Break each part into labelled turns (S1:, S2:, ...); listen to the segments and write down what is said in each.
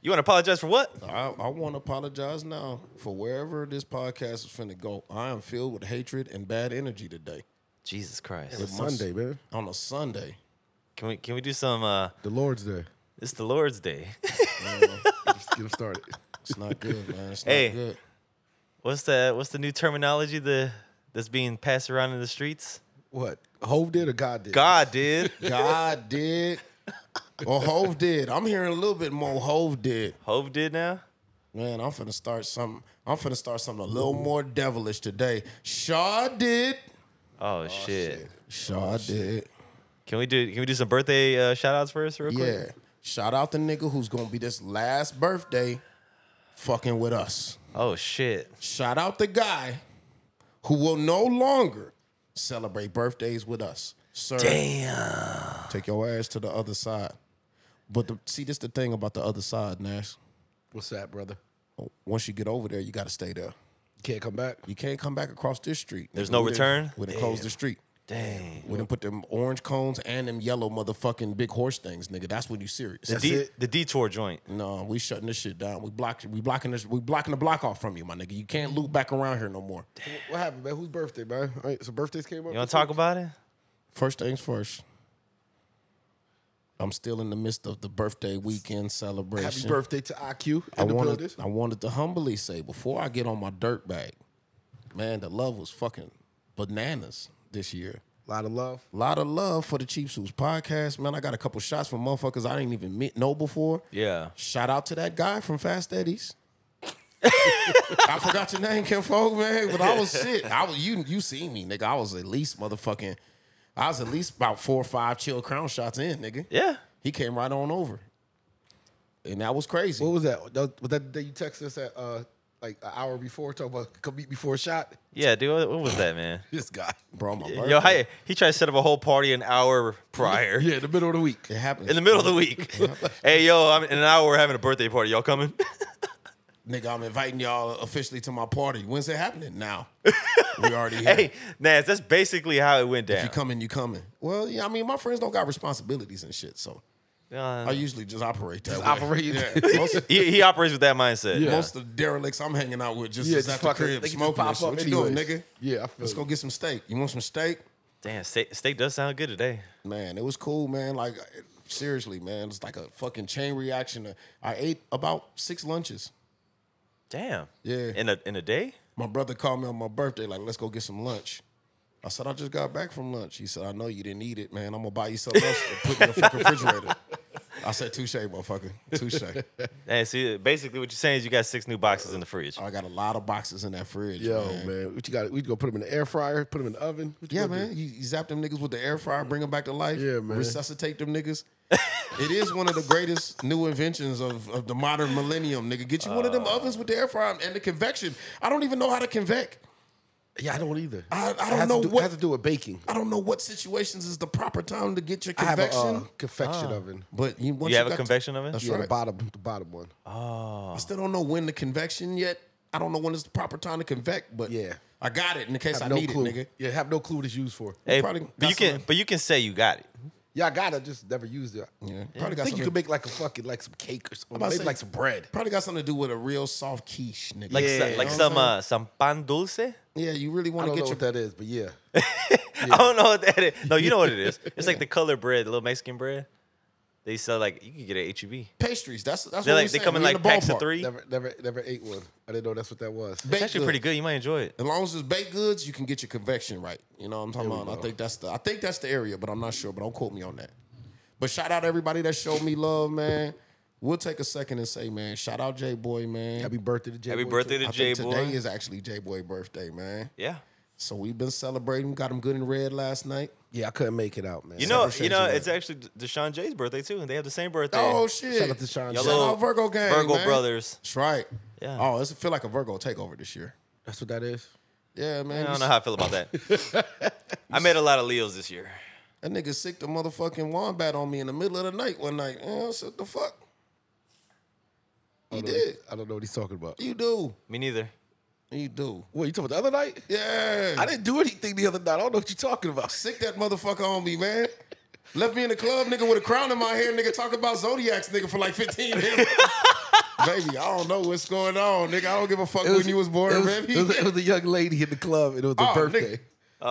S1: You want to apologize for what?
S2: I, I want to apologize now for wherever this podcast is finna go. I am filled with hatred and bad energy today
S1: Jesus Christ.
S3: It's Sunday, man.
S2: on a Sunday.
S1: Can we can we do some? uh
S3: The Lord's Day.
S1: It's the Lord's Day.
S3: Let's get 'em started.
S2: It's not good, man. It's
S1: Hey.
S2: not good.
S1: What's the What's the new terminology the that's being passed around in the streets?
S3: What? Hove did or God did?
S1: God did.
S2: God did. Or Hove did. I'm hearing a little bit more Hove did.
S1: Hope did now.
S2: Man, I'm finna start something. I'm finna start something a little more devilish today. Shaw did.
S1: Oh, shit.
S2: Shaw did.
S1: Can we do Can we do some birthday uh, shout outs first, real quick?
S2: Yeah. Shout out the nigga who's gonna be this last birthday fucking with us.
S1: Oh shit.
S2: Shout out the guy who will no longer celebrate birthdays with us. Sir,
S1: Damn.
S2: take your ass to the other side. But the, see, this the thing about the other side, Nash.
S3: What's that, brother?
S2: Once you get over there, you gotta stay there.
S3: You can't come back.
S2: You can't come back across this street.
S1: There's
S2: nigga.
S1: no
S2: We done-
S1: return?
S2: We done closed the street.
S1: Dang.
S2: We done put them orange cones and them yellow motherfucking big horse things, nigga. That's when you serious.
S3: That's
S1: De-
S3: it.
S1: the detour joint.
S2: No, we shutting this shit down. We blocked. We blocking this. We blocking the block off from you, my nigga. You can't loop back around here no more.
S3: What happened, man? Whose birthday, man? All right, so birthdays came up.
S1: You want to talk about it?
S2: First things first. I'm still in the midst of the birthday weekend celebration.
S3: Happy birthday to IQ.
S2: I
S3: in the
S2: wanted.
S3: builders.
S2: I wanted to humbly say before I get on my dirt bag, man, the love was fucking bananas this year.
S3: lot of love.
S2: lot of love for the Cheap Suits podcast, man. I got a couple shots from motherfuckers I didn't even meet, know before.
S1: Yeah.
S2: Shout out to that guy from Fast Eddie's. I forgot your name, Ken Folk, man. But I was shit. I was you. You see me, nigga. I was at least motherfucking. I was at least about four or five chill crown shots in, nigga.
S1: Yeah.
S2: He came right on over, and that was crazy.
S3: What was that? That- Was that the day you texted us at uh, like an hour before, talking about come meet before a shot?
S1: Yeah, dude. What, what was that, man?
S3: This guy.
S2: Bro, my birthday.
S1: Yo, hi, he tried to set up a whole party an hour prior.
S3: Yeah, in the middle of the week.
S2: it happened
S1: In the middle of the week. hey, yo, I'm, in an hour we're having a birthday party. Y'all coming?
S2: nigga. I'm inviting y'all officially to my party. When's it happening? Now, we already here.
S1: hey, Naz, that's basically how it went
S2: If
S1: down.
S2: you coming, you coming. Well, yeah, I mean, my friends don't got responsibilities and shit, so
S1: Uh,
S2: I usually just operate that way.
S3: operate.
S2: Yeah, most,
S1: he, he operates with that mindset.
S3: Yeah.
S2: most of the derelicts I'm hanging out with just is
S3: just
S2: at the
S3: fucking-
S2: crib
S3: they can just
S2: smoking. and
S3: pop
S2: shit.
S3: up
S2: What you doing,
S3: anyways.
S2: nigga?
S3: Yeah, I feel
S2: Let's
S3: you.
S2: go get some steak. You want some steak?
S1: Damn, steak, steak does sound good today.
S2: Man, it was cool, man. Like seriously, man, it's like a fucking chain reaction. to- I ate about six lunches.
S1: Damn.
S2: Yeah.
S1: In a in a day?
S2: My brother called me on my birthday, like, let's go get some lunch. I said, I just got back from lunch. He said, I know you didn't eat it, man. I'm gonna buy you something else to put in the fucking refrigerator. I said, touche, motherfucker. Touche.
S1: Hey, see, basically what you're saying is you got six new boxes in the fridge.
S2: I got a lot of boxes in that fridge.
S3: Yo,
S2: man.
S3: man. what you got? We go put them in the air fryer, put them in the oven. What you
S2: Yeah,
S3: gonna do?
S2: man. You, you zap them niggas with the air fryer, bring them back to life.
S3: Yeah, man.
S2: Resuscitate them niggas. it is one of the greatest new inventions of, of the modern millennium, nigga. Get you one of them
S3: Uh.
S2: ovens with the air fryer and the convection. I don't even know how to convect.
S3: Yeah, I don't either.
S2: I- I
S3: It
S2: don't
S3: has to
S2: know
S3: do-
S2: what-
S3: it has to do with baking.
S2: I don't know what situations is the proper time to get your
S3: I have a
S2: convection.
S3: uh, confection oven.
S2: but you, once
S1: You have a
S2: got to-
S1: convection oven?
S2: That's
S3: yeah, the
S2: right.
S3: bottom, the bottom one.
S2: I still don't know when the convection yet. I don't know when it's the proper time to convect, but
S3: Yeah.
S2: I got it in the case I,
S3: no
S2: need
S3: clue.
S2: it, nigga.
S3: Yeah, have no clue what it's used for.
S1: Hey,
S2: probably
S1: but
S2: got
S1: you can
S2: some-
S1: but you can say you got it.
S3: Yeah, I got it. Just never used it.
S2: Yeah. Probably got
S3: I think you
S2: something.
S3: could make like a fucking like some cake or something.
S2: about to
S3: Maybe
S2: say-
S3: like some bread.
S2: Probably got something to do with a real soft quiche, nigga.
S1: Like
S3: Yeah,
S1: so-
S3: you
S1: like
S2: know
S1: some
S2: what I'm
S1: uh, some pan dulce.
S2: Yeah, you really
S3: I
S2: want to
S3: don't know
S2: get your
S3: what that is, but yeah.
S1: I don't know what that is. No, you know what it is. It's like the color bread, the little Mexican bread. They sell like you can get it at HEB.
S2: pastries. That's that's
S1: They
S2: what
S1: like they come in like packs of three.
S3: Never, never, never ate one. I didn't know that's what that was.
S1: It's actually pretty good. You might enjoy it.
S2: As long as it's baked goods, you can get your convection right. You know what I'm talking
S3: There we
S2: about. I
S3: go.
S2: think that's the I think that's the area, but I'm not sure. But don't quote me on that. But shout out everybody that showed me love, man. We'll take a second and say, man, shout out J Boy, man.
S3: Happy birthday to Jay.
S1: Happy
S3: Boy,
S1: birthday
S3: too.
S1: to
S2: I
S1: J
S2: think today
S1: Boy.
S2: is actually J Boy birthday, man.
S1: Yeah.
S2: So we've been celebrating. Got him good and red last night.
S3: Yeah, I couldn't make it out, man.
S1: You know,
S3: Shout out
S1: you know,
S3: to Jay
S1: it's actually D- Deshaun Jay's birthday too, and they have the same birthday.
S2: Oh
S3: Boy.
S2: shit!
S3: Shout out to Sean.
S1: Y'all
S2: Shout
S1: little
S2: out Virgo gang,
S1: Virgo
S2: man.
S1: brothers.
S2: That's right.
S1: Yeah.
S2: Oh, it's feel like a Virgo takeover this year.
S3: That's what that is.
S2: Yeah,
S1: I
S2: man. we
S1: don't know how I feel about that. I made a lot of Leos this year.
S2: That nigga sicked the motherfucking wombat on me in the middle of the night one night. Eh, I said, the fuck?
S3: I
S2: He
S3: don't know what-
S2: did.
S3: I don't know what he's talking about.
S2: You do.
S1: Me neither.
S2: You do.
S3: What you talking about the other night?
S2: Yeah.
S3: I didn't do anything the other night. I don't know what you're talking about.
S2: sick that motherfucker on me, man. Left me in the club, nigga, with a crown in my hair, nigga, talking about Zodiacs, nigga, for like 15 minutes. baby, I don't know what's going on, nigga. I don't give a fuck
S3: was-
S2: when you was born,
S3: it was,
S2: baby.
S3: It was, it was a young lady in the club, and it was a
S2: Oh,
S3: birthday.
S2: nigga. Uh,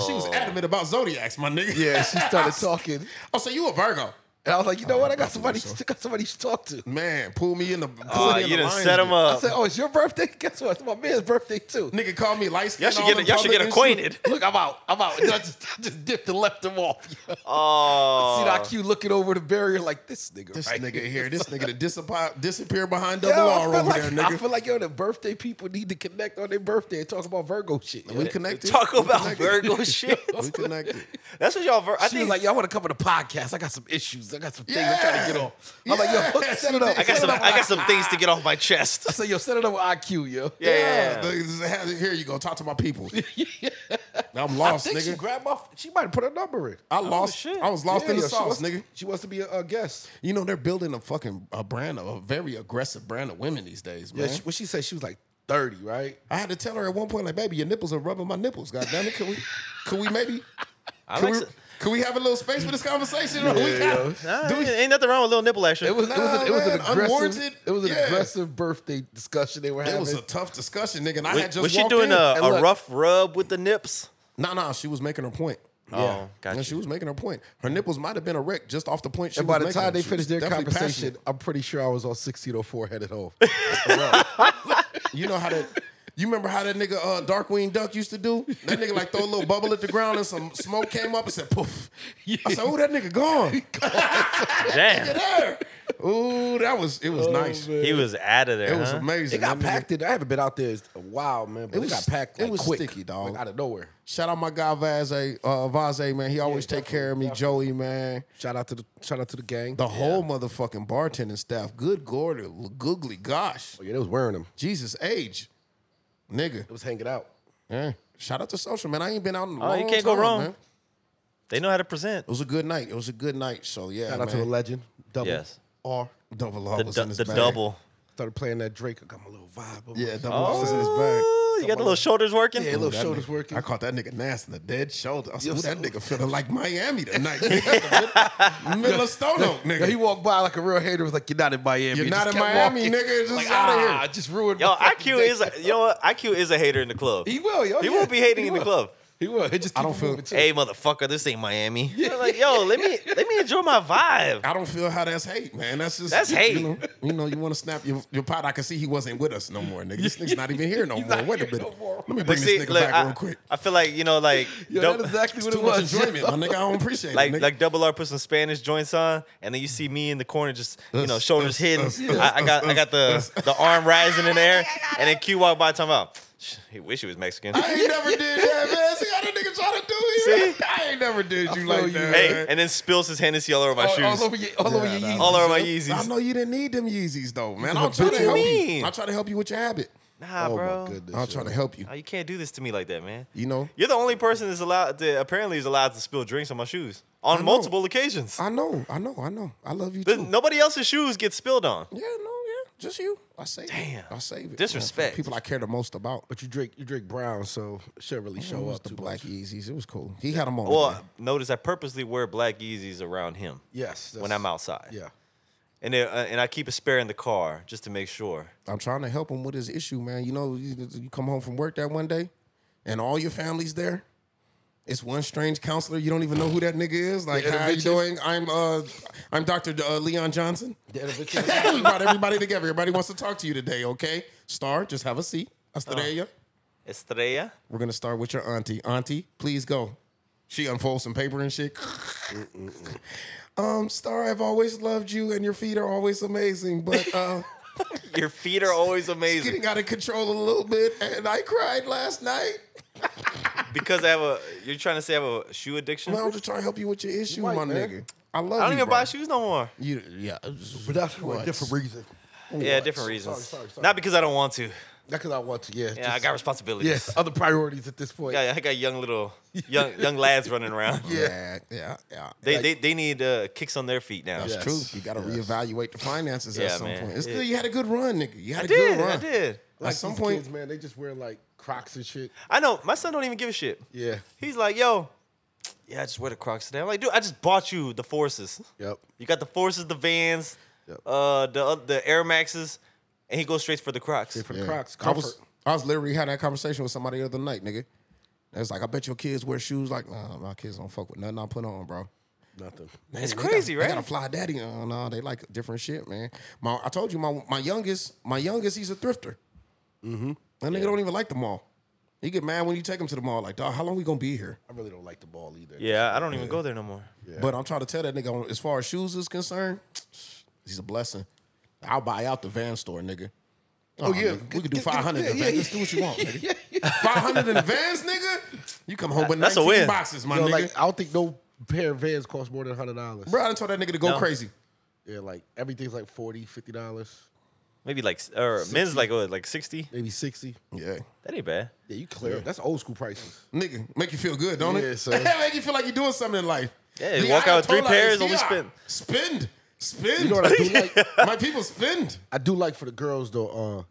S1: Oh,
S2: she was adamant about zodiacs, my nigga.
S3: Yeah, she started talking,
S2: Oh, so you a Virgo?
S3: and I was like, you know what? I got somebody. I got somebody to talk to.
S2: Man, pull me in the. Pull
S1: Aw,
S2: me
S1: Oh,
S2: in
S1: you
S2: the
S1: done
S2: lion's
S1: set
S2: den.
S1: him up.
S3: I said, "Oh, it's your birthday. Guess what? It's my man's birthday too."
S2: Nigga called me light
S1: Y'all
S2: skin.
S1: should
S2: all
S1: get
S2: in
S1: y'all should
S2: public
S1: get
S2: and shit.
S1: acquainted.
S3: Look, I'm out. I'm out. And I just, I just dipped and left him off. See the
S1: Oh,
S3: IQ looking over the barrier like this nigga.
S2: This
S3: right
S2: nigga here, this nigga to disappear, disappear behind
S3: Yo,
S2: double
S3: I
S2: R
S3: feel
S2: over
S3: like-
S2: there,
S3: I
S2: nigga.
S3: feel like yo, the birthday people need to connect on their birthday and talk about Virgo shit. yo.
S2: we connected.
S1: talk
S2: We
S1: about
S2: connected.
S1: Virgo shit.
S2: We connected.
S1: That's what y'all. Vir- I
S3: she
S1: think
S3: was like, "Yo, I want to come on the podcast. I got some issues. I got some things I'm trying to get
S2: Yeah.
S3: off." I'm like, "Yo,
S2: Yeah,
S3: hook- set it
S2: she
S3: up.
S2: did.
S1: I got
S3: Set
S1: some
S3: it up.
S1: I got some things to get off my chest.
S3: I said, "Yo, set it up with IQ, yo."
S1: Yeah, yeah. yeah.
S2: nigga, just have it- here you go. Talk to my people. I'm lost,
S3: I think she
S2: nigga.
S3: grabbed my. f- She might have put her number in.
S2: I lost.
S1: shit.
S2: I was lost
S3: Yeah,
S2: in the
S3: yo, she
S2: sauce,
S3: wants-
S2: nigga.
S3: She wants to be a, a guest.
S2: You know they're building a fucking a brand, a very aggressive brand of women these days,
S3: Yeah,
S2: man.
S3: she, what she said, she was like thirty, right?
S2: I had to tell her at one point, like, baby, your nipples are rubbing my nipples. God damn it, can we, can we maybe,
S1: I
S2: can
S1: like
S2: we,
S1: s-
S2: can we have a little space for this conversation? Yeah,
S3: yo.
S1: Nah, ain't nothing wrong with little nipple action.
S3: It was, it was, an, it was
S2: Nah,
S3: an
S2: man,
S3: aggressive.
S2: unwarranted.
S3: It was an
S2: Yeah.
S3: aggressive birthday discussion they were having.
S2: It was a tough discussion, nigga. And I had
S1: was,
S2: just
S1: was she
S2: walked
S1: doing
S2: in.
S1: a,
S3: and
S1: a
S3: look-
S1: rough rub with the nips?
S2: No, no, she was making her point.
S1: Oh, gotcha.
S2: And she was making her point. Her nipples might have been erect just off the point she
S3: and
S2: was
S3: by the
S2: making.
S3: time
S2: She
S3: they
S2: was
S3: finished their
S2: definitely
S3: conversation, I'm pretty sure I was on 1604 headed home.
S2: passionate. you know how that. You remember how that nigga uh, Darkwing Duck used to do? That nigga like throw a little bubble at the ground and some smoke came up and said poof. I said, "Oh, that nigga gone."
S1: Damn,
S2: there. Ooh, that was it. Was nice.
S1: he was out of there.
S2: It was
S1: huh?
S2: amazing.
S3: Oh, It
S2: That
S3: got
S2: nigga-
S3: packed in. I haven't been out there in a while, man. But it,
S2: was-
S3: got packed.
S2: it
S3: Like,
S2: was
S3: quick,
S2: sticky, dog.
S3: Like, out of nowhere.
S2: Shout out my guy Vaze, uh, Vaze man. He always take care of me, Joey man.
S3: Shout out to the shout out to the gang.
S2: The whole motherfucking bartending staff. Good Gordy, googly gosh.
S3: oh yeah, they was wearing them.
S2: Jesus age, nigga.
S3: It was hanging out.
S2: Yeah. Shout out to social man. I ain't been out in a
S1: Oh,
S2: long
S1: you can't go
S2: time,
S1: wrong.
S2: man.
S1: They know how to present.
S2: It was a good night. It was a good night. So yeah,
S3: Shout out to the
S2: man.
S3: legend. Double
S1: Yes.
S3: R.
S2: double R
S1: The,
S2: was
S1: du-
S2: in his
S1: the
S2: bag.
S1: double.
S3: Started playing that Drake. I got my little vibe.
S2: Yeah, double R was in his bag.
S1: Oh, you got the little shoulders working.
S3: Yeah, little
S2: That
S3: shoulders
S2: nigga-
S3: working.
S2: I caught that nigga Nas in the dead shoulder. I said,
S3: Yo,
S2: "Ooh, that
S3: so-
S2: nigga feeling like Miami tonight. nigga." Middle of Stone Oak,
S3: Yeah, he
S2: nigga.
S3: walked by like a real hater. Was like, "You're not in Miami.
S2: You're
S3: Just
S2: not in
S3: kept
S2: Miami,
S3: walking.
S2: nigga. Just
S3: like,
S2: out of
S3: ah,
S2: here.
S3: I just ruined.
S1: Yo,
S3: my fucking
S1: IQ
S3: day.
S1: is a, you know what? IQ is a hater in the club.
S3: He will. Yo,
S1: He
S3: yeah.
S1: won't be hating in the
S3: will.
S1: club.
S3: He will. He just.
S2: I
S3: keep
S2: don't
S3: it
S2: feel-
S3: moving, too.
S1: Hey, motherfucker, this ain't Miami. Like, yo, let me let me enjoy my vibe.
S2: I don't feel how that's hate, man. That's just
S1: That's
S2: you
S1: hate.
S2: know, you know, you want to snap your, your pot. I can see he wasn't with us no more, nigga. This nigga's not even here no more.
S3: not
S2: Wait a
S3: here no
S2: minute.
S3: more.
S2: Let me
S1: But
S2: bring
S1: see,
S2: this nigga
S1: look,
S2: back
S1: I,
S2: real quick.
S1: I feel like you know, like
S3: Yo,
S1: don't-
S3: that's exactly what
S2: Too
S3: it
S2: much
S3: was.
S2: enjoyment, my nigga. I don't appreciate it.
S1: like
S2: nigga.
S1: like double R put some Spanish joints on, and then you see me in the corner, just you know, shoulders hidden. I, I got I got the the arm rising in the air, and then Q walked by talking about. He wish he was Mexican.
S2: I ain't never did that, man. See how the nigga try to do it?
S1: See?
S2: I ain't never did you
S3: feel
S2: like
S3: you,
S2: that.
S1: Hey,
S2: man.
S1: and then spills his Hennessy all over my
S3: All,
S1: shoes,
S3: all over your, all over your
S2: nah.
S3: Yeezys.
S1: All over my
S3: yo.
S2: I
S1: Yeezys.
S2: know you didn't need them Yeezys though, man. I'm trying
S1: What
S2: to
S1: you
S2: help
S1: mean?
S2: you. I'm trying to help you with your habit.
S1: Nah,
S3: Oh
S1: bro.
S3: my goodness.
S2: I'm trying to help you.
S1: Oh, you can't do this to me like that, man.
S2: You know,
S1: You're the only person that's allowed that apparently is allowed to spill drinks on my shoes on
S2: know.
S1: multiple occasions.
S2: I know, I know, I know. I love you
S1: There's-
S2: too.
S1: Nobody else's shoes get spilled on.
S2: Yeah, no, yeah, just you. I save
S1: Damn.
S2: it. I save it. man, for
S1: Disrespect.
S2: the people I care the most about.
S3: But you drink you drink brown, so it shouldn't really
S2: It
S3: show
S2: was
S3: up
S2: the
S3: too
S2: black
S3: black.
S2: Yeezys. It was cool. He had them on.
S1: Well, notice I purposely wear black Yeezys around him
S3: Yes,
S1: when
S3: that's-
S1: I'm outside.
S3: Yeah.
S1: and then, uh, and I keep a spare in the car just to make sure.
S2: I'm trying to help him with his issue, man. You know, you, you come home from work that one day, and all your family's there. It's one strange counselor. You don't even know who that nigga is. Like,
S3: Yeah, the
S2: how you
S3: bitches.
S2: doing? I'm uh, I'm Doctor uh, Leon Johnson.
S3: The individual-
S2: we brought everybody together. Everybody wants to talk to you today, okay? Star, just have a seat. Estrella,
S1: Estrella.
S2: we're gonna start with your auntie. Auntie, please go. She unfolds some paper and shit. um, Star, I've always loved you, and your feet are always amazing, but uh,
S1: Your feet are always
S2: it's
S1: amazing
S2: getting out of control a little bit, and I cried last night.
S1: because I have a. You're trying to say I have a shoe addiction.
S2: Man, I'm just trying to help you with your issue,
S3: right,
S2: my
S3: man.
S2: nigga. I love you.
S1: I don't even
S2: bro.
S1: buy shoes no more.
S2: You, yeah,
S3: But that's for
S2: What?
S3: a different reason.
S1: Yeah, different reasons.
S3: sorry, sorry.
S1: Not because I don't want to.
S3: Not because I want to. Yeah.
S1: Yeah, I got responsibilities.
S3: Yes. Other priorities at this point.
S1: Yeah, I got young little young young lads running around.
S2: yeah, yeah, yeah.
S1: They, they they need uh, kicks on their feet now.
S2: That's
S3: Yes.
S2: true. You got to reevaluate the finances at
S1: Yeah,
S2: some
S1: man.
S2: point. It's
S1: Yeah.
S2: good. You had a good run, nigga. You had
S1: I
S2: a
S1: did.
S2: good
S1: I
S2: run.
S1: did.
S3: Like
S2: at some
S3: these
S2: point,
S3: kids, man, they just wear like Crocs and shit.
S1: I know. My son don't even give a shit.
S3: Yeah.
S1: He's like, yo, yeah, I just wear the Crocs today. I'm like, dude, I just bought you the forces.
S3: Yep.
S1: You got the forces, the Vans, uh, the oth- the Air Maxes, and he goes straight for the Crocs.
S3: for the Crocs.
S2: I
S3: Comfort.
S2: was, I was literally had that conversation with somebody the other night, nigga. That's like, I bet your kids wear shoes. Like, nah, my kids don't fuck with nothing I put on, bro.
S3: Nothing.
S1: It's
S2: They got-
S1: crazy,
S2: They got
S1: right?
S2: a fly daddy. Uh, no, they like different shit, man. My, I told you, my my youngest, my youngest, he's a thrifter. Mm-hmm. That nigga don't even like the mall. He get mad when you take him to the mall. Like, dog, how long we gonna be here?
S3: I really don't like the ball either.
S1: Yeah, I don't even go there no more.
S2: But I'm trying to tell that nigga, on- as far as shoes is concerned, he's a blessing. I'll buy out the van store, nigga. Oh,
S3: yeah.
S2: nigga, we could do
S3: Get- get-
S2: 500 in the
S3: yeah,
S2: van.
S3: yeah,
S2: Just do what you want, nigga. 500 in the vans, nigga. You come home with
S1: That's a
S2: 19
S1: win.
S2: boxes, my
S3: You know,
S2: nigga.
S3: like I don't think no pair of Vans cost more than hundred dollars.
S2: Bro, I done told that nigga to go
S1: No.
S2: crazy.
S3: Yeah, like everything's like 40 dollars,
S1: Maybe like s- or men's like what, like sixty.
S3: maybe sixty.
S2: Yeah.
S1: That ain't bad.
S3: Yeah, you clear. That's old school prices.
S2: Nigga, make you feel good, don't
S3: Yeah,
S2: it?
S3: son.
S2: make you feel like you're doing something in life.
S1: Yeah, you walk out with three
S2: Ayatollah
S1: pairs,
S2: is
S1: only
S2: here.
S1: spend.
S2: Spend. Spend.
S3: You know what I do like?
S2: My people spend.
S3: I do like for the girls though. Uh,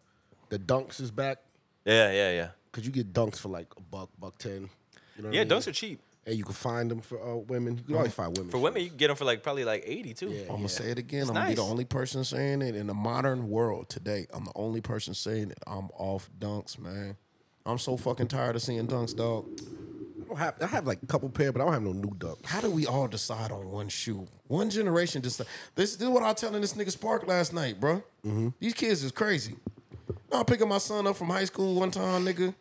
S3: the Dunks is back
S1: Yeah, yeah, yeah.
S3: because you get Dunks for like a buck, buck ten. You know what I
S1: Yeah,
S3: mean?
S1: dunks are cheap
S3: And you can find them for uh, women. You can always find women
S1: for women. You can get them for like probably like eighty too.
S2: I'm
S3: Yeah.
S2: gonna say it again. I'm gonna be
S1: nice.
S2: the only person saying it in the modern world today. I'm the only person saying it. I'm off dunks, man. I'm so fucking tired of seeing dunks, dog.
S3: I, don't have, I have like a couple pair, but I don't have no new Dunks.
S2: How do we all decide on one shoe? One generation just this, this is what I was telling this nigga Spark last night, bro. These kids is crazy. I picking my son up from high school one time, nigga.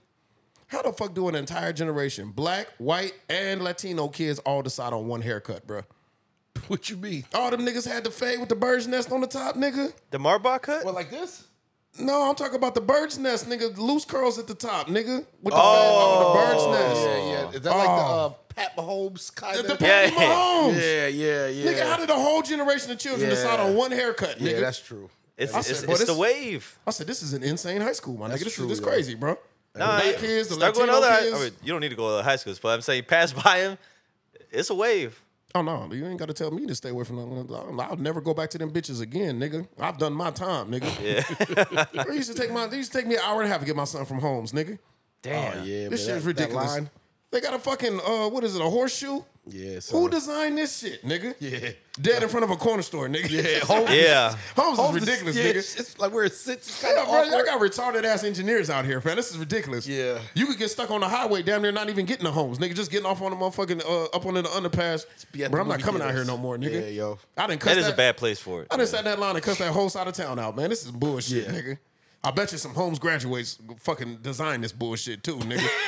S2: How the fuck do an entire generation, black, white, and Latino kids all decide on one haircut, bro?
S3: What you mean?
S2: All them niggas had the fade with the bird's nest on the top, nigga.
S1: The Marbach cut.
S3: What like this?
S2: No, I'm talking about the bird's nest, nigga. Loose curls at the top, nigga. With the, oh. the bird's nest.
S3: Yeah, yeah. Is that like the uh, Pat Mahomes kind
S2: The
S3: of?
S2: Patty
S1: Yeah.
S2: Mahomes.
S3: yeah, yeah, yeah.
S2: Nigga, how did a whole generation of children
S3: Yeah.
S2: decide on one haircut, nigga?
S3: yeah, that's true.
S1: it's
S2: I
S1: it's,
S2: said, boy,
S1: it's the
S2: this-
S1: wave.
S2: I said, this is an insane high school, my nigga. This
S3: true,
S2: is this
S3: yo.
S2: crazy, bro.
S1: Nah,
S2: black
S1: yeah,
S2: kids, the
S1: start going
S2: Latino
S1: other. high-
S2: kids.
S1: I mean, you don't need to go to high schools, but I'm saying pass by him. It's a wave.
S2: Oh no, you ain't got to tell me to stay away from them. I'll- I'll never go back to them bitches again, nigga. I've done my time, nigga. They used to take my, they used to take me an hour and a half to get my son from Holmes, nigga.
S1: Damn.
S2: This
S3: Yeah, man,
S2: shit's
S3: that- that
S2: ridiculous.
S3: line.
S2: They got a fucking uh, what is it? A horseshoe?
S3: Yeah, so.
S2: Who designed this shit, nigga?
S3: Yeah.
S2: Dead in front of a corner store, nigga. Yeah, Holmes,
S1: Yeah.
S2: Holmes,
S3: Holmes
S2: is ridiculous,
S3: yeah,
S2: nigga.
S3: It's, it's like where it sits. It's kind
S2: Yeah,
S3: of
S2: bro,
S3: awkward.
S2: y'all got retarded ass engineers out here, man. This is ridiculous.
S3: Yeah.
S2: You could get stuck on the highway damn near not even getting to homes, nigga. Just getting off on the motherfucking uh, up on the underpass.
S3: be at
S2: Bro,
S3: the
S2: I'm not
S3: movie
S2: coming out here
S3: theaters.
S2: no more, nigga.
S3: Yeah, yo.
S2: I didn't cuss
S1: That is a bad place for it.
S2: I done sat that line and cussed that whole side of town out, man. This is bullshit,
S3: Yeah.
S2: nigga. I bet you some Holmes graduates fucking designed this bullshit too, nigga.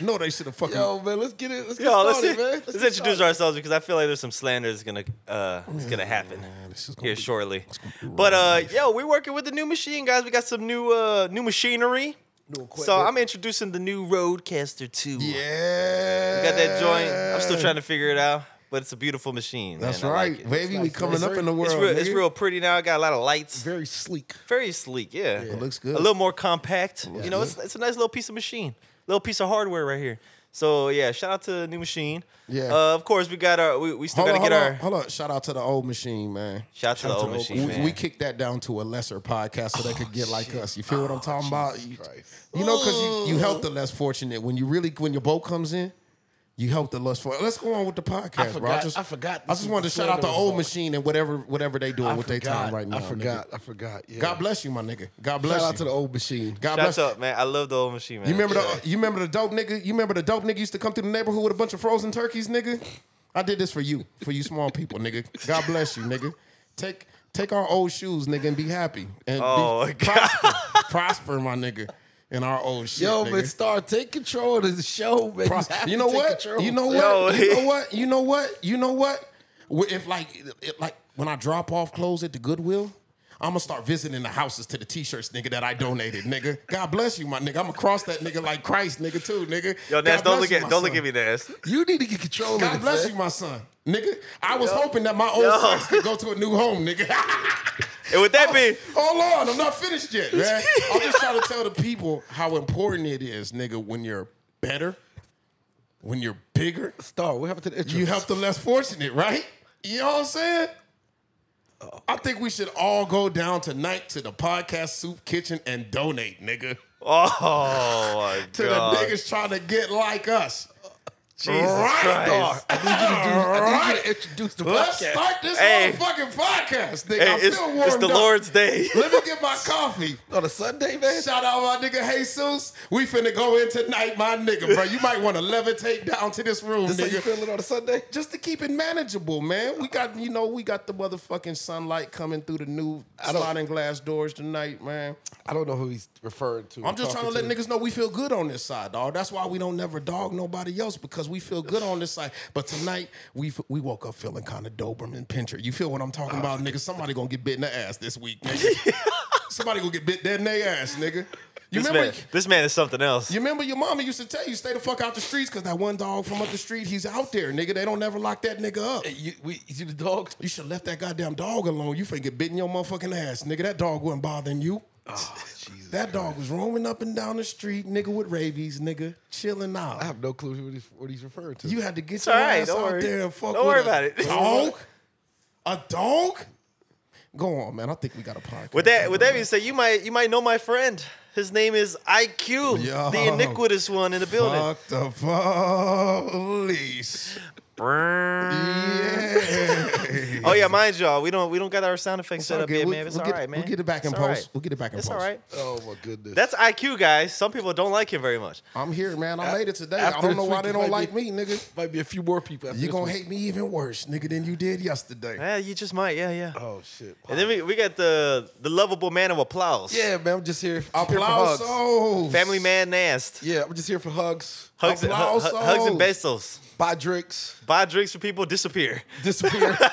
S2: no, they should have fucking.
S3: Yo, man, let's get it. Let's get
S1: Yo, let's,
S3: started, man.
S1: let's,
S3: get
S1: introduce
S3: started.
S1: ourselves because I feel like there's some slander that's gonna uh, it's gonna happen
S2: this is gonna
S1: here
S2: be-
S1: shortly. But uh, yo, we're working with the new machine, guys. We got some new uh, new machinery. so
S3: equipment.
S1: I'm introducing the new Roadcaster 2.
S2: Yeah.
S1: We got that joint. I'm still trying to figure it out, but it's a beautiful machine.
S2: That's
S1: man. I like
S2: right,
S1: it.
S2: baby. we
S3: nice.
S2: coming
S3: It's
S2: up
S3: very-
S2: in the world.
S1: It's real, it's
S2: nigga.
S1: real pretty now. It got a lot of lights.
S3: Very sleek.
S1: Very sleek, yeah. It
S2: looks good.
S1: A little more compact. you know, it's, it's a nice little piece of machine, little piece of hardware right here. So yeah, shout out to the new machine.
S2: Yeah.
S1: Uh, of course, we got our. We, we still
S2: Hold
S1: got
S2: on,
S1: to get
S2: hold on,
S1: our.
S2: hold on. Shout out to the old machine, man.
S1: Shout out to the old machine,
S2: we,
S1: man.
S2: we kicked that down to a lesser podcast so they could
S3: Oh,
S2: get like us. You feel what I'm talking about? You, you know, because you, you help the less fortunate. When you really when your boat comes in, you help the less fortunate. Let's go on with the podcast, bro.
S3: forgot- I forgot
S2: I
S3: this
S2: just
S3: was
S2: wanted to
S3: before
S2: shout out
S3: there
S2: the
S3: was
S2: old
S3: boat.
S2: machine and whatever whatever they doing with their time right now.
S3: I
S2: nigga.
S3: forgot. I forgot. Yeah.
S2: God bless you, my nigga. God bless
S3: Shout
S2: you.
S3: out to the old machine.
S2: God
S1: Shout
S2: bless you.
S1: out, man. I love the old machine, man.
S2: You remember
S1: Yeah.
S2: the you remember the dope nigga? You remember the dope nigga used to come through the neighborhood with a bunch of frozen turkeys, nigga? I did this for you, for you small people, nigga. God bless you, nigga. Take take our old shoes, nigga, and be happy. And
S1: Oh, my
S2: be
S1: God.
S2: prosper, prosper, my nigga, in our old shit.
S3: Yo,
S2: nigga.
S3: man, Star, take control of the show, man.
S2: Pro-
S3: have
S2: you
S3: to
S2: know
S3: take
S2: what?
S3: control.
S2: You know what?
S1: Yo,
S2: you know what? You know what? You know what? Wh- If like, if like when I drop off clothes at the Goodwill, I'm gonna start visiting the houses to the t-shirts, nigga, that I donated, nigga. God bless you, my nigga. I'm gonna cross that nigga like Christ, nigga, too, nigga.
S1: Yo, Nas,
S2: God bless
S1: don't look
S2: you,
S1: at
S2: my
S1: don't look
S2: son.
S1: at me, Nas.
S3: You need to get control of
S2: God
S3: it,
S2: bless
S3: man.
S2: you, my son, nigga. I was hoping that my old socks could go to a new home, nigga.
S1: And with
S2: Oh.
S1: that being,
S2: Hold on, I'm not finished yet, man. I'm just trying to tell the people how important it is, nigga, when you're better, when you're bigger,
S3: Star, what happened to the intro?
S2: you help the less fortunate, right? You know what I'm saying? I think we should all go down tonight to the podcast soup kitchen and donate, nigga.
S1: oh my
S2: To
S1: god,
S2: the niggas trying to get like us.
S1: Jesus
S2: Right,
S1: Christ.
S2: dog.
S3: I need you
S2: Alright.
S3: to introduce the
S2: Let's
S3: podcast.
S2: start this
S1: Hey.
S2: motherfucking podcast, nigga.
S1: Hey,
S2: I
S1: it's,
S2: feel warmed
S1: it's the
S2: up.
S1: Lord's day.
S2: Let me get my coffee.
S3: On a Sunday, man.
S2: Shout out my nigga Jesus. We finna go in tonight, my nigga, bro. You might want to levitate down to this room,
S3: That's how you
S2: nigga.
S3: feeling on a Sunday?
S2: Just to keep it manageable, man. We got, you know, we got the motherfucking sunlight coming through the new
S3: don't-
S2: sliding glass doors tonight, man.
S3: I don't know who he's referring to.
S2: I'm just trying to let niggas know we feel good on this side, dog. That's why we don't never dog nobody else because we feel good on this side. But tonight we f- we woke up feeling kind of Doberman pincher. You feel what I'm talking about, nigga? Somebody gonna get bit in the ass this week, nigga. Somebody gonna get bit dead in their ass, nigga. You
S1: This
S2: remember?
S1: man, this man is something else.
S2: You remember your mama used to tell you stay the fuck out the streets because that one dog from up the street he's out there, nigga. They don't never lock that nigga up.
S3: You, we, you the dog?
S2: You should have left that goddamn dog alone. You finna get bit in your motherfucking ass, nigga. That dog wasn't bothering you.
S1: Oh,
S3: Ah, Jesus.
S2: That dog was roaming up and down the street, nigga, with rabies, nigga, chilling out.
S3: I have no clue what he's, what he's referring to.
S2: You had to get
S1: all
S2: your
S1: right,
S2: ass
S1: don't
S2: out
S1: worry.
S2: there and fuck
S1: Don't
S2: with
S1: worry
S2: a
S1: about it.
S2: Dog? A dog? Go on, man. I think we got a podcast.
S1: With that, with that being said, you might you might know my friend. His name is IQ,
S2: Yo.
S1: the iniquitous one in the building.
S2: Fuck the police. Yeah.
S1: Oh yeah, mind y'all, we don't we don't got our sound effects set
S2: all
S1: up
S2: good.
S1: yet,
S2: We'll-
S1: man. It's
S2: we'll
S1: all
S2: get-
S1: right, man.
S2: we'll get it back in
S1: It's all
S2: post.
S1: right.
S2: We'll get it back in
S1: It's all
S2: post.
S1: right.
S3: oh, my goodness.
S1: That's IQ, guys. Some people don't like him very much.
S2: I'm here, man. I made it today. I
S3: after
S2: don't
S3: this
S2: know why
S3: week,
S2: they
S3: it
S2: don't
S3: might
S2: like
S3: be-
S2: me, nigga.
S3: might be a few more people. after
S2: You're
S3: this
S2: gonna
S3: one.
S2: hate me even worse, nigga, than you did yesterday.
S1: Yeah, you just might. Yeah, yeah.
S3: Oh shit.
S1: And then we, we got the the lovable man of applause.
S3: yeah, man. I'm just here. I'm here for
S2: Applause
S3: hugs.
S2: souls.
S1: Family man nast.
S3: Yeah, I'm just here for hugs.
S1: Hugs, and- hu-
S2: Applause
S1: hu- hugs and
S2: souls.
S1: besos.
S3: Buy drinks.
S1: Buy drinks for people, disappear.
S3: Disappear.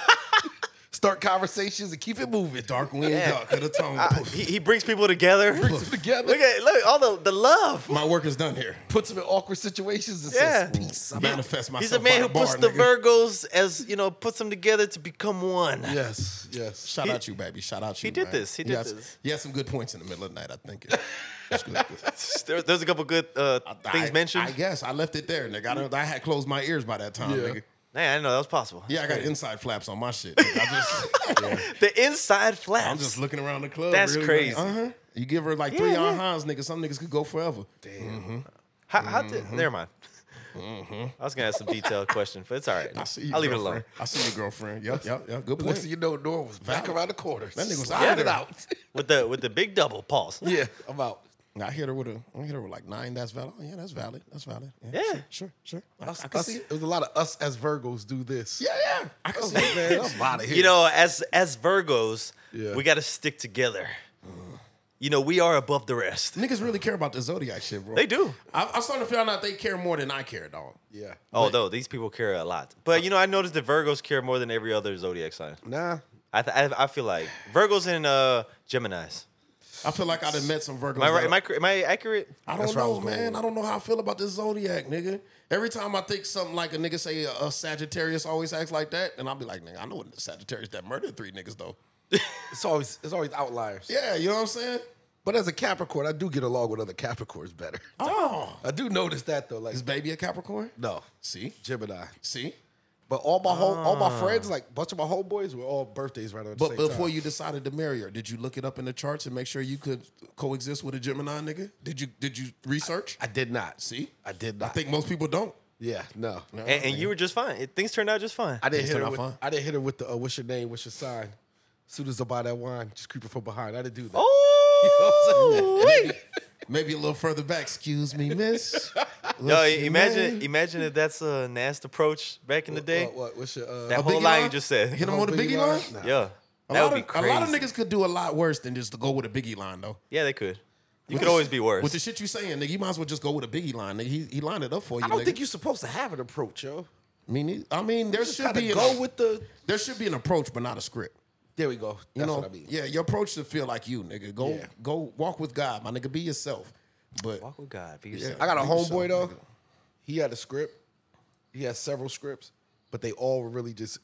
S3: Start conversations and keep it moving.
S2: Dark wind
S1: Yeah.
S2: duck at a tongue. Poof.
S1: He, he brings people together.
S3: Puts them together.
S1: Look at look all the, the love.
S2: My work is done here.
S3: puts them in awkward situations and
S1: Yeah.
S3: says peace.
S2: I
S3: I'm out.
S2: manifest myself.
S1: He's a
S2: by
S1: man who
S2: bar,
S1: puts the
S2: nigga.
S1: Virgos as you know, puts them together to become one.
S3: Yes, yes.
S2: Shout out you, baby. Shout out you.
S1: He did
S2: man.
S1: this. He did
S2: Yes.
S1: this.
S2: He had some good points in the middle of the night. I think. It- it's good.
S1: There, there's a couple good uh, things
S2: I,
S1: mentioned.
S2: I guess I left it there, nigga. I, don't, I had closed my ears by that time,
S3: Yeah.
S2: nigga.
S1: Man, I didn't know that was possible.
S2: Yeah, I got inside flaps on my shit. nigga. I just,
S1: The inside flaps.
S2: I'm just looking around the club.
S1: That's
S2: really,
S1: crazy.
S2: Like, uh-huh. You give her like three
S1: Yeah,
S2: yeah,
S1: yeah.
S2: on nigga. Some niggas could go forever.
S1: How, how
S2: mm-hmm.
S1: did, never mind. I was gonna ask some detailed question, but it's all right.
S2: I see you.
S1: I'll leave it
S2: girlfriend.
S1: alone.
S2: I see you, girlfriend. Yep, yep, yep. Good
S3: Next
S2: point.
S3: thing you know, Norm was back
S2: Valid.
S3: around the corner.
S2: That nigga was
S3: Slide
S2: out
S3: it
S2: there.
S3: out.
S1: With the with the big double pause.
S3: yeah, I'm out.
S2: I hit her with a. I hit her with like nine. That's valid. Oh, yeah, that's valid. That's valid.
S1: Yeah.
S2: Sure, sure. sure. I, I
S3: Us,
S2: can
S3: us-
S2: see it.
S3: it was a lot of us as Virgos do this.
S2: Yeah, yeah. I can
S3: Oh,
S2: see it,
S3: man,
S2: man.
S3: I'm out of here.
S1: You know, as as Virgos,
S3: Yeah.
S1: we gotta stick together.
S2: Mm.
S1: You know, we are above the rest.
S2: Niggas really care about the zodiac shit, bro.
S1: They do.
S2: I, I'm starting to find out they care more than I care, dog.
S3: yeah.
S1: Although these people care a lot, but you know, I noticed that Virgos care more than every other zodiac sign.
S3: Nah.
S1: I th- I, I feel like Virgos and uh Gemini's.
S2: I feel like I'd have met some Virgos.
S1: Am I right?
S2: that-
S1: Am I, cor- am I accurate?
S2: I
S3: That's
S2: don't
S3: where I
S2: know,
S3: was going
S2: man.
S3: with
S2: I don't know how I feel about this zodiac, nigga. Every time I think something like a nigga say a, a Sagittarius always acts like that, and I'll be like, nigga, I know what Sagittarius that murdered three niggas though.
S3: It's always it's always outliers.
S2: Yeah, you know what I'm saying?
S3: But as a Capricorn, I do get along with other Capricorns better.
S2: Oh,
S3: I do notice that though. Like
S2: is baby a Capricorn?
S3: no,
S2: See,
S3: Gemini.
S2: see.
S3: But all my whole, all my friends, like bunch of my homeboys, were all birthdays right on the
S2: But
S3: same
S2: before
S3: time.
S2: you decided to marry her, did you look it up in the charts and make sure you could coexist with a Gemini nigga? Did you did you research?
S3: I did not.
S2: see,
S3: I did
S2: I
S3: not.
S2: think most people don't.
S3: Yeah, no.
S1: And, and you were just fine. It, things turned out just fine.
S3: I didn't
S2: Things
S3: hit her.
S2: turned
S3: With,
S2: out fine.
S3: I didn't hit her with the uh, what's your name, what's your sign. As soon as I buy that wine, just creep her from behind. I didn't
S2: Oh,
S3: do that.
S1: Oh, wait.
S2: Maybe a little further back. Excuse me, miss.
S1: Yo,
S2: What's your
S1: imagine,
S2: name?
S1: imagine if that's a nasty approach back in the day.
S3: What, what, what's your uh,
S1: That
S2: A
S1: whole
S2: Biggie
S1: line you
S2: line?
S1: just said.
S2: Hit him
S3: whole
S2: with a biggie line.
S3: Nah.
S1: Yeah,
S2: A
S1: that
S2: lot,
S1: would be
S2: of,
S1: crazy.
S2: a lot of niggas could do a lot worse than just to go with a biggie line though.
S1: Yeah, they could. You
S2: With
S1: could
S2: the-
S1: always be worse.
S2: With the shit you saying, nigga, you might as well just go with a biggie line. Nigga, he, he lined it up for you.
S3: I don't
S2: nigga.
S3: think you're supposed to have an approach, yo.
S2: I mean, he- I mean, there
S3: Just
S2: should
S3: kind
S2: be
S3: of
S2: an,
S3: go with the.
S2: there should be an approach, but not a script.
S3: There we go.
S2: You
S3: That's
S2: know,
S3: what I mean.
S2: yeah, your approach should feel like you, nigga. Go
S3: Yeah.
S2: go walk with God, my nigga. Be yourself. But
S1: Walk with Oh, God. Be yourself.
S3: I got a
S2: Nigga, so,
S3: homeboy though.
S2: nigga.
S3: He had a script. He had several scripts, but they all were really just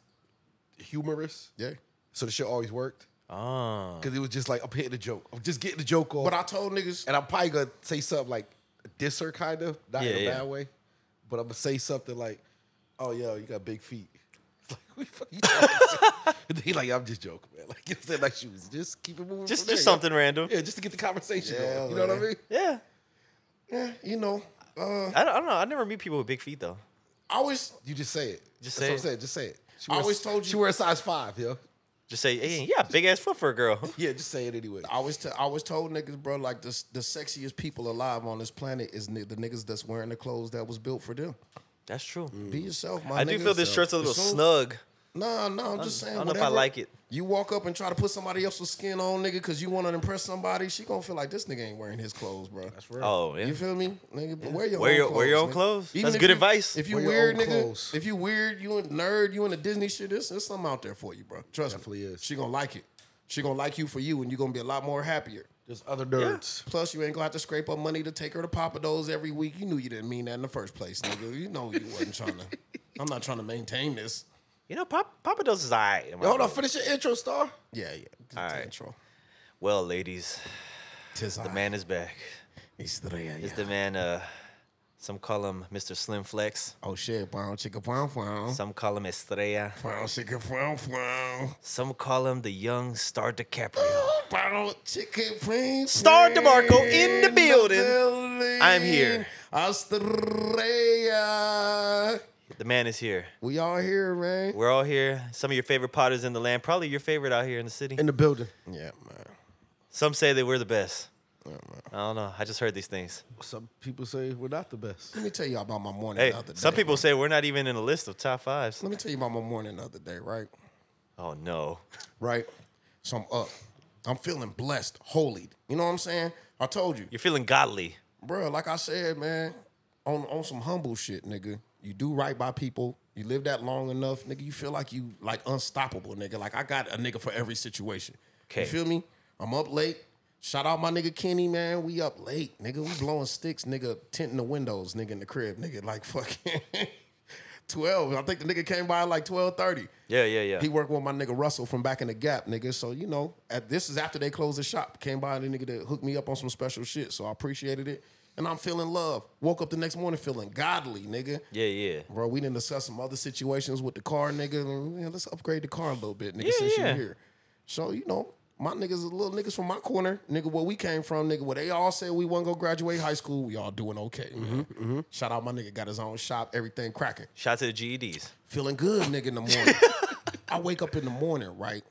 S3: humorous.
S2: yeah,
S3: So the shit always worked.
S2: Uh.
S1: Ah.
S3: Because it was just like I'm hitting a joke. I'm just getting the joke off.
S2: but I told niggas,
S3: and I'm probably gonna say something like diss her kind of, not in
S1: Yeah,
S3: a
S1: yeah.
S3: bad way. But I'm gonna say something like, "Oh yo, you got big feet." It's like, what the fuck you talking to? And he like, I'm just joking, man. Like you said, like she was just keep it moving.
S1: Just,
S3: from there,
S1: just
S3: yo.
S1: something random.
S3: Yeah, just to get the conversation
S2: Yeah,
S3: going. You know what I
S2: man.
S3: mean?
S1: Yeah.
S2: eh, you know,
S1: I
S2: uh,
S1: don't, I don't know. I never meet people with big feet though.
S2: I always
S3: You just say it.
S1: Just
S3: That's
S1: say
S3: what I'm
S1: it.
S3: saying. Just say it. She
S2: I
S3: wear a-
S2: always told
S3: She
S2: you-
S3: wear a size five, yo.
S1: Just say, hey, yeah, big ass foot for a girl.
S3: Yeah, just say it anyway.
S2: I always, t- I always told niggas, bro, like the s- the sexiest people alive on this planet is ni- the niggas that's wearing the clothes that was built for them.
S1: That's true.
S2: Be yourself, my
S1: I
S2: nigga.
S1: do feel this shirt's a little
S2: As soon-
S1: snug.
S2: No, no, I'm just
S1: I
S2: saying.
S1: don't know if I
S2: whatever.
S1: like it.
S2: You walk up and try to put somebody else's skin on, nigga, because you want to impress somebody. She gonna feel like this nigga ain't wearing his clothes, bro. That's right.
S1: Oh, yeah.
S2: You feel me, nigga? But Wear your
S1: Wear
S2: own
S1: your-
S2: clothes,
S1: wear your own
S2: nigga.
S1: clothes. That's
S2: if
S1: good
S2: you-
S1: advice.
S2: If you
S3: Wear your
S2: weird,
S3: own
S2: nigga,
S3: clothes.
S2: if you weird, you a nerd, you in the Disney shit. There's, there's something out there for you, bro. Trust
S3: Definitely
S2: me.
S3: is.
S2: She gonna like it. She gonna like you for you, and you gonna be a lot more happier.
S3: There's other nerds.
S2: Plus, you ain't gonna have to scrape up money to take her to Papa Do's every week. You knew you didn't mean that in the first place, nigga. You know you wasn't trying to. I'm not trying to maintain this.
S1: You know, Pop, Papa Do's is all right. in my
S3: Hold on,
S1: book.
S3: finish your intro, Star.
S2: Yeah, yeah.
S1: All right.
S2: Intro.
S1: Well, ladies,
S2: Tis
S1: the man is back.
S2: Estrella.
S1: It's the man, uh, some call him Mr. Slim Flex,
S2: Oh shit, brown chicka brown brown.
S1: some call him Estrella,
S2: Brown chicka brown brown.
S1: some call him the young star DiCaprio.
S2: Brown chicken brown.
S1: Star DeMarco in the building. I'm here.
S2: Australia.
S1: The man is here.
S2: We all here, man.
S1: We're all here. Some of your favorite potters in the land, probably your favorite out here in the city.
S3: In the building.
S2: Yeah, man.
S1: Some say that we're the best. I don't know. I just heard these things.
S3: Some people say we're not the best.
S2: Let me tell you about my morning
S1: Hey,
S2: the other day.
S1: some people say we're not even in the list of top fives.
S2: Let me tell you about my morning the other day, right?
S1: Oh no.
S2: Right? So I'm up. I'm feeling blessed, holy. You know what I'm saying? I told you.
S1: You're feeling godly.
S2: bro, like I said, man, on on some humble shit, nigga. You do right by people. You live that long enough, nigga. You feel like you like unstoppable, nigga. Like I got a nigga for every situation.
S1: Okay.
S2: You feel me? I'm up late. Shout out my nigga Kenny, man. We up late, nigga. We blowing sticks, nigga. Tinting the windows, nigga, in the crib, nigga. Like fucking twelve. I think the nigga came by at like twelve thirty.
S1: Yeah, yeah, yeah.
S2: He worked with my nigga Russell from back in the Gap, nigga. So you know, at, this is after they closed the shop. Came by the nigga that hooked me up on some special shit, so I appreciated it. And I'm feeling love. Woke up the next morning feeling godly, nigga.
S1: yeah, yeah.
S2: Bro, we didn't discuss some other situations with the car, nigga. Mm, yeah, let's upgrade the car a little bit, nigga,
S1: Yeah,
S2: since
S1: yeah.
S2: you're here. So you know, my niggas, the little niggas from my corner, nigga, where we came from, nigga, where they all said we wasn't gonna graduate high school. We all doing okay, man.
S1: Mm-hmm,
S2: Shout out my nigga, got his own shop, everything cracking
S1: Shout out to the E GEDs.
S2: feeling good, nigga, in the morning. I wake up in the morning, right?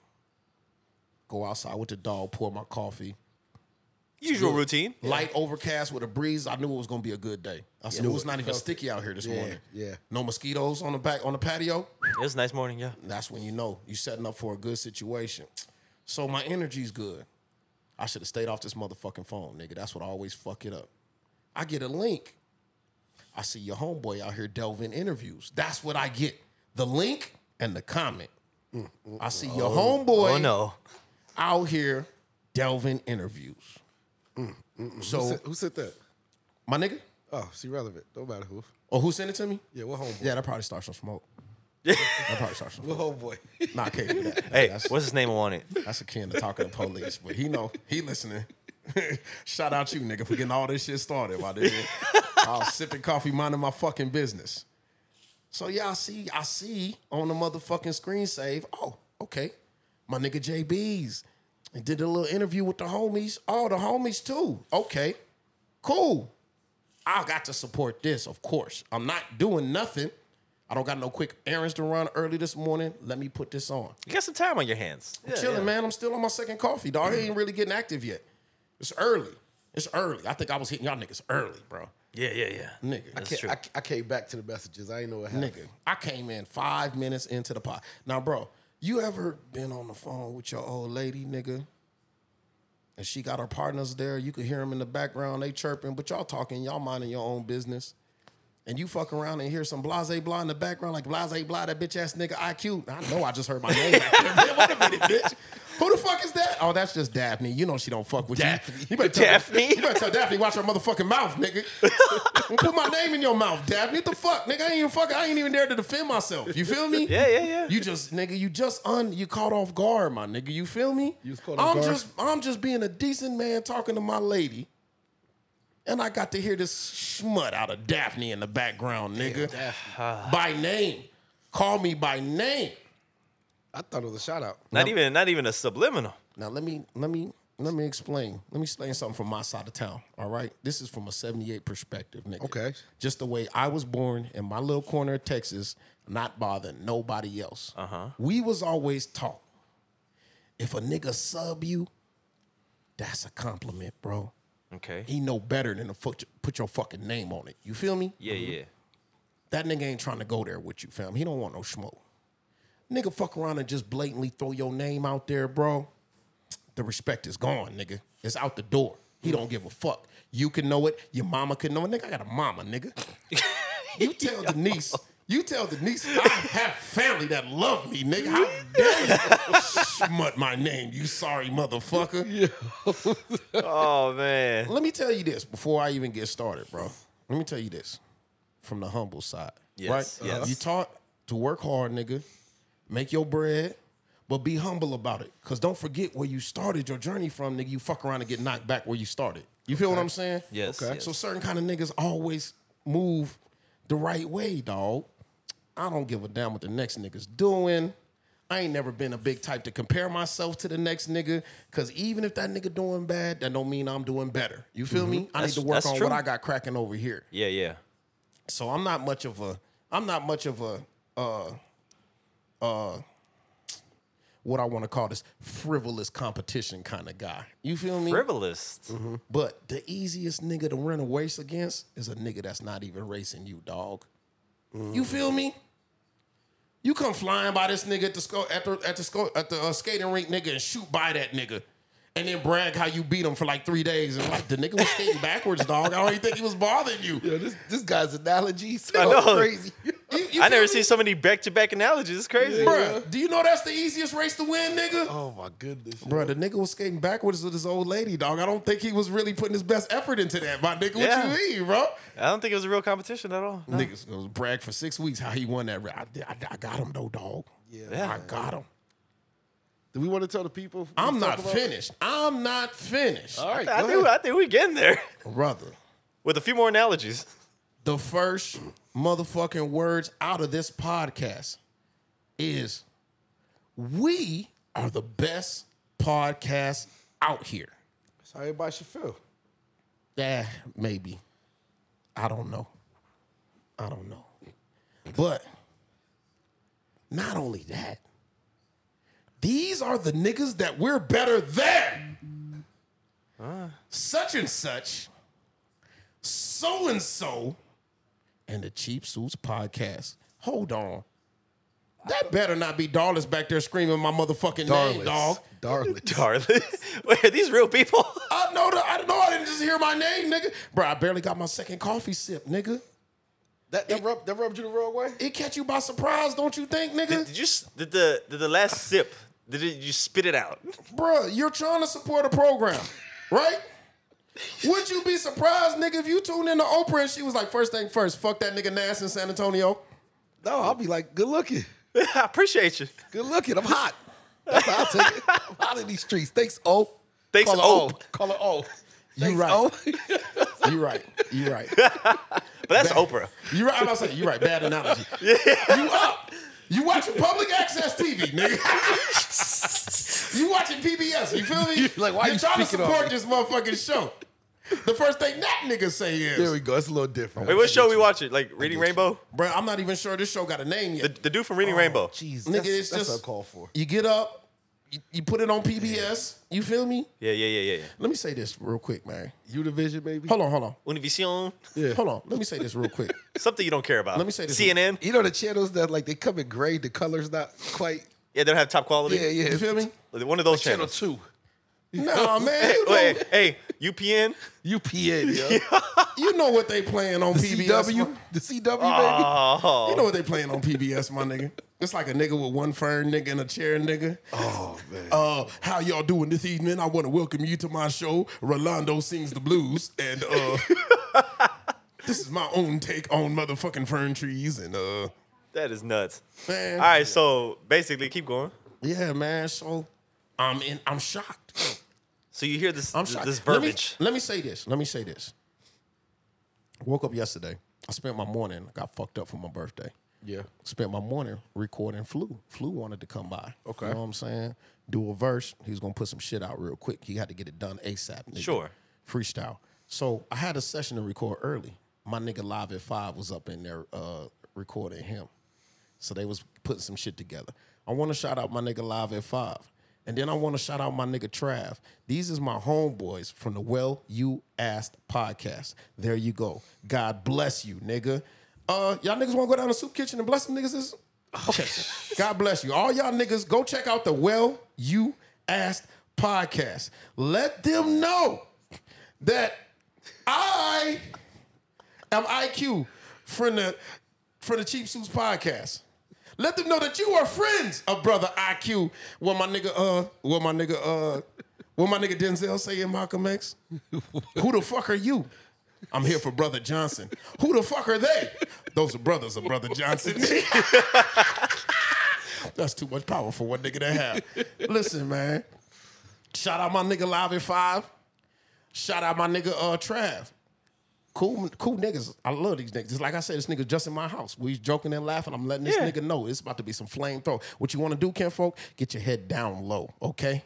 S2: Go outside with the dog, pour my coffee.
S1: Usual routine.
S2: Light overcast with a breeze. I knew it was gonna be a good day. I said it was not even sticky out here this morning.
S3: yeah.
S2: No mosquitoes on the back on the patio.
S1: It was a nice morning, yeah.
S2: That's when you know you setting up for a good situation. So my energy's good. I should have stayed off this motherfucking phone, nigga. That's what I always fuck it up. I get a link. I see your homeboy out here delving interviews. That's what I get. The link and the comment. I see your homeboy
S1: Oh no.
S2: out here delving interviews.
S3: Who
S2: So
S3: said, who said that?
S2: my nigga,
S3: Oh, she relevant. Don't matter who.
S2: or who sent it to me?
S3: Yeah, what homeboy?
S2: Yeah, that probably starts some smoke. that probably starts some
S3: What
S2: smoke.
S3: homeboy?
S2: Nah, I can't do that.
S1: Hey,
S2: That's-
S1: what's his name on it?
S2: That's akin to talking to police, but he know he listening. Shout out you, nigga, for getting all this shit started, my nigga. I was sipping coffee, minding my fucking business. So yeah, I see, I see on the motherfucking screen save. Oh, okay, my nigga JB's and did a little interview with the homies. Oh, the homies too. Okay, cool. I got to support this, of course. I'm not doing nothing. I don't got no quick errands to run early this morning. Let me put this on
S1: You got some time on your hands. Yeah,
S2: chilling,
S1: yeah.
S2: man. I'm still on my second coffee, dog. I ain't really getting active yet. It's early. It's early. I think I was hitting y'all niggas early, bro.
S1: Yeah, yeah, yeah.
S2: Nigga.
S1: That's
S3: Can't-
S1: true.
S3: I, I came back to the messages. I ain't know what happened.
S2: Nigga. I came in five minutes into the pot. Now, bro, you ever been on the phone with your old lady, nigga? And she got her partners there. You could hear them in the background. They chirping, but y'all talking, y'all minding your own business. And you fuck around and hear some blase blah in the background, like blase blah, that bitch ass nigga IQ. I know I just heard my name. back there. Wait a minute, bitch. Who the fuck is that? Oh, that's just Daphne. You know she don't fuck with
S3: Daphne.
S2: you. You better tell
S1: Daphne?
S2: You better tell Daphne watch her motherfucking mouth, nigga. Put my name in your mouth, Daphne. What the fuck, nigga? I ain't even fuck. I ain't even there to defend myself. You feel me?
S1: Yeah, yeah, yeah.
S2: You just nigga, you just un you caught off guard, my nigga. You feel me?
S3: You was caught
S2: I'm
S3: off guard?
S2: just I'm just being a decent man talking to my lady. And I got to hear this schmut out of Daphne in the background, nigga. by name. Call me by name.
S3: I thought it was a shout out.
S1: not even not even a subliminal.
S2: Now let me let me Let me explain. Let me explain something from my side of town. All right. This is from a 78 perspective, nigga.
S3: Okay.
S2: Just the way I was born in my little corner of Texas, not bothering nobody else. Uh-huh. We was always taught if a nigga sub you, that's a compliment, bro.
S1: Okay.
S2: He know better than to put, put your fucking name on it. You feel me?
S1: Yeah, yeah.
S2: That nigga ain't trying to go there with you, fam. He don't want no smoke. Nigga fuck around and just blatantly throw your name out there, bro. The respect is gone, nigga. It's out the door. He don't give a fuck. You can know it. Your mama can know it. Nigga, I got a mama, nigga. you tell Denise, you tell Denise, I have family that love me, nigga. How dare you smut my name, you sorry motherfucker.
S1: Oh man.
S2: Let me tell you this before I even get started, bro. Let me tell you this from the humble side.
S1: Yes,
S2: right?
S1: yes.
S2: You taught to work hard, nigga, make your bread, but be humble about it. Cause don't forget where you started your journey from, nigga. You fuck around and get knocked back where you started. You feel what I'm saying?
S1: Yes,
S2: Okay.
S1: yes.
S2: So certain kind of niggas always move the right way, dog. I don't give a damn what the next nigga's doing. I ain't never been a big type to compare myself to the next nigga, cause even if that nigga doing bad, that don't mean I'm doing better. You feel me? I
S1: Mm-hmm. That's-
S2: need to work
S1: that's
S2: on
S1: true.
S2: what I got cracking over here.
S1: Yeah, yeah.
S2: So I'm not much of a I'm not much of a uh uh what I want to call this frivolous competition kind of guy. You feel me?
S1: Frivolous.
S3: Mm-hmm.
S2: But the easiest nigga to run a race against is a nigga that's not even racing you, dog. You feel me? You come flying by this nigga at the sco- at the at the, sco- at the uh, skating rink, nigga, and shoot by that nigga, and then brag how you beat him for like three days, and like the nigga was skating backwards, dog. I don't even think he was bothering you.
S3: Yo, this this guy's analogies so
S1: know.
S3: crazy.
S2: You- you
S1: I never
S2: feel me?
S1: seen so many back-to-back analogies. It's crazy.
S2: Bruh, do you know that's the easiest race to win, nigga?
S3: oh my goodness.
S2: Bruh, the nigga was skating backwards with his old lady, dog. I don't think he was really putting his best effort into that, my nigga. What
S1: Yeah.
S2: you mean, bro?
S1: I don't think it was a real competition at all. No.
S2: Niggas was brag for six weeks how he won that. ra- I, did- I, I got him though, dog.
S3: Yeah.
S1: Yeah.
S2: I got him.
S3: Do we want to tell the people? what
S2: I'm
S3: we
S2: not
S3: talk about? Uh.
S2: finished. I'm not finished,
S3: All right,
S1: I
S3: go
S1: think
S3: ahead.
S1: I think we getting there
S2: brother.
S1: with a few more analogies.
S2: The first motherfucking words out of this podcast is, "We are the best podcast out here."
S3: That's how everybody should feel.
S2: Yeah, Eh, maybe. I don't know. I don't know. But not only that, these are the niggas that we're better than. Such and such, so and so, and the Cheap Suits podcast. Hold on. That better not be Darlis back there screaming my motherfucking name,
S3: Darling,
S2: dog.
S3: darling.
S1: Darling. Wait, are these real people?
S2: I know that. I know I didn't just hear my name, nigga. Bro, I barely got my second coffee sip, nigga.
S3: That that rubbed that rubbed you the wrong way.
S2: It catch you by surprise, don't you think, nigga?
S1: Did you s- did the did the last sip? Did it, you spit it out?
S2: Bruh, you're trying to support a program, right? Would you be surprised, nigga, if you tuned in to Oprah and she was like, first thing first, fuck that nigga Nass in San Antonio.
S3: No, I'll be like, good looking,
S1: I appreciate you.
S3: good looking. I'm hot. That's how I take it. I'm hot in these streets. Thanks, O.
S1: Thanks,
S3: Call
S1: O.
S3: her Call her O. Thanks,
S2: right.
S3: O.
S2: You right. You right.
S1: But that's Oprah.
S2: You right. I'm about to say, you right. Bad analogy. You up. You watching public access TV, nigga. you watching PBS. You feel me?
S3: Like, why
S2: You're
S3: you
S2: trying to
S3: speaking on
S2: support
S3: it?
S2: this motherfucking show. The first thing that nigga say is,
S3: There we go. It's a little different.
S1: Wait, what show we watching? Like Reading Rainbow?
S2: bro, I'm not even sure this show got a name yet.
S1: The, the dude from
S3: Oh,
S1: Reading Rainbow.
S3: Jeez,
S2: Nigga,
S3: that's,
S2: it's
S3: that's
S2: just-
S3: a call for.
S2: You get up, you, you put it on PBS. You feel me?
S1: Yeah, yeah, yeah, yeah. yeah.
S2: Let me say this real quick, man.
S3: Univision, maybe.
S2: Hold on, hold on.
S1: Univision.
S3: Yeah.
S2: Hold on. Let me say this real quick.
S1: Something you don't care about.
S2: Let me say this-
S1: CNN.
S3: You know the channels that like they come in gray. The colors not quite.
S1: Yeah, they don't have top quality.
S3: Yeah, yeah.
S2: You feel me?
S1: One of those
S3: Channel
S1: channels.
S3: two.
S2: Nah, man. You know,
S1: Wait, hey, UPN.
S3: UPN. Yo.
S2: you know what they playing on PBS.
S3: CW.
S2: my-
S3: The CW, baby.
S1: Oh,
S2: You know what they playing on PBS, my nigga. It's like a nigga with one fern, nigga, and a chair, nigga.
S3: Oh man.
S2: Uh, how y'all doing this evening? I want to welcome you to my show. Rolando sings the blues, and uh, this is my own take on motherfucking fern trees. And uh,
S1: that is nuts.
S2: man,
S1: All right, so basically, keep going.
S2: Yeah, man. So I'm in. I'm shocked.
S1: So you hear this
S2: I'm
S1: th-
S2: shocked.
S1: this
S2: Let me-
S1: verbiage.
S2: Let me, say this. Let me say this. Woke up yesterday. I spent my morning. I got fucked up for my birthday.
S3: Yeah.
S2: Spent my morning recording Flu. Flu wanted to come by.
S3: Okay.
S2: You know what I'm saying? Do a verse. He was gonna put some shit out real quick. He had to get it done ASAP. nigga.
S1: Sure.
S2: Freestyle. So I had a session to record early. My nigga live at five was up in there uh, recording him. So they was putting some shit together. I want to shout out my nigga live at five. And then I want to shout out my nigga Trav. These is my homeboys from the Well You Asked podcast. There you go. God bless you, nigga. Uh, y'all niggas want to go down to soup kitchen and bless them niggas? This? Okay. God bless you. All y'all niggas, go check out the Well You Asked podcast. Let them know that I am IQ from the from the Cheap Suits podcast. Let them know that you are friends of brother IQ. What my nigga, uh, what my nigga, uh, what my nigga Denzel say in Malcolm X? Who the fuck are you? I'm here for Brother Johnson. Who the fuck are they? Those are brothers of Brother Johnson. That's too much power for one nigga to have. Listen, man. Shout out my nigga Live at Five. Shout out my nigga uh Trav. Cool, cool niggas. I love these niggas. Just like I said, this nigga just in my house. We joking and laughing. I'm letting this
S1: Yeah.
S2: nigga know it's about to be some flamethrower. What you want to do, Ken folk? Get your head down low, okay?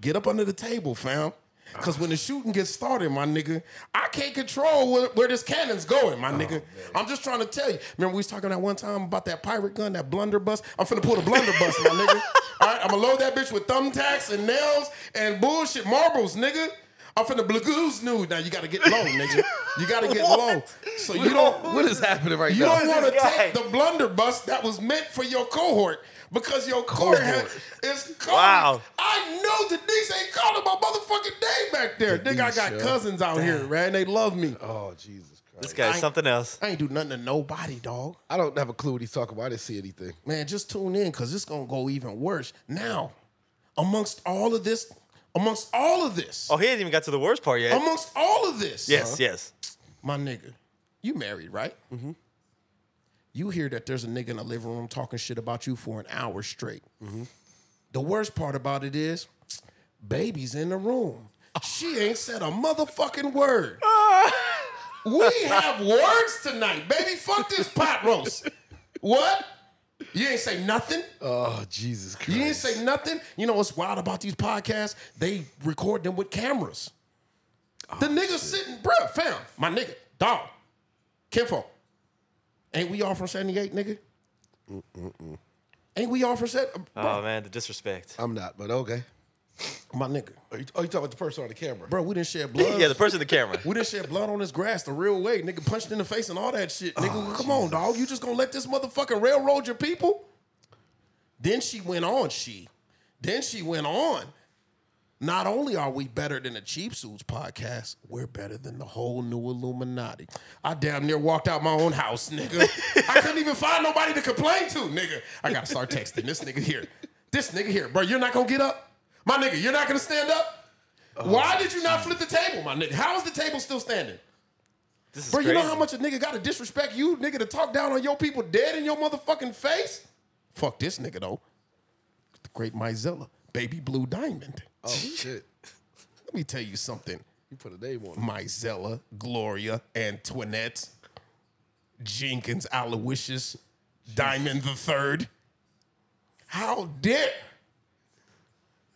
S2: Get up under the table, fam. Cause when the shooting gets started, my nigga, I can't control where, where this cannon's going, my nigga. I'm just trying to tell you. Remember we was talking that one time about that pirate gun, that blunderbuss. I'm finna pull the blunderbuss, my nigga. All right, I'm gonna load that bitch with thumbtacks and nails and bullshit marbles, nigga. I'm finna blagoo's nude. Now you gotta get low, nigga. You gotta get low. So you don't
S3: What is happening right
S2: you
S3: now?
S2: don't
S1: is
S2: want to
S1: this guy?
S2: take the blunderbuss that was meant for your cohort because your cohort, had- is calling.
S1: Wow.
S2: I know the Knicks ain't calling my motherfucking name back there. Nigga, I
S3: Denise,
S2: got
S3: yeah.
S2: cousins out here, man. and They love me.
S3: oh Jesus
S1: This
S3: Christ!
S1: guy's
S2: I-
S1: something else.
S2: I ain't do nothing to nobody, dog.
S3: I don't have a clue what he's talking about. I didn't see anything.
S2: Man, just tune in because it's gonna go even worse. Now, amongst all of this, amongst all of this,
S1: Oh, he hasn't even got to the worst part yet.
S2: amongst all of this,
S1: yes, yes.
S2: my nigga, you married, right? Mm-hmm. You hear that there's a nigga in the living room talking shit about you for an hour straight. The worst part about it is, baby's in the room. She ain't said a motherfucking word. we have words tonight, baby. Fuck this pot roast. What? You ain't say nothing.
S3: Oh Jesus Christ!
S2: You didn't say nothing. You know what's wild about these podcasts? They record them with cameras. the
S3: Oh,
S2: nigga sitting, bruh, fam, my nigga, dog, kinfo. Ain't we all from 78, nigga? Ain't we all from 78?
S1: Oh man, the disrespect.
S3: I'm not, but okay.
S2: My nigga.
S3: Are you, are you talking about the person on the camera?
S2: Bro, we didn't shed blood.
S1: Yeah, the person in the camera.
S2: we didn't shed blood on this grass the real way. Nigga punched in the face and all that shit. Nigga, come on, dog. You just gonna let this motherfucker railroad your people? Then she went on, she. Then she went on. Not only are we better than the Cheap Suits podcast, we're better than the whole new Illuminati. I damn near walked out my own house, nigga. I couldn't even find nobody to complain to, nigga. I gotta start texting this nigga here. This nigga here, bro, you're not gonna get up? My nigga, you're not gonna stand up?
S3: Oh,
S2: Why did you not flip the table, my nigga? How is the table still standing?
S1: This is
S2: Bro, you know how
S1: crazy.
S2: much a nigga gotta disrespect you, nigga, to talk down on your people dead in your motherfucking face? Fuck this nigga though. The great Mizella, baby blue diamond.
S3: Oh shit!
S2: Let me tell you something.
S3: You put a name on it.
S2: Mizella, Gloria, Antoinette, Jenkins, Aloysius, Diamond the Third. How dare,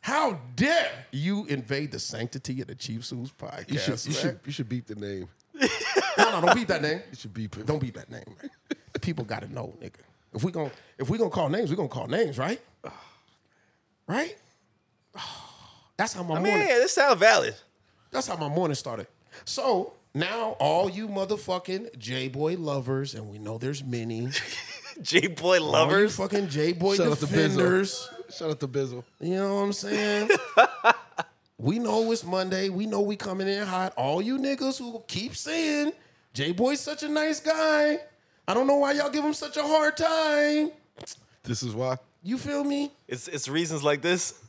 S2: how dare you invade the sanctity of the Chiefs Who's podcast?
S3: You should, you
S2: man?
S3: should, you should beep the name. You
S2: no, no, don't beat that name.
S3: should beep it.
S2: Don't beat that name, man. People gotta know, nigga. If we gon' if we gonna call names, we gonna call names, right? Right? That's how my
S1: I mean,
S2: morning.
S1: yeah, this sounds valid.
S2: That's how my morning started. So now, all you motherfucking J boy lovers, and we know there's many.
S1: J boy
S2: all you
S1: lovers.
S2: fucking J boy
S3: Shout out to Benzo.
S2: defenders.
S3: Shout out to Bizzle.
S2: You know what I'm saying? we know it's Monday. We know we coming in hot. All you niggas who keep saying J boy's such a nice guy. I don't know why y'all give him such a hard time.
S3: This is why.
S2: You feel me,
S1: It's it's reasons like this.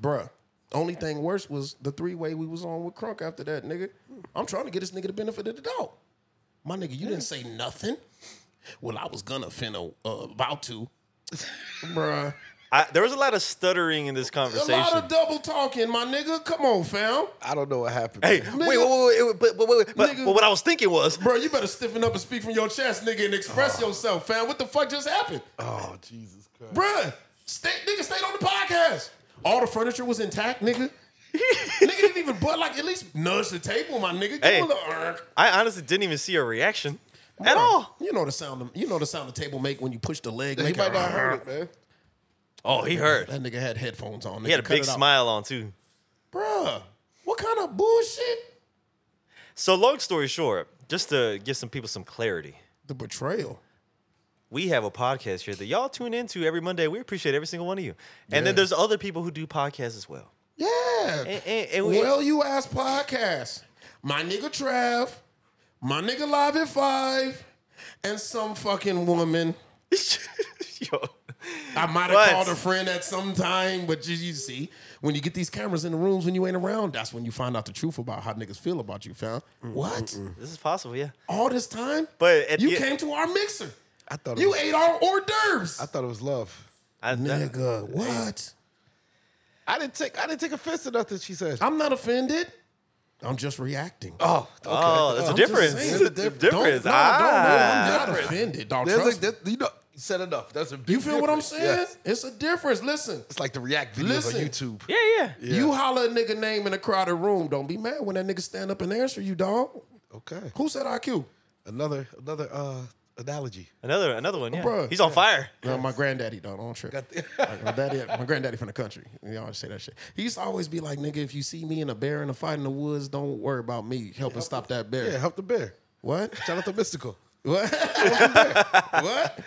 S2: bruh? Only thing worse was the three way we was on with Crunk after that, nigga. I'm trying to get this nigga the benefit of the doubt. My nigga, you didn't say nothing. Well, I was gonna finna uh, about to, bruh.
S1: I, there was a lot of stuttering in this
S2: A
S1: conversation.
S2: lot of double talking, my nigga. Come on, fam.
S3: I don't know what happened.
S1: hey,
S3: man.
S1: wait, wait, wait, wait, but, but, wait, wait, but,
S2: Nigga.
S1: but what I was thinking was,
S2: Bro, you better stiffen up and speak from your chest, nigga, and express yourself, fam. What the fuck just happened?
S3: Oh Jesus Christ!
S2: Bruh, stay, nigga stayed on the podcast. All the furniture was intact, nigga. nigga didn't even butt like at least nudge the table, my nigga. Give
S1: Hey.
S2: him a little erk.
S1: I honestly didn't even see a reaction at
S2: Bruh,
S1: all.
S2: You know the sound of, you know the sound the table make when you push the leg.
S3: he
S2: make
S3: might
S2: a
S3: not heard
S2: erk.
S3: it, man.
S1: Oh, he heard.
S2: That nigga had headphones on. Nigga.
S1: He had a
S2: Cut
S1: big
S2: it out.
S1: smile on too.
S2: Bruh, what kind of bullshit?
S1: So long story short, just to give some people some clarity,
S2: The betrayal.
S1: we have a podcast here that y'all tune into every Monday. We appreciate every single one of you. And then there's other people who do podcasts as well.
S2: Yeah.
S1: And, and- and we-
S2: Well, you ass podcast. My nigga Trav, my nigga Live at Five, and some fucking woman.
S1: Yo.
S2: I might
S1: What?
S2: have called a friend at some time, but you, you see, when you get these cameras in the rooms when you ain't around, that's when you find out the truth about how niggas feel about you, fam.
S3: Mm,
S2: What?
S1: This is possible, yeah.
S2: All this time?
S1: But at
S2: you
S1: the-
S2: came to our mixer.
S3: e- I thought it
S2: You
S3: was,
S2: ate our hors d'oeuvres.
S3: I thought it was love.
S1: I, that-
S2: Nigga, what?
S3: I didn't take I didn't take offense to nothing she said.
S2: I'm not offended. I'm just reacting.
S3: oh, okay.
S1: Oh, there's a
S2: I'm just
S1: difference.
S2: saying,
S1: There's
S2: there's
S1: a
S2: a
S1: difference.
S2: Don't, no, no,
S1: Ah.
S2: no, I'm not offended, dog.
S3: There's
S2: Trust
S3: like
S2: me.
S3: that, you know. You said enough. That's a big
S2: you feel what I'm
S3: difference.
S2: saying? It's
S3: Yes.
S2: a difference. Listen,
S3: It's like the React videos
S2: Listen.
S3: on YouTube.
S1: Yeah, yeah.
S2: you holler a nigga name in a crowded room. Don't be mad when that nigga stand up and answer you, dog.
S3: Okay.
S2: Who said IQ?
S3: Another another uh analogy.
S1: Another another one, yeah.
S2: Bruh.
S1: He's on fire.
S2: No, my granddaddy, dog. Don't trip. Like, my daddy, my granddaddy from the country. He always say that shit. He used to always be like, nigga, if you see me in a bear in a fight in the woods, don't worry about me helping stop that bear.
S3: Yeah, help the bear.
S2: What?
S3: Shout out to Mystical.
S2: What? what?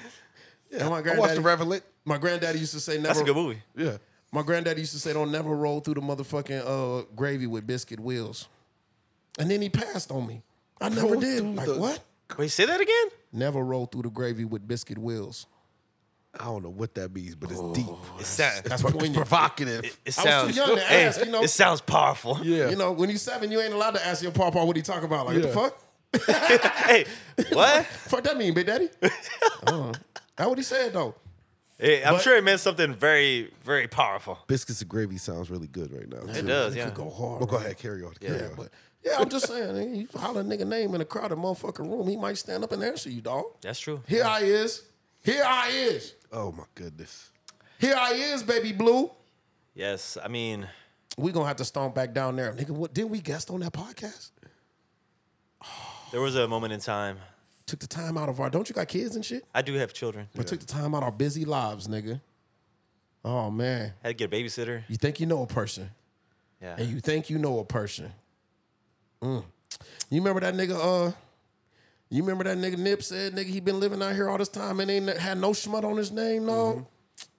S2: Yeah, my
S3: I watched the
S2: granddaddy,
S3: Revelant.
S2: my granddaddy used to say never.
S1: That's a good movie.
S3: Yeah.
S2: My granddad used to say, "Don't never roll through the motherfucking uh, gravy with biscuit wheels." And then he passed on me. I never
S3: Roll
S2: did.
S3: through
S2: Like
S3: the-
S2: what?
S1: Wait, say that again?
S2: Never roll through the gravy with biscuit wheels.
S3: I don't know what that means, but Oh, it's deep.
S1: It sounds
S2: That's
S3: It's
S2: poignant.
S3: provocative.
S1: it
S2: I was too
S1: sounds
S2: young to
S1: hey,
S2: ask, you know?
S1: It sounds powerful.
S3: yeah.
S2: You know, when you seven, you ain't allowed to ask your papa what he talking about. Like
S3: Yeah.
S2: what the fuck?
S1: hey, what?
S2: fuck that mean, big daddy? uh, that what he said though.
S1: Hey, I'm
S2: But-
S1: sure it meant something very, very powerful.
S3: Biscuits and gravy sounds really good right now.
S1: It
S3: too.
S1: does,
S2: It
S1: yeah.
S2: could go hard.
S3: But Oh, go ahead, carry on. Carry
S1: Yeah,
S3: on.
S2: But yeah, I'm just saying, eh, you holler a nigga name in a crowded motherfucking room, he might stand up and answer you, dog.
S1: That's true.
S2: Here I is. Here I is.
S3: oh my goodness.
S2: Here I is, baby blue.
S1: Yes, I mean,
S2: we gonna have to stomp back down there. Nigga, what didn't we guest on that podcast?
S1: there was a moment in time.
S2: Took the time out of our don't you got kids and shit?
S1: I do have children.
S2: But took the time out of our busy lives, nigga. Oh man.
S1: had to get a babysitter.
S2: You think you know a person.
S1: Yeah.
S2: And you think you know a person. Mm. You remember that nigga, uh, you remember that nigga Nip said, nigga, he been living out here all this time and ain't had no smut on his name, no?
S1: Mm-hmm.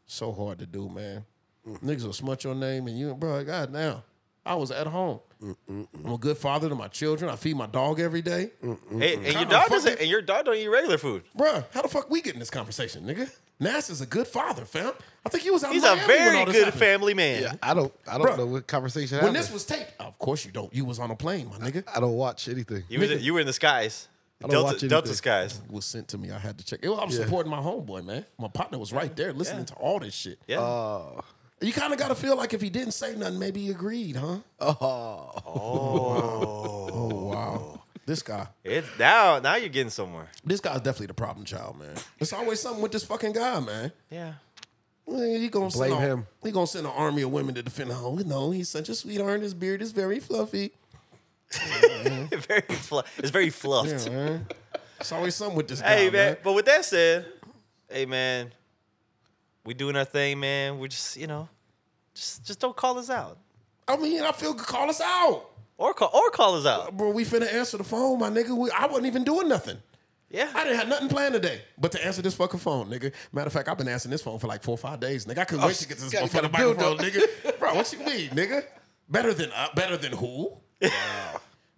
S2: So hard to do, man. Mm. Niggas will smut your name and you, bro, God, now. I was at home.
S1: Mm,
S2: I'm a good father to my children. I feed my dog every day.
S1: Hey, and your
S2: Kinda
S1: dog doesn't.
S2: fucking-
S1: And your dog don't eat regular food.
S2: Bruh, how the fuck we get in this conversation, nigga? Nas is a good father, fam. I think he was out
S1: He's
S2: in
S1: a
S2: Miami when
S1: very
S2: all this
S1: good
S2: happened.
S1: family man.
S3: Yeah, I don't I don't
S2: Bruh.
S3: know what conversation
S2: When
S3: happened.
S2: this was taped, of course you don't. You was on a plane, my nigga.
S3: I don't watch anything.
S1: You, was, you were in the skies.
S3: don't watch
S1: Delta, Delta
S3: anything.
S1: skies.
S2: was sent to me. I had to check. Well, I'm supporting my homeboy, man. My partner was right there listening to all this shit.
S1: Yeah.
S2: You kind of got to feel like if he didn't say nothing, maybe he agreed, huh? Oh, wow. This guy,
S1: it's now. Now you're getting somewhere.
S2: this guy's definitely the problem child, man. It's always something with this fucking guy, man.
S1: Yeah.
S2: Well, He gonna
S3: Blame
S2: send a-
S3: him.
S2: He gonna send an army of women to defend. Oh no, he's such a sweetheart. His beard is very fluffy.
S1: very. Fl- it's very fluffed.
S2: Yeah, man. It's always something with this guy,
S1: Hey man.
S2: man.
S1: But with that said, hey man, we doing our thing, man. We're just you know, just just don't call us out
S2: I mean, I feel call us out,
S1: or call or call us out.
S2: bro. We finna answer the phone, my nigga. We, I wasn't even doing nothing. I
S1: Yeah.
S2: didn't have nothing planned today but to answer this fucking phone, nigga. Matter of fact, I've been answering this phone for like four or five days, nigga. I couldn't wait to get to this
S3: you
S2: motherfucking
S3: got a
S2: microphone,
S3: build-up.
S2: nigga. Bro, what you mean, nigga? Better than uh, better than who?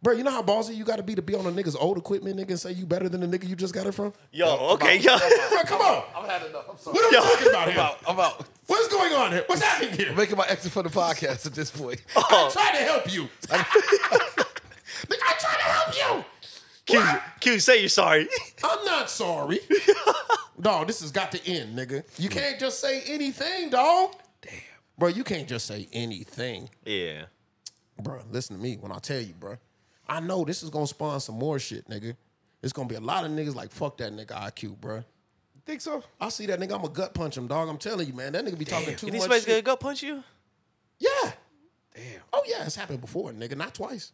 S2: Bro, you know how ballsy you got to be to be on a nigga's old equipment, nigga, and say you better than the nigga you just got it from?
S1: Yo. Okay. Yo.
S2: Bro, come on.
S3: I've had enough. I'm sorry.
S2: What are we
S1: Yo.
S2: talking about
S3: I'm
S2: here?
S3: out. I'm out.
S2: What's going on here? What's happening here?
S3: I'm making my exit for the podcast at this point.
S2: I tried to help you. Nigga, I tried to help you.
S1: Q, Q, say you're sorry.
S2: I'm not sorry. dog, this has got to end, nigga. You can't just say anything, dog. Damn. Bro, you can't just say anything.
S1: yeah.
S2: Bro, listen to me when I tell you, bro. I know this is gonna spawn some more shit, nigga. It's gonna be a lot of niggas like fuck that nigga IQ, bro.
S3: Think so?
S2: I see that nigga, I'ma gut punch him, dog. I'm telling you, man. That nigga be talking too
S1: You think
S2: much.
S1: somebody's
S2: Shit.
S1: gonna go punch you?
S2: Yeah. Damn. Oh yeah, it's happened before, nigga. Not twice.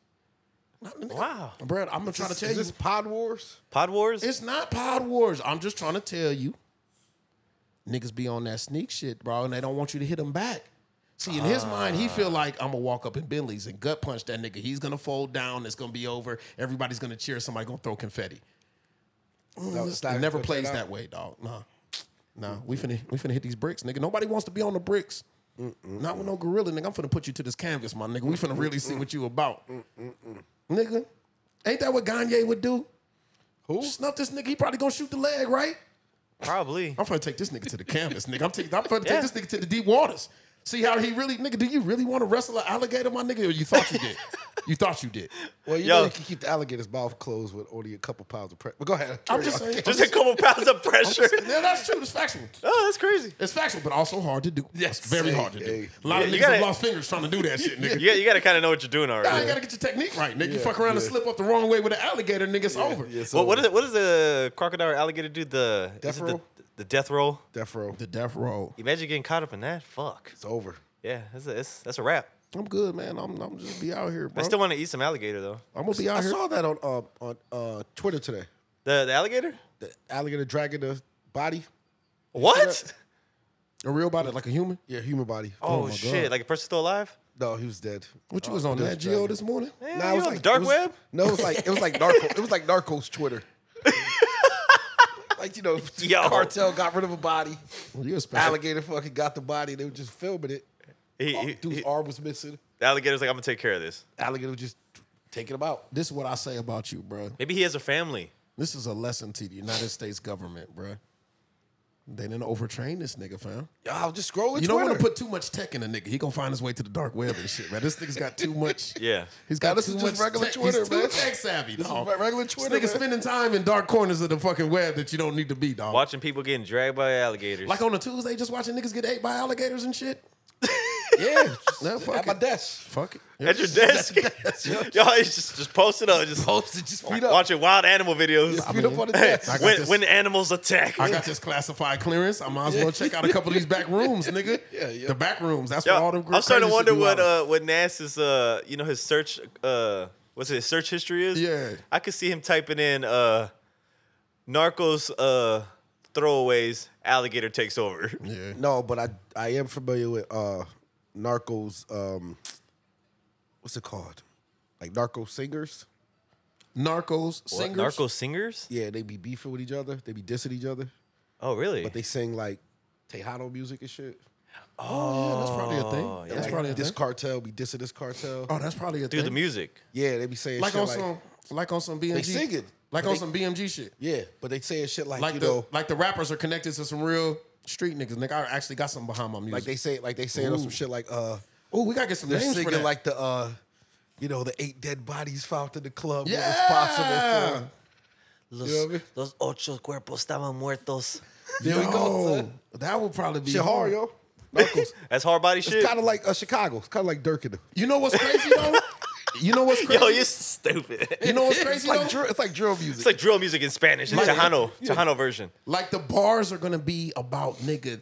S2: Not, nigga.
S1: Wow.
S2: Bro, I'm gonna try to
S3: Is
S2: tell you.
S3: this Pod Wars?
S1: Pod Wars?
S2: It's not Pod Wars. I'm just trying to tell you. Niggas be on that sneak shit, bro, and they don't want you to hit them back. See, in his mind, he feel like I'm gonna walk up in Bentley's and gut punch that nigga. He's gonna fold down. It's gonna be over. Everybody's gonna cheer. Somebody gonna throw confetti.
S3: No, it's not-
S2: It never
S3: it's
S2: plays
S3: not-
S2: that way, dog. Nah, nah. We finna we finna hit these bricks, nigga. Nobody wants to be on the bricks. Not with no gorilla, nigga. I'm finna put you to this canvas, my nigga. We finna really see what you about, nigga. Ain't that what Gagne would do?
S3: Who?
S2: Snuff this nigga. He probably gonna shoot the leg, right?
S1: Probably.
S2: I'm finna take this nigga to the canvas, nigga. I'm, taking. I'm finna
S1: Yeah.
S2: take this nigga to the deep waters. See how he really, nigga. Do you really want to wrestle an alligator, my nigga? Or you thought you did? you thought you did?
S3: Well, you
S1: Yo.
S3: know you can keep the alligator's mouth closed with only a couple pounds of pressure. But go ahead.
S2: I'm just saying.
S1: Just a couple pounds of pressure.
S2: Yeah, that's true. It's factual.
S1: Oh, that's crazy.
S2: It's factual, but also hard to do.
S1: Yes.
S2: It's very
S3: Hey,
S2: hard to do.
S3: hey.
S2: A lot
S1: Yeah,
S2: of niggas
S1: you gotta-
S2: have lost fingers trying to do that shit, nigga.
S1: You, got- you gotta kind of know what you're doing
S2: Nah,
S1: already.
S2: you gotta get your technique right, nigga. you
S3: Yeah,
S2: fuck around and
S3: yeah.
S2: slip up the wrong way with an alligator, nigga. It's over.
S3: Yes,
S1: Well, what, is, what does a crocodile or alligator do? The
S3: Death
S1: is it
S3: roll?
S1: The, the death roll.
S3: Death row.
S2: The death roll.
S1: Imagine getting caught up in that. Fuck.
S3: It's over.
S1: Yeah, that's a, it's, that's a wrap.
S2: I'm good, man. I'm, I'm just be out here, bro.
S1: I still want to eat some alligator though.
S2: I'm gonna be out
S3: I
S2: here.
S3: saw that on uh, on uh, Twitter today.
S1: The the alligator?
S3: The alligator dragging the body.
S1: What?
S2: A real body, like a human.
S3: Yeah, human body.
S1: Oh, shit! Like a person still alive?
S3: No, he was dead.
S2: What you was on that
S3: that's
S2: Geo
S3: Uh, dragon.
S2: this morning?
S1: Man,
S3: Nah,
S1: you on the dark
S3: it was-
S1: web?
S3: No, it was like it was like narco. it was like Narcos Twitter. like you know,
S1: Yo.
S3: cartel got rid of a body.
S2: Well, you a special.
S3: Alligator fucking got the body. They were just filming it.
S1: He,
S3: Oh,
S1: he-
S3: Dude's
S1: he-
S3: arm was missing.
S1: the alligator's like, I'm gonna take care of this.
S3: Alligator was just taking him out.
S2: This is what I say about you, bro.
S1: Maybe he has a family.
S2: This is a lesson to the United States government, bro. They didn't overtrain this nigga, fam.
S3: Yo, I was just scrolling.
S2: You don't want to
S3: Twitter.
S2: put too much tech in a nigga. He gonna find his way to the dark web and shit, man. This nigga's got too much.
S1: Yeah.
S2: He's got
S3: this
S2: too
S3: is
S2: much
S3: just regular
S2: tech.
S3: Twitter,
S2: He's too
S3: man.
S2: tech savvy.
S3: This is
S2: dog.
S3: re- regular Twitter,
S2: This nigga
S3: man.
S2: spending time in dark corners of the fucking web that you don't need to be, dog.
S1: Watching people getting dragged by alligators.
S2: Like on a Tuesday, just watching niggas get ate by alligators and shit.
S3: Yeah,
S2: Nah, fuck
S3: at my
S2: it.
S3: desk.
S2: Fuck it.
S1: at your desk. Y'all it's just just post it up. Just
S3: Post it, just feed up.
S1: watching wild animal videos.
S3: Just feed up on the desk.
S2: I got
S1: when,
S2: this.
S1: when animals attack.
S2: I got this classified clearance. I might as well check out a couple of these back rooms, nigga.
S3: Yeah, yeah.
S2: The back rooms. That's
S1: Yo,
S2: where all the
S1: I'm starting to wonder what
S2: Uh,
S1: uh what NASA's uh you know his search uh what's it, his search history is.
S2: Yeah.
S1: I could see him typing in uh Narcos uh throwaways alligator takes over.
S2: yeah.
S3: No, but I I am familiar with uh Narcos um what's it called? Like narco singers?
S2: Narcos
S1: What,
S2: singers.
S1: Narco singers?
S3: Yeah, they be beefing with each other, they be dissing each other,
S1: Oh really?
S3: but they sing like Tejano music and shit.
S2: Oh, yeah, that's probably a
S1: Oh,
S2: thing.
S1: yeah.
S2: That's
S3: Like,
S2: probably a
S3: this
S2: thing.
S3: cartel be dissing this cartel.
S2: Oh, that's probably a
S1: Through
S2: thing.
S1: the music.
S3: Yeah, they be saying
S2: like
S3: shit
S2: on
S3: like
S2: some, like on some BMG.
S3: sing it,
S2: Like
S3: but
S2: on
S3: they-
S2: some BMG shit.
S3: Yeah, but they saying shit like,
S2: Like
S3: you
S2: the
S3: know
S2: like the rappers are connected to some real street niggas. Nigga, I actually got something behind my music.
S3: like they say like they saying on some shit like uh
S2: oh, we gotta get some
S3: they're
S2: names for
S3: singing
S2: that.
S3: like the uh you know the eight dead bodies found in the club. what
S2: yeah,
S3: was possible for
S1: Los,
S3: know what I mean?
S1: los ocho cuerpos estaban muertos.
S3: There we go, son.
S2: That would probably be
S3: Shit hard, yo. Narcos.
S1: That's hard body shit.
S3: It's kind of like uh, Chicago. It's kind of like Dirk and them.
S2: You know what's crazy though? you know what's crazy?
S1: Yo, you're stupid.
S2: you know what's
S3: It's
S2: crazy
S3: like,
S2: though?
S3: drill, it's like drill music.
S1: It's like drill music in Spanish. It's
S2: Like-
S1: Tejano, Tejano version.
S2: Like the bars are gonna be about nigga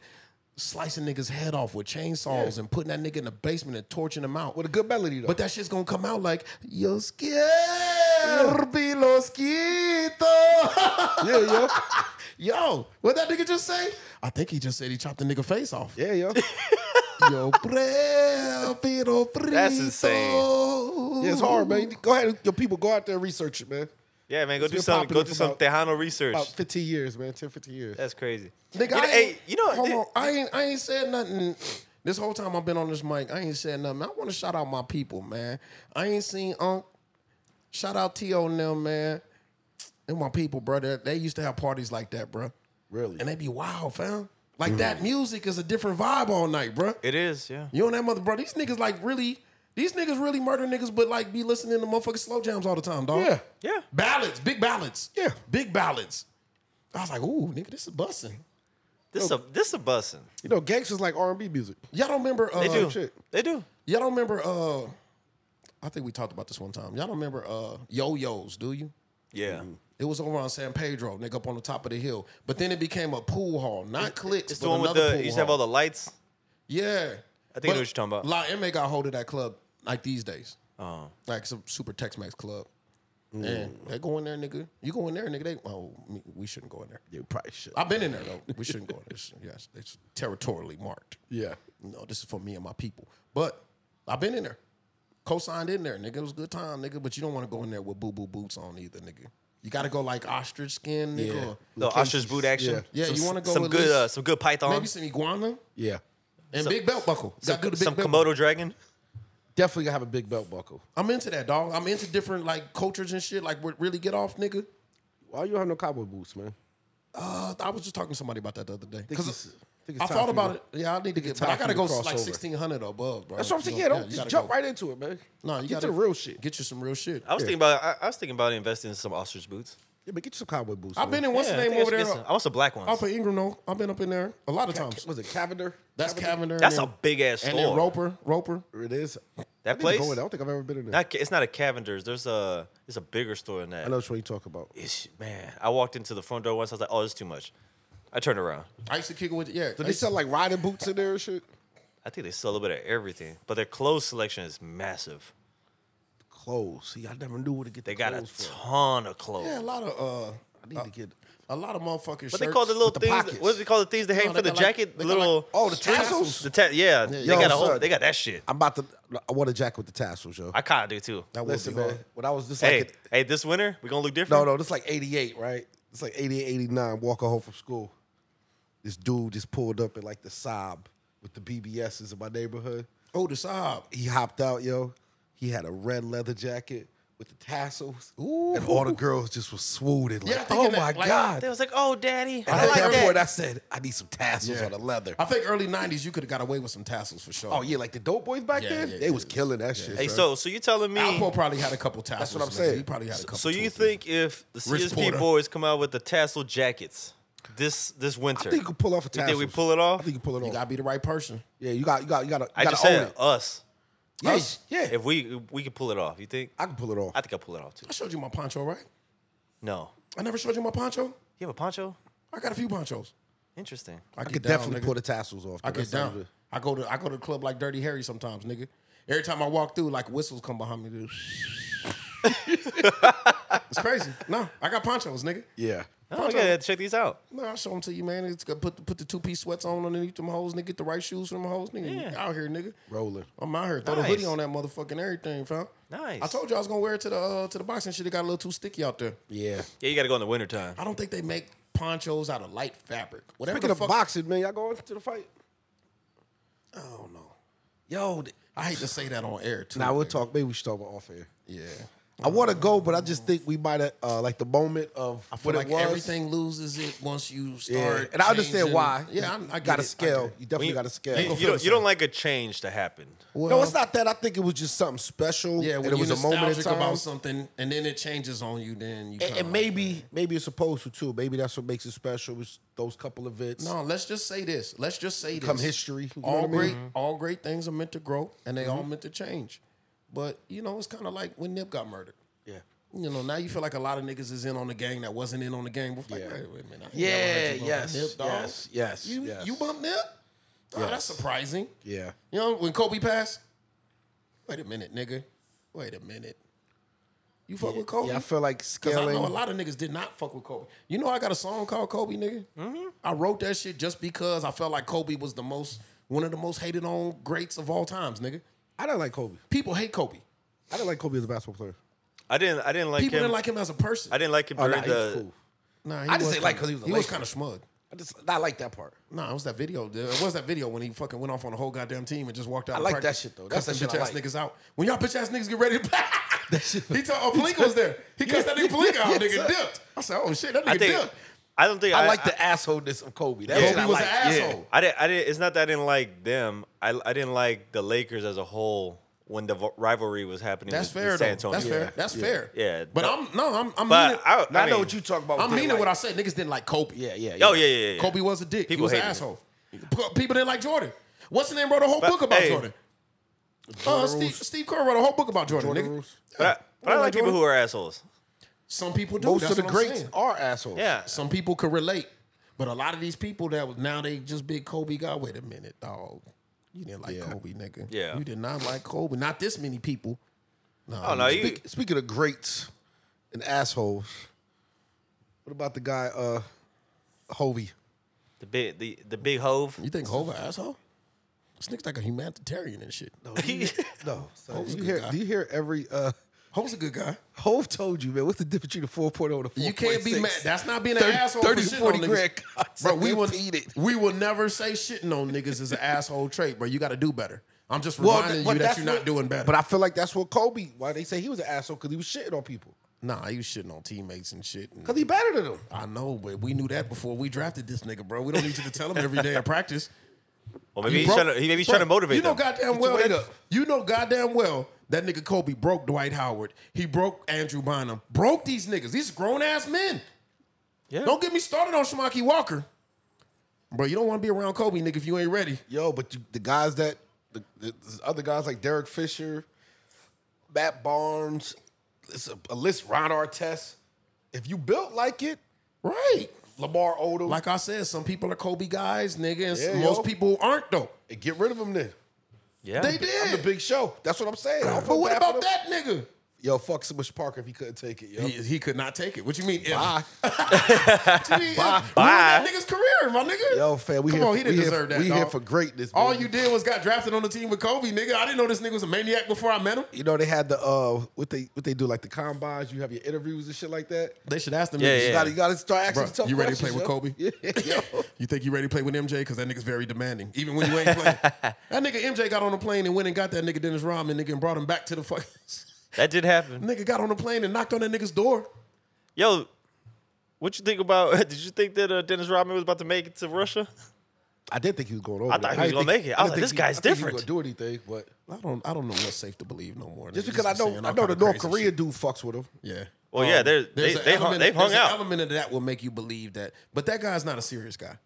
S2: slicing niggas head off with chainsaws and putting that nigga in the basement and torching him out.
S3: with a good melody though.
S2: But that shit's gonna come out like Yo scarpi los quito.
S3: yeah, yo,
S2: Yo, what that nigga just say? I think he just said he chopped the nigga face off.
S3: yeah, yo.
S2: Yo prefiero frito.
S1: That's insane.
S3: Yeah, it's hard, man. Go ahead, yo, people, go out there and research it, man.
S1: Yeah, man, go
S3: It's
S1: do
S3: been
S1: some go
S3: popular
S1: do
S3: for
S1: some
S3: about-
S1: Tejano research.
S3: About 15 years, man. 10, 15 years.
S1: That's crazy.
S2: Nigga,
S1: you
S2: I
S1: know,
S2: ain't,
S1: hey, you know,
S2: hold
S1: th-
S2: on. I ain't, I ain't said nothing. This whole time I've been on this mic, I ain't said nothing. I want to shout out my people, man. I ain't seen Unc. Shout out T.O. and them, man. And my people, brother. They used to have parties like that, bro.
S3: Really? Mm.
S2: And they be wild, fam. Like that music is a different vibe all night, bro.
S1: it is, yeah.
S2: You know that mother, bro. These niggas like really. These niggas really murder niggas, but like be listening to motherfucking slow jams all the time, dog.
S3: Yeah.
S1: Yeah.
S2: Ballads, big ballads.
S3: Yeah.
S2: Big ballads. I was like, ooh, nigga, this is busting.
S1: This a this a bussin.
S2: Oh,
S3: You know, gangsters like R and B music.
S2: Y'all don't remember uh,
S1: They do.
S3: shit.
S1: They do.
S2: Y'all don't remember uh I think we talked about this one time. Y'all don't remember uh yo-yos, do you?
S1: Yeah.
S2: It was over on San Pedro, nigga up on the top of the hill. But then it became a pool hall, not clicks,
S1: It's
S2: but
S1: the one with
S2: another
S1: the
S2: pool
S1: you used to have
S2: hall.
S1: all the lights.
S2: Yeah.
S1: I think I know what you're talking about. Oh.
S2: La M.A. got hold of that club like these days. Like some super Tex Mex club. And they go in there, nigga. You go in there, nigga. They, oh, me- we shouldn't go in there.
S3: You probably should.
S2: I've been in there, though. We shouldn't go in there. It's- Yes, it's territorially marked.
S3: Yeah.
S2: No, this is for me and my people. But I've been in there. Co signed in there, nigga. It was a good time, nigga. But you don't want to go in there with boo boo boots on either, nigga. You got to go like ostrich skin, nigga.
S3: Yeah.
S2: or-
S1: The ostrich boot action.
S3: Yeah.
S2: Yeah,
S1: Some-
S2: you wanna go
S1: some
S2: at
S1: good
S2: least-
S1: uh, some good python.
S2: Maybe some iguana
S3: Yeah.
S2: and big belt buckle.
S1: some
S2: Gotta do the big
S1: some
S2: belt
S1: Komodo
S2: buckle.
S1: dragon.
S3: Definitely gonna have a big belt buckle.
S2: I'm into that, dog. I'm into different like cultures and shit. Like, what really get off, nigga.
S3: Why you don't have no cowboy boots, man?
S2: Uh, I was just talking to somebody about that the other day
S3: it's-
S2: because
S3: I think it's
S2: I
S3: time
S2: thought
S3: for
S2: about
S3: you
S2: it. Yeah, I need to get, but
S3: time
S2: I gotta
S3: for
S2: go
S3: you to cross
S2: like
S3: over.
S2: 1600 or above, bro.
S3: That's what I'm saying. Yeah, don't just jump right into it, man.
S2: No, you
S3: get
S2: gotta
S3: to the real shit.
S2: Get you some real shit.
S1: I was thinking about I, I was thinking about investing in some ostrich boots.
S3: yeah, but get you some cowboy boots.
S2: I've been
S3: man.
S2: in what's
S1: Yeah, I,
S2: the name
S1: think I
S2: over
S1: should
S2: there
S1: get some- I want some black ones.
S2: off of Ingram. Though I've been up in there a lot of times.
S3: Was it Cavender?
S2: That's
S3: Cavender.
S2: Cavender.
S1: That's
S2: and
S1: a
S2: then-
S1: big ass
S2: and then
S1: store.
S2: Roper, Roper.
S3: It is. I
S1: That
S3: need to go
S1: place?
S3: in. I don't think I've ever been in there.
S1: Not, it's not a Cavender's. There's a it's a bigger store than that.
S3: I know what you talk about.
S1: It's- man, I walked into the front door once. I was like, oh, this is too much. I turned around.
S2: I used to kick it with yeah.
S3: Do
S2: I
S3: they
S2: used to-
S3: sell like riding boots in there and shit?
S1: I think they sell a little bit of everything, but their clothes selection is massive.
S3: Clothes. See, I never knew where to get.
S1: They
S3: the
S1: got a
S3: clothes from.
S1: ton of clothes.
S2: yeah, a lot of uh,
S3: I need to get.
S2: a lot of motherfucking.
S1: But they call the little
S3: the
S1: things.
S3: pockets.
S1: what do they call the things they hang
S2: No,
S1: for
S2: they
S1: the
S2: got like-
S1: jacket?
S2: they
S1: the
S2: got like-
S1: little
S3: Oh, the
S2: Tassels.
S3: tassels.
S1: the ta- yeah, they
S3: yo,
S1: got a whole,
S3: son.
S1: they got that shit.
S3: I'm about to. I want a jacket with the tassels, yo.
S1: I kind of do too.
S2: That would
S3: Listen,
S2: be hard.
S3: man. When I was just
S1: Hey,
S3: like,
S1: hey, this winter we gonna look different.
S3: no, no, this like '88, right? It's like '88, '89. Walking home from school, this dude just pulled up in like the Saab with the BBSs in my neighborhood.
S2: Oh, the Saab.
S3: He hopped out, yo. He had a red leather jacket with the tassels, and all the girls just were swooning. Like,
S2: Yeah, I think
S3: oh
S2: in that-
S3: my
S2: like-
S3: god!
S1: They was like, oh, daddy, I,
S3: at
S1: like
S3: that,
S1: that.
S3: point, I said, I need some tassels
S2: Yeah.
S3: on the leather.
S2: I think early '90s you could have got away with some tassels for sure.
S3: Oh yeah, like the dope boys back
S2: Yeah,
S3: then,
S2: yeah,
S3: they
S2: yeah.
S3: was killing that shit.
S1: hey,
S3: son.
S1: so so you telling me?
S2: Alpo probably had a couple tassels.
S3: That's what I'm
S2: nigga.
S3: saying.
S2: He probably had a couple.
S1: So
S2: two
S1: you
S2: or three.
S1: think if the
S2: Rich
S1: CSP
S2: Porter.
S1: boys come out with the tassel jackets this this winter,
S3: I think you can pull off a
S1: you
S3: tassel.
S1: think we pull it off?
S3: I think you can pull it
S2: you
S3: off.
S2: gotta be the right person?
S3: yeah, you got, you got, you got to,
S1: I
S3: got
S1: just
S3: to own
S1: said
S3: it.
S1: us.
S3: Yeah,
S2: Us.
S3: yeah.
S1: If we we can pull it off, you think?
S3: I can pull it off.
S1: I think I'll pull it off too.
S2: I showed you my poncho, right?
S1: No,
S2: I never showed you my poncho.
S1: you have a poncho?
S2: I got a few ponchos.
S1: Interesting. Oh,
S3: I,
S2: get
S3: could
S2: down,
S3: definitely
S2: nigga.
S3: pull the tassels off.
S2: I
S3: though.
S2: get
S3: That sounds
S2: down.
S3: good.
S2: I go to I go to the club like Dirty Harry sometimes, nigga. Every time I walk through, like whistles come behind me. Dude. it's crazy. No, I got ponchos, nigga.
S3: Yeah.
S1: Oh, okay, I gotta check these out.
S2: No, I'll show them to you, man. It's good. Put, put the two piece sweats on underneath them hoes, nigga. Get the right shoes for them hoes, nigga. You
S1: Yeah.
S2: Out here, nigga.
S3: Rolling.
S2: I'm out here. Throw the
S1: Nice.
S2: hoodie on that motherfucking everything, fam.
S1: Nice.
S2: I told you I was gonna wear it to the uh, to the boxing shit. It got a little too sticky out there.
S3: Yeah.
S1: Yeah, you gotta go in the wintertime.
S2: I don't think they make ponchos out of light fabric. Whatever
S3: Speaking
S2: the
S3: of
S2: fuck.
S3: boxing, man, y'all going to the fight?
S2: I don't know.
S3: Yo, th-
S2: I hate to say that on air too.
S3: now we'll
S2: nigga.
S3: talk. Maybe we should talk about off air.
S2: Yeah.
S3: I want to go, but I just think we might have, uh, like the moment of
S2: I feel
S3: what
S2: like
S3: it was.
S2: everything loses it once you start.
S3: Yeah. And I understand
S2: changing-
S3: why.
S2: Yeah, I'm, I
S3: got
S2: to
S3: to scale. You
S1: When
S3: definitely
S1: you-
S3: got to scale.
S1: You, you
S2: gonna feel
S1: don't,
S2: the
S1: you don't like a change to happen.
S3: no, it's not that. I think it was just something special.
S2: Yeah,
S3: and
S2: when
S3: it was
S2: you're
S3: a moment in
S2: nostalgic
S3: time.
S2: about something, and then it changes on you, then you.
S3: And,
S2: kinda
S3: and
S2: like,
S3: maybe, maybe it's supposed to too. Maybe that's what makes it special. Was those couple events?
S2: No, let's just say this. Let's just say this.
S3: Become history, you know
S2: all
S3: what I mean? Mm-hmm.
S2: great, all great things are meant to grow, and they all meant to change. But you know, it's kind of like when Nip got murdered.
S3: Yeah.
S2: You know, now you feel like a lot of niggas is in on the gang that wasn't in on the gang before. Like, wait, wait a minute. I ain't never heard you bump Nip, dawg.
S3: yes,
S2: You you bump Nip? Oh, that's surprising.
S3: yeah.
S2: You know, when Kobe passed. Wait a minute, nigga. Wait a minute. You fuck with Kobe?
S3: Yeah, I feel like
S2: Because I know a
S3: scaling.
S2: lot of niggas did not fuck with Kobe. You know, I got a song called Kobe, nigga.
S3: Mm-hmm.
S2: I wrote that shit just because I felt like Kobe was the most, one of the most hated on greats of all times, nigga.
S3: I didn't like Kobe.
S2: People hate Kobe.
S3: I didn't like Kobe as a basketball player.
S1: I didn't. I didn't like
S2: People
S1: him.
S2: didn't like him as a person.
S1: I didn't like him
S3: Oh,
S1: during
S3: nah, he
S1: the.
S3: was cool.
S2: nah,
S3: I just ain't like 'cause he was a
S2: he was
S3: Laker.
S2: kind of smug.
S3: I just not like that part.
S2: Nah, it was that video. dude. It was that video when he fucking went off on the whole goddamn team and just walked out. I
S3: like that shit, though. That's
S2: cussed
S3: the
S2: them bitch
S3: shit I
S2: ass
S3: like.
S2: niggas out. When y'all bitch ass niggas get ready to play.
S3: That shit-
S2: He told oh, Palinka was there. He cussed that nigga Palinka out.
S3: yeah,
S2: Nigga
S3: sir.
S2: dipped. I said, oh shit, that nigga
S1: I think.
S2: dipped.
S1: I don't think
S3: I,
S1: I,
S3: like
S1: I,
S3: the assholeness of Kobe. That's
S1: Yeah.
S3: what I
S2: Kobe was
S3: like.
S2: an asshole.
S1: I didn't. I didn't. It's not that I didn't like them. I I didn't like the Lakers as a whole when the v- rivalry was happening.
S2: That's
S1: with,
S2: fair.
S1: with
S2: though.
S1: San Antonio.
S2: That's fair. That's fair.
S1: Yeah.
S2: But I'm no. I'm. I'm
S1: But
S2: meaning,
S1: I,
S3: Now I,
S1: I
S3: know
S1: mean,
S3: what you talk about.
S2: I'm meaning
S3: like,
S2: what I said. Niggas didn't like Kobe. Yeah, yeah,
S1: Oh, yeah, yeah, yeah.
S2: Kobe was a dick.
S1: People
S2: he was an
S1: hated him.
S2: asshole. P- People didn't like Jordan. What's the name? Wrote a whole
S1: But,
S2: book about
S1: hey,
S2: Jordan. Uh, Steve,
S3: rules.
S2: Steve Kerr wrote a whole book about Jordan.
S3: Jordan
S2: nigga.
S3: rules.
S1: but I, but I
S2: Like
S1: like people
S2: Jordan?
S1: who are assholes.
S2: Some people do.
S3: Most
S2: That's
S3: of the
S2: what I'm
S3: greats
S2: saying.
S3: are assholes.
S1: Yeah.
S2: Some people could relate, but a lot of these people that was now they just big Kobe guy. Wait a minute, dog. You didn't like
S3: Yeah.
S2: Kobe, nigga.
S1: Yeah.
S2: You did not like Kobe. Not this many people. No.
S1: Oh no, you
S3: Speak, speaking of greats and assholes, what about the guy uh Hovey?
S1: the big the, the big hove.
S2: You think Hova asshole? This nigga's like a humanitarian and shit.
S3: No, do you- no. son,
S2: Hove's a
S3: do you
S2: good
S3: hear?
S2: guy.
S3: Do you hear every uh
S2: Hova's a good guy.
S3: Hove told you, man? What's the difference between a four point and a four?
S2: You can't be mad. That's not being an
S3: 30
S2: asshole.
S3: 30
S2: for shitting
S3: 40
S2: on niggas.
S3: grand cuts.
S2: Bro, we
S3: I
S2: will
S3: repeat it.
S2: We will never say shitting on niggas is an asshole trait, bro. You got to do better. I'm just
S3: Well,
S2: reminding
S3: th- but
S2: you that
S3: that's
S2: you're not
S3: what-
S2: doing better.
S3: But I feel like that's what Kobe. Why they say he was an asshole because he was shitting on people
S2: nah, you shitting on teammates and shit. and-
S3: because he better than them.
S2: I know, but we knew that before we drafted this nigga, bro. We don't need you to tell him every day at practice.
S1: Well, maybe he's
S2: Bro-
S1: trying to he maybe he's trying to
S2: bro,
S1: motivate
S2: You know
S1: them.
S2: goddamn
S3: Get
S2: well
S3: your weight
S2: that,
S3: up.
S2: you know goddamn well that nigga Kobe broke Dwight Howard. He broke Andrew Bynum. Broke these niggas. These grown ass men.
S1: Yeah.
S2: Don't get me started on Shamaki Walker. Bro, you don't want to be around Kobe, nigga, if you ain't ready.
S3: Yo, but you, the guys that the, the there's other guys like Derek Fisher, Matt Barnes, it's a, a list. Ron Artest. If you built like it,
S2: Right.
S3: Lamar Odom,
S2: Like I said, some people are Kobe guys, nigga, and
S3: Yeah,
S2: most
S3: yo.
S2: people aren't though.
S3: get rid of him then.
S1: yeah.
S2: They did.
S3: I'm the big show. That's what I'm saying. I don't feel
S2: But what
S3: bad for
S2: about
S3: them.
S2: that nigga?
S3: Yo, fuck Smush Parker if he couldn't take it. Yo,
S2: He, he could not take it. What you mean? if?
S3: Bye.
S2: What you mean if?
S3: Bye.
S2: Ruin that nigga's career, my nigga.
S3: Yo, fam, we
S2: Come
S3: here,
S2: on, he didn't
S3: we here,
S2: deserve that.
S3: We here
S2: dog.
S3: for greatness.
S2: All
S3: man.
S2: you did was got drafted on the team with Kobe, nigga. I didn't know this nigga was a maniac before I met him.
S3: You know they had the uh what they what they do like the combines. You have your interviews and shit like that.
S2: They should ask them.
S1: Yeah,
S2: niggas.
S1: yeah.
S3: You gotta you gotta start asking
S2: Bro,
S3: the tough
S2: you ready to play with Kobe?
S3: questions, yo. Yeah, yo.
S2: You think you ready to play with MJ? Because that nigga's very demanding, even when you ain't playing. that nigga MJ got on a plane and went and got that nigga Dennis Rodman, nigga, and brought him back to the fucking.
S1: That did happen.
S2: nigga got on a plane and knocked on that nigga's door.
S1: Yo, what you think about? Did you think that uh, Dennis Rodman was about to make it to Russia?
S3: I did think he was going over.
S1: I thought he
S3: there.
S1: was
S3: didn't
S1: gonna
S3: think-
S1: make it. I
S3: didn't
S1: was like,
S3: think
S1: this
S3: he-
S1: guy's
S3: I think he was
S1: different.
S3: gonna do anything, but
S2: I don't. I don't know what's safe to believe no more.
S3: just
S2: Niggas
S3: because I
S2: be
S3: know
S2: saying all
S3: I know
S2: kinda
S3: the North
S2: crazy
S3: Korea
S2: shit.
S3: dude fucks with him.
S2: Yeah.
S1: Well, yeah, they're, they
S2: There's
S1: they
S2: an
S1: hung,
S2: element-
S1: they've hung
S2: there's an
S1: out.
S2: element of that will make you believe that, but that guy's not a serious guy.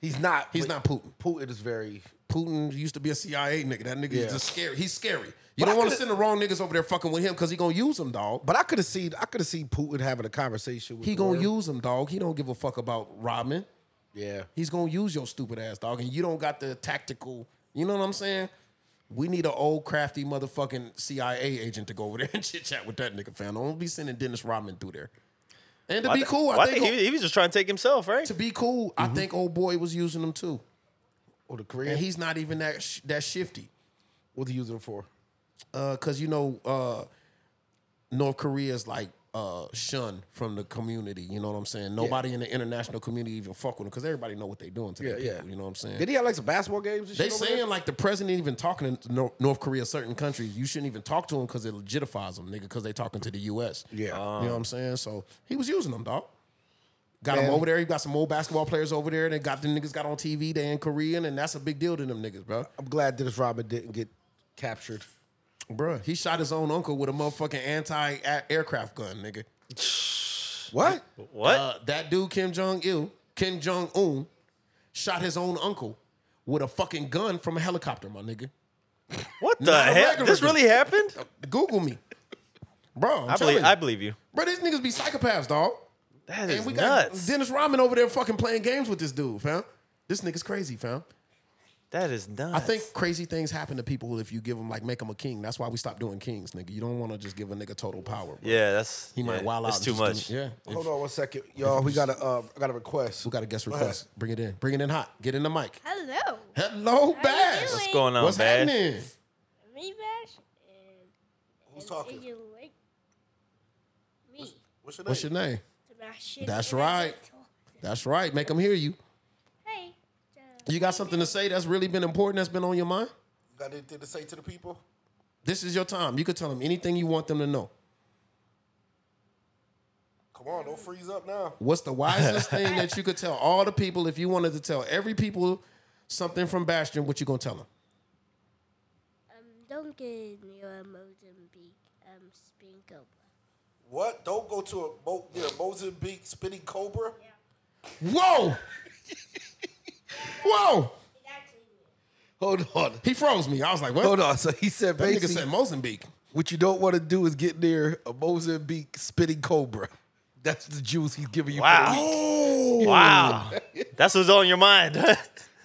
S3: He's not.
S2: He's
S3: but
S2: not Putin.
S3: Putin is very.
S2: Putin used to be a CIA nigga. That nigga
S3: Yeah.
S2: is just scary. He's scary. You
S3: But
S2: don't
S3: I
S2: want to
S3: coulda-
S2: send the wrong niggas over there fucking with him because he gonna use them, dog.
S3: But I could have seen I could have seen Putin having a conversation with.
S2: He gonna
S3: Norm.
S2: use them, dog. He don't give a fuck about Robin.
S3: Yeah.
S2: He's gonna use your stupid ass, dog, and you don't got the tactical. You know what I'm saying? We need an old crafty motherfucking CIA agent to go over there and chit chat with that nigga, fam. Don't be sending Dennis Rodman through there. And to
S1: I
S2: be
S1: thi-
S2: cool,
S1: well,
S2: I think,
S1: he, he was just trying to take himself, right?
S2: to be cool,
S3: Mm-hmm.
S2: I think old boy was using them too,
S3: Or the Korean.
S2: and he's not even that sh- that shifty.
S3: What he using him for?
S2: because you know uh, North Korea is like uh, shunned from the community. You know what I'm saying? Nobody in the international community even fuck with them because everybody know what they doing to their
S3: Yeah, yeah.
S2: people. You know what I'm saying?
S3: Did he have like some basketball games? And
S2: they
S3: shit over
S2: saying
S3: there?
S2: like the president even talking to Nor- North Korea, certain countries, you shouldn't even talk to them because it legitifies them, nigga, because they talking to the U.S.
S3: Yeah.
S2: you know what I'm saying? So he was using them, dog. Got
S3: Man.
S2: them over there. You got some old basketball players over there. They got the niggas got on TV. They in Korean, and that's a big deal to them niggas, bro.
S3: I'm glad Dennis Rodman didn't get captured.
S2: Bruh, he shot his own uncle with a motherfucking anti-aircraft gun, nigga.
S3: What?
S1: What?
S2: Uh, that dude Kim Jong Il, Kim Jong Un, shot his own uncle with a fucking gun from a helicopter, my nigga.
S1: what the
S2: not a
S1: hell?
S2: regular
S1: This
S2: dude.
S1: really happened?
S2: Google me, bro. I'm
S1: I believe.
S2: telling
S1: I
S2: you.
S1: believe you.
S2: bro. These niggas be psychopaths, dog.
S1: That
S2: And
S1: is
S2: we got
S1: nuts.
S2: Dennis Rodman over there fucking playing games with this dude, fam. This nigga's crazy, fam.
S1: that is nuts.
S2: I think crazy things happen to people if you give them like make them a king. That's why we stopped doing kings, nigga. You don't want to just give a nigga total power. Bro.
S1: Yeah, that's
S2: He might
S1: yeah,
S2: wild out.
S1: That's
S2: and
S1: too
S2: just do-
S1: much.
S2: Yeah. If-
S3: Hold on one second, y'all. We got a uh, I got a request.
S2: We got a guest request. Bring it in. Bring it in hot. Get in the mic.
S4: Hello.
S2: Hello, Bash.
S4: doing?
S1: What's going on,
S2: What's
S1: man?
S2: happening?
S4: Rebash and
S3: Who's
S4: and you like me.
S3: What's your name?
S2: What's your name?
S4: Sebastian
S2: That's
S4: and I
S2: right.
S4: just told-
S2: That's right. Make them hear you.
S4: Hey. uh,
S2: You got something to say that's really been important that's been on your mind?
S3: got anything to say to the people?
S2: This is your time. You could tell them anything you want them to know.
S3: Come on, don't freeze up now.
S2: What's the wisest thing that you could tell all the people if you wanted to tell every people something from Bastion, what you gonna tell them?
S4: um, don't get near Mozambique um, spring cobra.
S5: What? Don't go to a Mo- near a Mozambique spinning cobra.
S2: Whoa! Whoa!
S4: It actually is.
S3: Hold on.
S2: He froze me. I was like, what?
S3: Hold on. So he said
S2: That nigga
S3: basically
S2: said Mozambique.
S3: what you don't want to do is get near a Mozambique spitting cobra. That's the juice he's giving you. For the
S1: Wow.
S3: week.
S2: Oh.
S1: Wow. That's what's on your mind.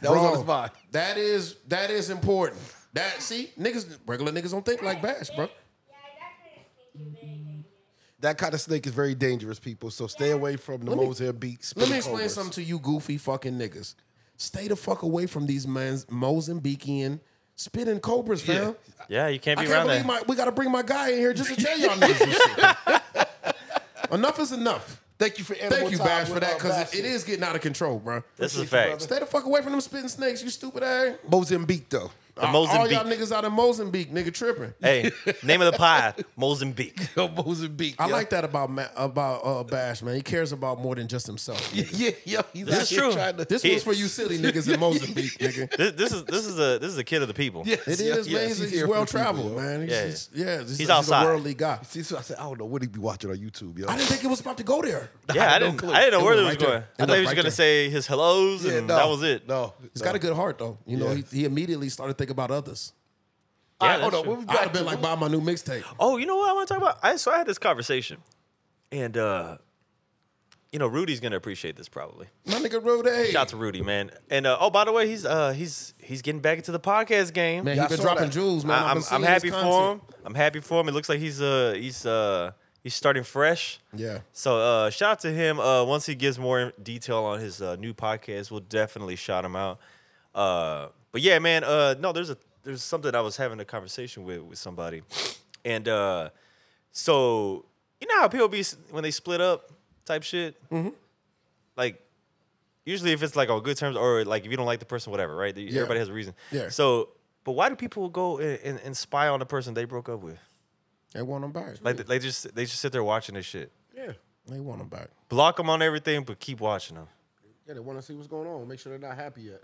S3: That was on his mind.
S2: That is that is important. That see, niggas regular niggas don't think like Bash, bro.
S4: Yeah, that kind of stinky big.
S3: That kind of snake is very dangerous, people. So stay away from the Mozambique
S2: Let
S3: spitting
S2: me explain
S3: cobras.
S2: something to you goofy fucking niggas. Stay the fuck away from these man's Mozambican spitting cobras, fam.
S3: Yeah.
S1: yeah, you can't
S2: I
S1: be
S2: can't
S1: around
S2: believe
S1: that.
S2: my, we gotta bring my guy in here just to tell y'all niggas this shit. Enough is enough.
S3: Thank you for animal
S2: Thank you,
S3: time
S2: Bash, for
S3: with,
S2: that,
S3: uh,
S2: because
S3: Bash.
S2: it is getting out of control, bro.
S1: This is a
S3: Appreciate you,
S1: fact.
S2: Stay the fuck away from them spitting snakes, you stupid ass.
S3: Mozambique though.
S2: All- All y'all
S1: Mozambique.
S2: niggas out of Mozambique, nigga tripping.
S1: Hey, name of the pod, Mozambique.
S3: Yo, Mozambique.
S2: I
S3: yo.
S2: like that about Ma- about uh, Bash, man. He cares about more than just himself.
S3: Yeah, yo, he's
S1: This
S3: out
S1: is
S3: here
S1: true.
S3: trying to-
S2: This
S1: He-
S2: was for you silly niggas in Mozambique, nigga.
S1: This, this is this is a this is a kid of the people.
S2: It
S3: Yes,
S2: is,
S3: yes,
S2: man. He's,
S3: here for the
S2: well
S3: people,
S2: traveled,
S3: yo.
S2: man. He's,
S1: Yeah.
S2: he's- yeah, this- he's,
S1: outside.
S2: a worldly guy.
S3: See, so I said, I don't know what he be watching on YouTube, yo.
S2: I didn't think it was about to go there.
S1: Yeah, I
S3: no
S1: didn't.
S3: clue.
S1: I didn't know
S2: It
S1: where
S2: went
S1: this was
S2: right there.
S1: going.
S2: It
S1: I thought
S2: went
S1: he was
S2: right
S1: gonna
S2: there.
S1: say his hellos,
S3: Yeah,
S1: and that was it.
S3: No,
S2: He's
S3: no.
S2: got a good heart, though. You know,
S3: Yeah.
S2: he, he immediately started thinking about others.
S1: Yeah,
S3: All right, hold
S1: that's
S3: on.
S1: true.
S3: What we
S2: I'd
S3: back
S2: have been like, buy my new mixtape.
S1: Oh, you know what I want to talk about? I so I had this conversation, and uh, you know Rudy's gonna appreciate this probably.
S2: My nigga Rudy.
S1: Shout out to Rudy, man. And uh, oh, by the way, he's uh, he's he's getting back into the podcast game.
S2: Man,
S3: Yeah,
S2: he's
S3: I
S2: been
S3: saw
S2: dropping
S3: that.
S2: jewels, man.
S1: I,
S2: I've
S1: am
S2: been seeing
S1: I'm
S2: his
S1: happy for him.
S2: content.
S1: I'm happy for him. It looks like he's uh he's uh he's starting fresh.
S2: Yeah.
S1: So uh, shout out to him. Uh, once he gives more detail on his uh, new podcast, we'll definitely shout him out. Uh, but yeah, man. Uh, no, there's a there's something I was having a conversation with with somebody, and uh, so you know how people be s- when they split up type shit.
S2: Mm-hmm.
S1: Like usually if it's like on good terms or like if you don't like the person, whatever, right? Everybody has a reason.
S2: Yeah.
S1: So, but why do people go and, and, and spy on the person they broke up with?
S2: They want him back.
S1: Like they just they just sit there watching this shit.
S3: Yeah.
S2: They want him back.
S1: Block them on everything, but keep watching them.
S3: Yeah, they want to see what's going on. Make sure they're not happy yet.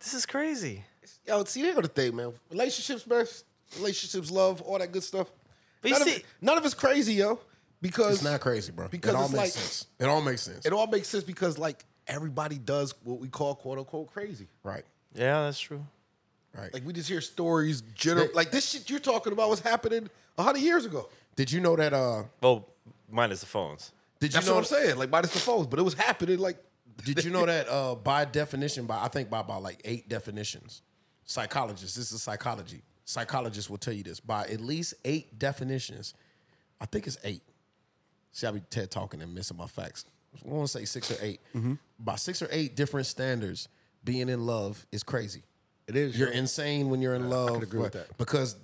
S1: This is crazy.
S3: Yo, see, here's the thing, man. Relationships, man. Relationships, love, all that good stuff.
S1: But you
S3: none, of
S1: see-
S3: it, none of it's crazy, yo. Because
S2: It's not crazy, bro.
S3: Because
S2: it all
S3: it's
S2: makes
S3: like-
S2: sense. It all makes sense.
S3: It all makes sense because like everybody does what we call quote unquote crazy.
S2: right.
S1: Yeah, that's true.
S2: Right.
S3: Like we just hear stories general like this shit you're talking about was happening hundred years ago.
S2: did you know that uh
S1: Well, minus the phones.
S2: did you
S3: That's
S2: know
S3: what I'm saying. Like minus the phones, but it was happening like
S2: Did you know that uh, by definition, by I think by about like eight definitions, psychologists, this is psychology. Psychologists will tell you this by at least eight definitions. I think it's eight. See, I be TED talking and missing my facts. I want to say six or 8
S3: Mm-hmm.
S2: By six or eight different standards, being in love is crazy.
S3: It is,
S2: You're
S3: yeah.
S2: insane when you're in love.
S3: could agree with
S2: but-
S3: that.
S2: because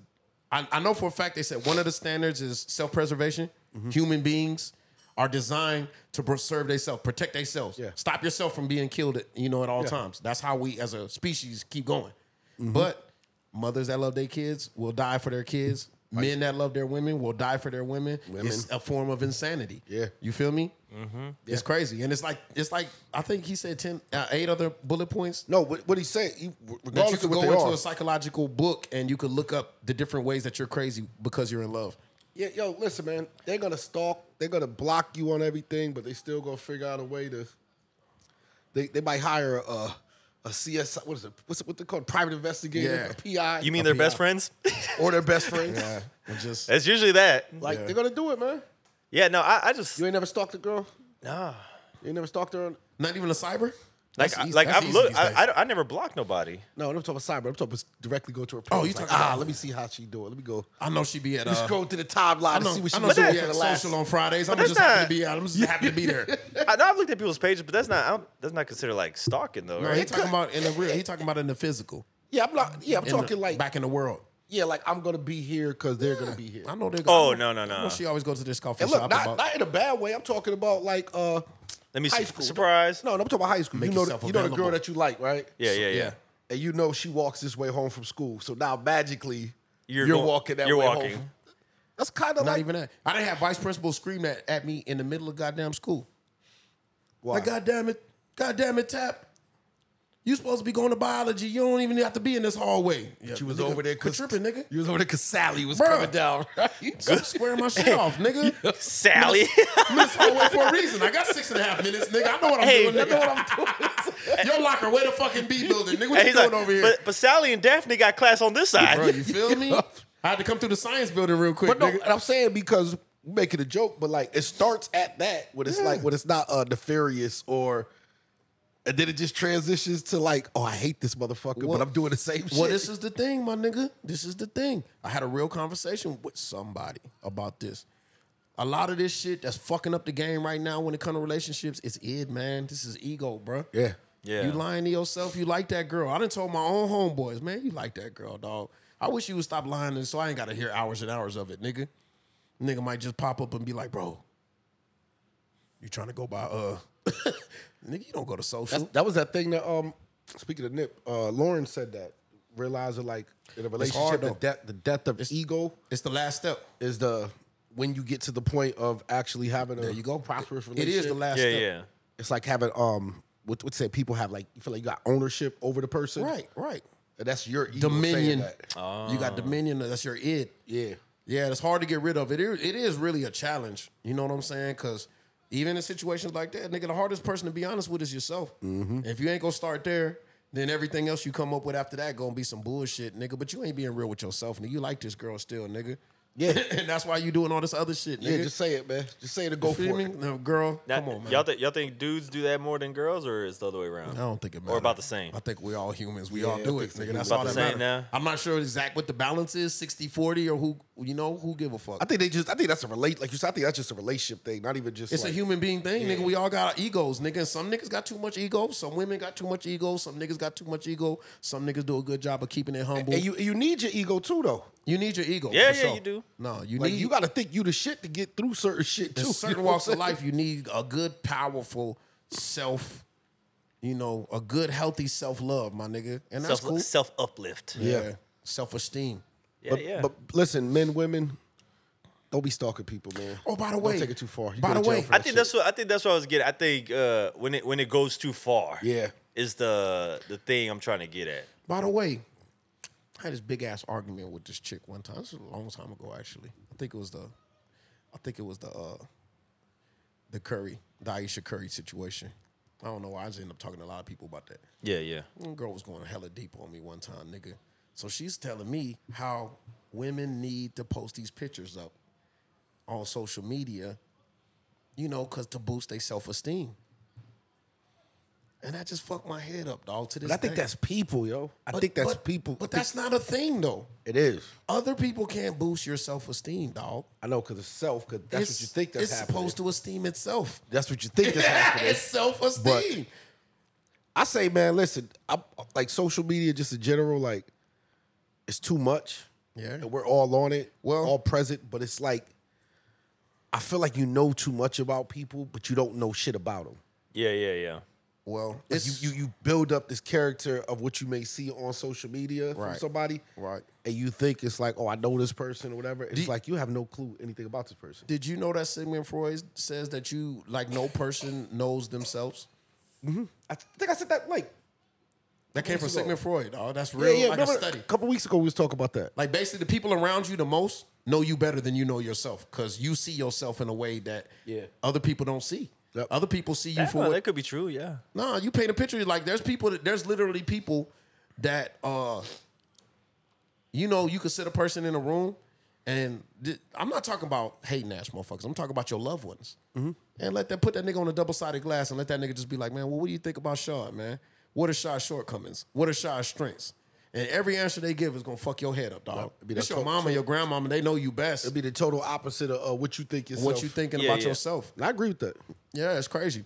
S2: I, I know for a fact they said one of the standards is self preservation.
S3: Mm-hmm.
S2: Human beings are designed to preserve themselves, protect themselves,
S3: Yeah.
S2: stop yourself from being killed. You know, at all
S3: Yeah. Mm-hmm.
S2: times. That's how we as a species keep going. But mothers that love their kids will die for their kids. Men that love their women will die for their women. It's a form of insanity.
S3: Yeah.
S2: you feel me? Mm-hmm. It's crazy, and it's like it's like I think he said ten, uh, eight other bullet points
S3: No, what, what he's saying, he,
S2: that you
S3: regardless
S2: could
S3: of
S2: go
S3: what they
S2: into
S3: are,
S2: a psychological book and you could look up the different ways that you're crazy because you're in love.
S3: Yeah, yo, listen, man. They're gonna stalk. They're gonna block you on everything, but they still gonna figure out a way to. They they might hire a a CSI. What is it? What's it, what they call it? private investigator, a PI.
S1: You mean
S3: a
S1: they're best
S3: PI,
S1: friends?
S3: or their best friends?
S2: And just
S1: That's usually that.
S3: Like they're gonna do it, man.
S1: Yeah, no, I, I just
S3: You ain't never stalked a girl.
S1: nah.
S3: You ain't never stalked her. On,
S2: not even a cyber.
S1: Like,
S2: That's
S1: I,
S2: easy-
S1: like
S2: that's
S1: I've
S2: easy
S1: looked.
S2: these
S1: I,
S2: days.
S1: I, don't- I never blocked nobody.
S3: no, I'm talking about cyber. I'm talking about directly go to her.
S2: Oh, you
S3: page. like,
S2: talking
S3: ah?
S2: about-
S3: Let me see how she do it. Let me go.
S2: I know she be at. Uh,
S3: Scroll through the timeline
S2: I
S3: and
S2: know,
S3: see what
S2: I
S3: she
S2: know
S3: was
S2: she
S3: doing
S2: be
S3: for
S2: at
S3: the last.
S2: social on Fridays. I'm
S1: that's
S2: just happy
S1: not-
S2: to be out. I'm just happy to be there.
S1: I know I've looked at people's pages, but that's not. I don't, that's not considered like stalking though,
S2: No, he
S1: right?
S2: talking about in the real. He talking about in the physical.
S3: Yeah, I'm not. Yeah, I'm
S2: in the-
S3: talking like
S2: back in the world.
S3: yeah, like I'm gonna be here because they're gonna be here.
S2: I know they.
S1: Oh,
S2: I know-
S1: no, no,
S2: I
S1: no.
S2: know she always goes to this coffee
S3: And look,
S2: shop.
S3: not,
S2: about,
S3: not in a bad way. I'm talking about like uh,
S1: Let me
S3: high
S1: su-
S3: school.
S1: surprise.
S3: No, no, I'm talking about high school.
S2: Make
S3: you know,
S2: yourself
S3: the, you know the girl
S2: available.
S3: that you like, right?
S1: Yeah, yeah, yeah.
S2: yeah.
S3: And you know she walks this way home from school. So now magically,
S1: You're
S3: you're,
S1: go-
S3: walking that
S1: you're
S3: way
S1: walking.
S3: home. That's kind of
S2: not
S3: like
S2: even that. I didn't have vice principal scream that at me in the middle of goddamn school.
S3: Why?
S2: Like, goddamn it, goddamn it, tap. You supposed to be going to biology. You don't even have to be in this hallway. But
S3: you was over there
S2: quit
S3: 'cause-
S2: tripping, nigga.
S3: You was over there because Sally was
S2: Bruh.
S3: coming down. Right?
S2: I'm squaring my shit off, nigga.
S1: Sally.
S2: I'm in this hallway for a reason. I got six and a half minutes, nigga. I know what I'm
S1: Hey,
S2: doing. Nigga. I know what I'm doing. Your locker, where the fucking B building, nigga? What
S1: And
S2: you
S1: he's
S2: doing
S1: like,
S2: over here?
S1: But, but Sally and Daphne got class on this side.
S2: Bro, you feel me? I had to come through the science building real quick,
S3: But no,
S2: nigga.
S3: and I'm saying because you make it a joke, but like it starts at that when it's like when it's not uh nefarious or and then it just transitions to like, oh, I hate this motherfucker,
S2: What-
S3: but I'm doing the same shit.
S2: Well, this is the thing, my nigga. This is the thing. I had a real conversation with somebody about this. A lot of this shit that's fucking up the game right now when it comes to relationships is id, man. This is ego, bro.
S3: yeah.
S1: Yeah.
S2: You lying to yourself. You like that girl. I done told my own homeboys, man, you like that girl, dog. I wish you would stop lying and so I ain't got to hear hours and hours of it, nigga. Nigga might just pop up and be like, bro, you trying to go by, uh, nigga, you don't go to social.
S3: That's, that was that thing that um speaking of Nip, uh Lauren said that. Realize that like in a relationship
S2: hard,
S3: the
S2: though.
S3: death the death of ego
S2: it's the last step.
S3: is the when you get to the point of actually having a
S2: There you go.
S3: prosperous
S2: It
S3: relationship.
S2: is the last
S1: yeah,
S2: step.
S1: yeah.
S3: It's like having um what would say people have like you feel like you got ownership over the person.
S2: Right, right.
S3: And that's your ego saying
S2: Dominion.
S3: that.
S2: You
S1: Ah.
S2: got dominion. That's your id.
S3: Yeah.
S2: Yeah, it's hard to get rid of. It is, it is really a challenge. You know what I'm saying? Because even in situations like that, nigga, the hardest person to be honest with is yourself.
S3: Mm-hmm.
S2: If you ain't gonna start there, then everything else you come up with after that gonna be some bullshit, nigga. But you ain't being real with yourself, nigga. You like this girl still, nigga.
S3: Yeah.
S2: and that's why you doing all this other shit, nigga.
S3: Yeah, just say it, man. Just say it and go
S2: You feel
S3: for
S2: me?
S3: it.
S2: No, girl,
S1: Now,
S2: come on, man.
S1: Y'all, thi- y'all think dudes do that more than girls, or is the other way around?
S2: I don't think it matters.
S1: Or about the same.
S2: I think we all humans. We
S3: Yeah,
S2: all
S3: I
S2: do it,
S3: think so.
S2: nigga. That's
S1: About
S2: all
S1: the
S2: that
S1: same now.
S2: matters. I'm not sure exact what the balance is, 60-40 or who you know, who give a fuck.
S3: I think they just I think that's a relate like you said, I think that's just a relationship thing, not even just
S2: It's
S3: like,
S2: a human being thing, nigga. We all got our egos, nigga. And Some niggas got too much ego. Some women got too much ego. Some niggas got too much ego. Some niggas do a good job of keeping it humble.
S3: and
S2: you,
S3: you you need your ego too though.
S2: need your ego.
S1: Yeah,
S2: for
S1: yeah,
S2: sure.
S1: you do.
S2: No, you
S3: Like
S2: need
S3: you gotta think you the shit to get through certain shit too.
S2: in certain
S3: You know
S2: walks
S3: what
S2: of
S3: I'm saying?
S2: life. You need a good, powerful self. You know, a good, healthy self love, my nigga, and
S1: Self,
S2: that's cool.
S1: self uplift. Yeah,
S3: Yeah.
S2: self esteem.
S1: yeah.
S3: But, but listen, men, women, don't be stalking people, man.
S2: Oh, by the
S3: Don't
S2: way,
S3: take it too far. You
S2: by
S3: go to
S2: the
S3: jail
S2: way,
S3: for
S1: I
S3: that
S1: think
S3: shit.
S1: that's what I think that's what I was getting. I think uh, when it when it goes too far,
S3: Yeah.
S1: is the the thing I'm trying to get at.
S2: By the way, I had this big ass argument with this chick one time. This was a long time ago, actually. I think it was the, I think it was the, uh, the Curry, the Aisha Curry situation. I don't know why I just ended up talking to a lot of people about that.
S1: Yeah, yeah.
S2: One girl was going hella deep on me one time, nigga. So she's telling me how women need to post these pictures up on social media, you know, cause to boost their self esteem. And I just fucked my head up, dog. To this,
S3: But I think
S2: day.
S3: that's people, yo. I
S2: But-
S3: think that's
S2: but-
S3: people.
S2: But
S3: I think
S2: that's not a thing though.
S3: it is.
S2: Other people can't boost your self esteem, dog.
S3: I know because it's self. Because that's
S2: It's-
S3: what you think that's
S2: it's
S3: happening.
S2: supposed to esteem itself.
S3: That's what you think is happening.
S2: it's self esteem.
S3: I say, man, listen. I, like social media, just in general, like it's too much.
S2: Yeah.
S3: and we're all on it.
S2: Well-
S3: all present, but it's like I feel like you know too much about people, but you don't know shit about them.
S1: Yeah, yeah, yeah.
S2: Well,
S3: Like
S2: it's
S3: you, you you build up this character of what you may see on social media from
S2: Right.
S3: somebody,
S2: Right.
S3: And you think it's like, oh, I know this person or whatever. It's like you have no clue anything about this person.
S2: Did you know that Sigmund Freud says that you like no person knows themselves?
S3: I think I said that like
S2: That came from
S3: ago.
S2: Sigmund Freud. Oh, that's
S3: yeah,
S2: real.
S3: yeah.
S2: like
S3: remember
S2: a study.
S3: a couple weeks ago we was talking about that.
S2: Like basically, the people around you the most know you better than you know yourself because you see yourself in a way that
S3: Yeah.
S2: other people don't see.
S3: Yep.
S2: Other people see you
S1: Yeah,
S2: for what
S1: that could be true. Yeah.
S2: No, you paint a picture. Like there's people that there's literally people that uh you know you could sit a person in a room and th- I'm not talking about hating ass motherfuckers. I'm talking about your loved ones. And let that put that nigga on a double sided glass and let that nigga just be like, man, well, what do you think about Shaw, man? What are Shaw's shortcomings? What are Shaw's strengths? And every answer they give is gonna fuck your head up, dog.
S3: it'd be
S2: it's
S3: that
S2: your
S3: talk
S2: mama,
S3: to-
S2: your grandmama. They know you best.
S3: It'd be the total opposite of uh, what you think yourself.
S2: what you thinking
S1: Yeah,
S2: about
S1: yeah.
S2: yourself?
S3: And I agree with that.
S2: Yeah, it's crazy.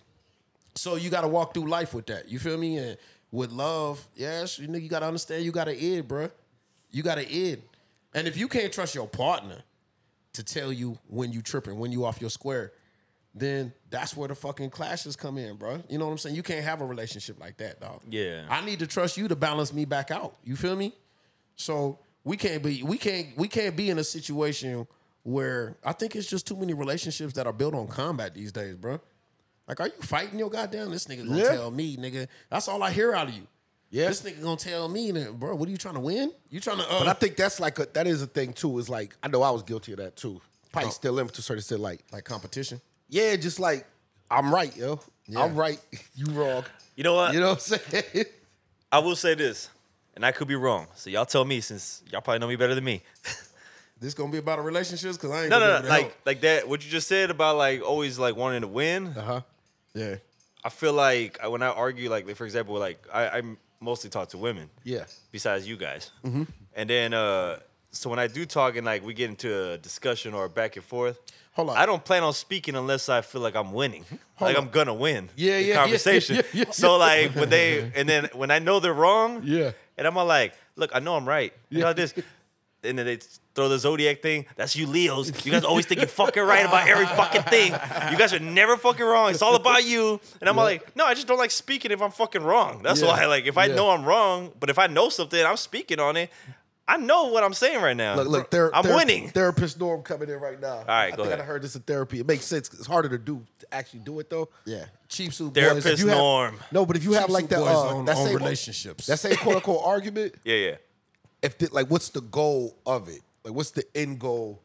S2: So you got to walk through life with that. You feel me? And with love, yes, you know you got to understand you got to id, bruh. You got to id. And if you can't trust your partner to tell you when you tripping, when you off your square, then that's where the fucking clashes come in, bruh. You know what I'm saying? You can't have a relationship like that, dog.
S1: Yeah.
S2: I need to trust you to balance me back out. You feel me? So we can't be we can't we can't be in a situation where I think it's just too many relationships that are built on combat these days, bro. Like, are you fighting your goddamn? This nigga gonna
S3: Yeah.
S2: tell me, nigga. That's all I hear out of you.
S3: Yeah.
S2: This nigga gonna tell me that, bro. What are you trying to win? You trying to? Uh,
S3: But I think that's like a, that is a thing too. Is like I know I was guilty of that too. Probably
S2: Oh.
S3: still am to a certain extent. Like,
S2: like competition.
S3: yeah, just like I'm right, yo.
S2: Yeah.
S3: I'm right. You wrong.
S1: You know what?
S3: You know what I'm saying?
S1: I will say this, and I could be wrong. So y'all tell me, since y'all probably know me better than me.
S2: This gonna be about relationships because I ain't.
S1: No,
S2: gonna
S1: no,
S2: be
S1: no.
S2: able to
S1: Like, like that. What you just said about like always like wanting to win.
S3: huh?
S2: help.
S1: I feel like I- when I argue, like for example, like I, I mostly talk to women.
S3: Yeah.
S1: Besides you guys.
S3: Mm-hmm.
S1: And then, uh, so when I do talk and like we get into a discussion or a back and forth,
S3: Hold on.
S1: I don't plan on speaking unless I feel like I'm winning. like I'm gonna win.
S3: Yeah,
S1: the
S3: yeah, yeah,
S1: Conversation.
S3: yeah, yeah,
S1: So like when they and then when I know they're wrong.
S3: Yeah.
S1: And I'm all like, look, I know I'm right. You know this. And then they throw the zodiac thing. That's you, Leos. You guys always think you're fucking right about every fucking thing. You guys are never fucking wrong. It's all about you. And I'm all like, no, I just don't like speaking if I'm fucking wrong. That's
S3: Yeah.
S1: why, like, if I
S3: Yeah.
S1: know I'm wrong, but if I know something, I'm speaking on it. I know what I'm saying right now.
S3: Look, look, they're,
S1: I'm
S3: they're-
S1: winning.
S3: Therapist Norm coming in right now. All
S1: right,
S3: I
S1: go
S3: think
S1: ahead.
S3: I heard this in therapy. It makes sense. It's harder to do to actually do it though.
S2: Yeah, yeah.
S3: Cheap suit
S1: Therapist
S3: if you have-
S1: Norm.
S3: No, but if you have like that,
S2: boys
S3: uh,
S2: on,
S3: that
S2: on
S3: same
S2: relationships.
S3: that same quote unquote argument,
S1: yeah, yeah.
S3: if the, like what's the goal of it? Like what's the end goal?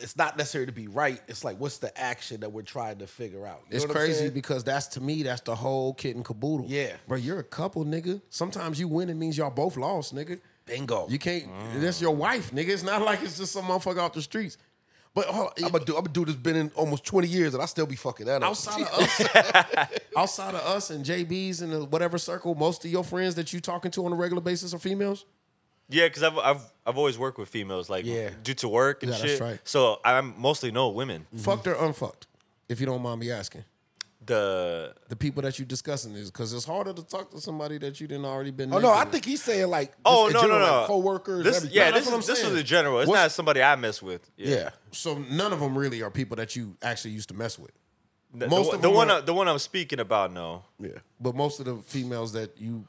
S3: It's not necessary to be right. It's like what's the action that we're trying to figure out? You
S2: It's
S3: know what I'm
S2: crazy
S3: saying?
S2: because that's to me that's the whole kit and caboodle.
S3: Yeah.
S2: bro, you're a couple, nigga. Sometimes you win it means y'all both lost, nigga.
S3: Bingo.
S2: You can't. That's your wife, nigga. It's not like it's just some motherfucker off the streets. But oh, hold on,
S3: I'm a dude. I'm a dude that's been in almost 20 years and I still be fucking that up.
S2: outside of us, outside of us and JBs and the whatever circle, most of your friends that you talking to on a regular basis are females.
S1: Yeah, because I've, I've I've always worked with females, like
S3: Yeah.
S1: due to work and
S2: Yeah, that's
S1: shit.
S2: right.
S1: So I mostly know women.
S3: Mm-hmm.
S2: Fucked or unfucked, if you don't mind me asking.
S1: The
S2: The people that you discussing is because it's harder to talk to somebody that you didn't already been.
S3: Oh no, I
S2: naked with.
S3: think he's saying like just
S1: oh
S3: in
S1: no
S3: general,
S1: no no
S3: like, coworkers.
S1: This,
S3: everything.
S1: yeah,
S2: No, that's
S1: this
S2: what I'm
S1: is this
S2: saying.
S1: is the general. It's
S2: What's-
S1: not somebody I mess with. Yeah,
S2: Yeah. So none of them really are people that you actually used to mess with.
S1: The, the
S2: Most
S1: one-
S2: of
S1: the
S2: them
S1: one
S2: are-
S1: I- the one I'm speaking about. No.
S3: yeah.
S2: But most of the females that you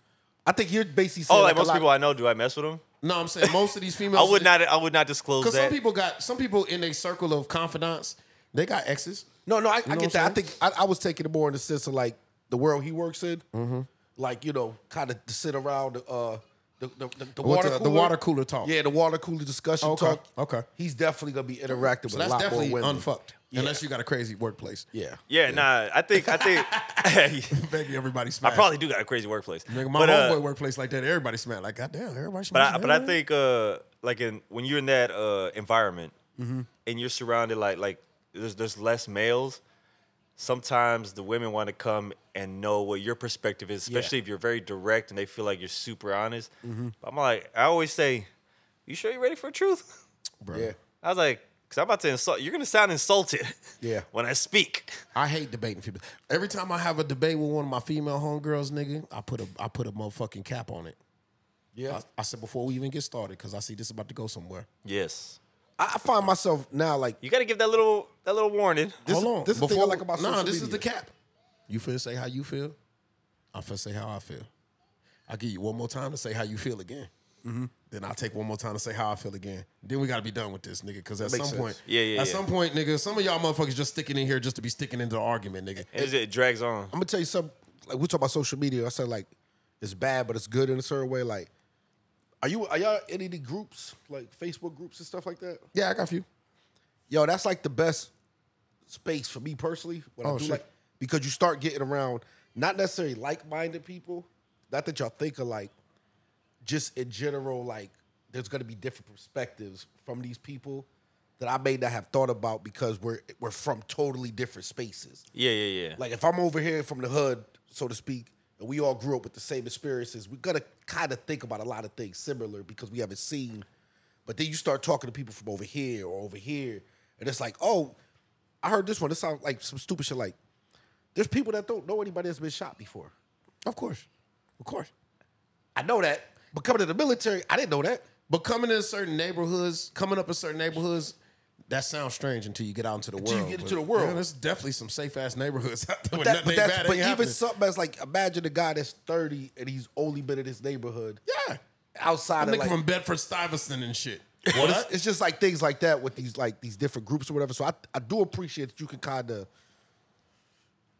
S3: I think you're basically
S1: Oh,
S3: saying
S1: like,
S3: like, a
S1: most
S3: lot-
S1: people I know, do I mess with them?
S2: No, I'm saying most of these
S1: I
S2: females
S1: would not. I would not disclose
S2: Cuz some
S1: that.
S2: people got some people in a circle of confidants, they got exes.
S3: No, no, I,
S2: know
S3: I
S2: what
S3: get that. I
S2: I'm saying?
S3: think I, I was taking it more in the sense of like the world he works in,
S2: Mm-hmm.
S3: like you know, kind of sit around uh, the the, the, the
S2: What uh,
S3: water
S2: the- the
S3: cooler.
S2: water cooler talk.
S3: Yeah, the water cooler discussion
S2: Okay,
S3: talk.
S2: okay.
S3: he's definitely gonna be interacting
S2: So
S3: with a
S2: that's
S3: lot
S2: definitely
S3: more women.
S2: unfucked. Unless you got a crazy workplace.
S3: yeah,
S1: yeah, nah. I think I think
S2: Begging everybody
S1: I
S2: smash.
S1: probably do got a crazy workplace.
S2: Nigga, my
S1: But, uh,
S2: homeboy workplace like that, everybody smash. Like, goddamn, everybody smash.
S1: But I, but I think uh, like in when you're in that uh, environment and you're surrounded like like there's there's less males. Sometimes the women want to come and know what your perspective is, especially if you're very direct and they feel like you're super honest. I'm like, I always say, "You sure you ready for the truth?"
S2: bro.
S3: yeah.
S1: I was like, "Cause I'm about to insult. You're gonna sound insulted.
S3: Yeah.
S1: when I speak.
S2: I hate debating people. Every time I have a debate with one of my female homegirls, nigga, I put a I put a motherfucking cap on it.
S3: Yeah.
S2: I, I said before we even get started, because I see this about to go somewhere.
S1: Yes,
S3: I, I find myself now like
S1: you got to give that little that little warning.
S2: Hold on.
S3: this is the thing I like about
S2: nah,
S3: social
S2: this is
S3: media.
S2: the cap. You finna say how you feel. I finna say how I feel. I give you one more time to say how you feel again.
S3: Mm-hmm.
S2: Then I'll take one more time to say how I feel again. Then we gotta be done with this, nigga. Cause at some
S3: Makes sense.
S2: point,
S1: Yeah, yeah,
S2: at
S1: yeah.
S2: some point, nigga, some of y'all motherfuckers just sticking in here just to be sticking into the argument, nigga.
S1: And it, it drags on.
S3: I'm gonna tell you something. Like we talk about social media. I said like it's bad, but it's good in a certain way. Like, are you are y'all in any groups like Facebook groups and stuff like that?
S2: Yeah, I got a few.
S3: yo, that's like the best space for me personally. When I
S2: Oh,
S3: do
S2: shit.
S3: like because you start getting around not necessarily like-minded people, not that y'all think alike, just in general, like there's gonna be different perspectives from these people that I may not have thought about because we're we're from totally different spaces.
S1: Yeah, yeah, yeah.
S3: Like if I'm over here from the hood, so to speak, and we all grew up with the same experiences, we gotta kind of think about a lot of things similar because we haven't seen. But then you start talking to people from over here or over here, and it's like, oh, I heard this one. This sounds like some stupid shit. Like, there's people that don't know anybody that's been shot before.
S2: Of course. Of course.
S3: I know that, but coming to the military, I didn't know that.
S2: But coming in certain neighborhoods, coming up in certain neighborhoods, that sounds strange until you get out into the
S3: Until you
S2: world.
S3: get into
S2: But,
S3: the world.
S2: man, there's definitely some safe ass neighborhoods out there. But,
S3: That- but that's, but even
S2: happening.
S3: something that's like, imagine a guy that's 30 and he's only been in this neighborhood
S2: yeah,
S3: outside
S2: I'm
S3: of
S2: nigga
S3: like
S2: from Bedford Stuyvesant and shit.
S3: But it's, it's just like things like that with these like these different groups or whatever. So I, I do appreciate that you can kind of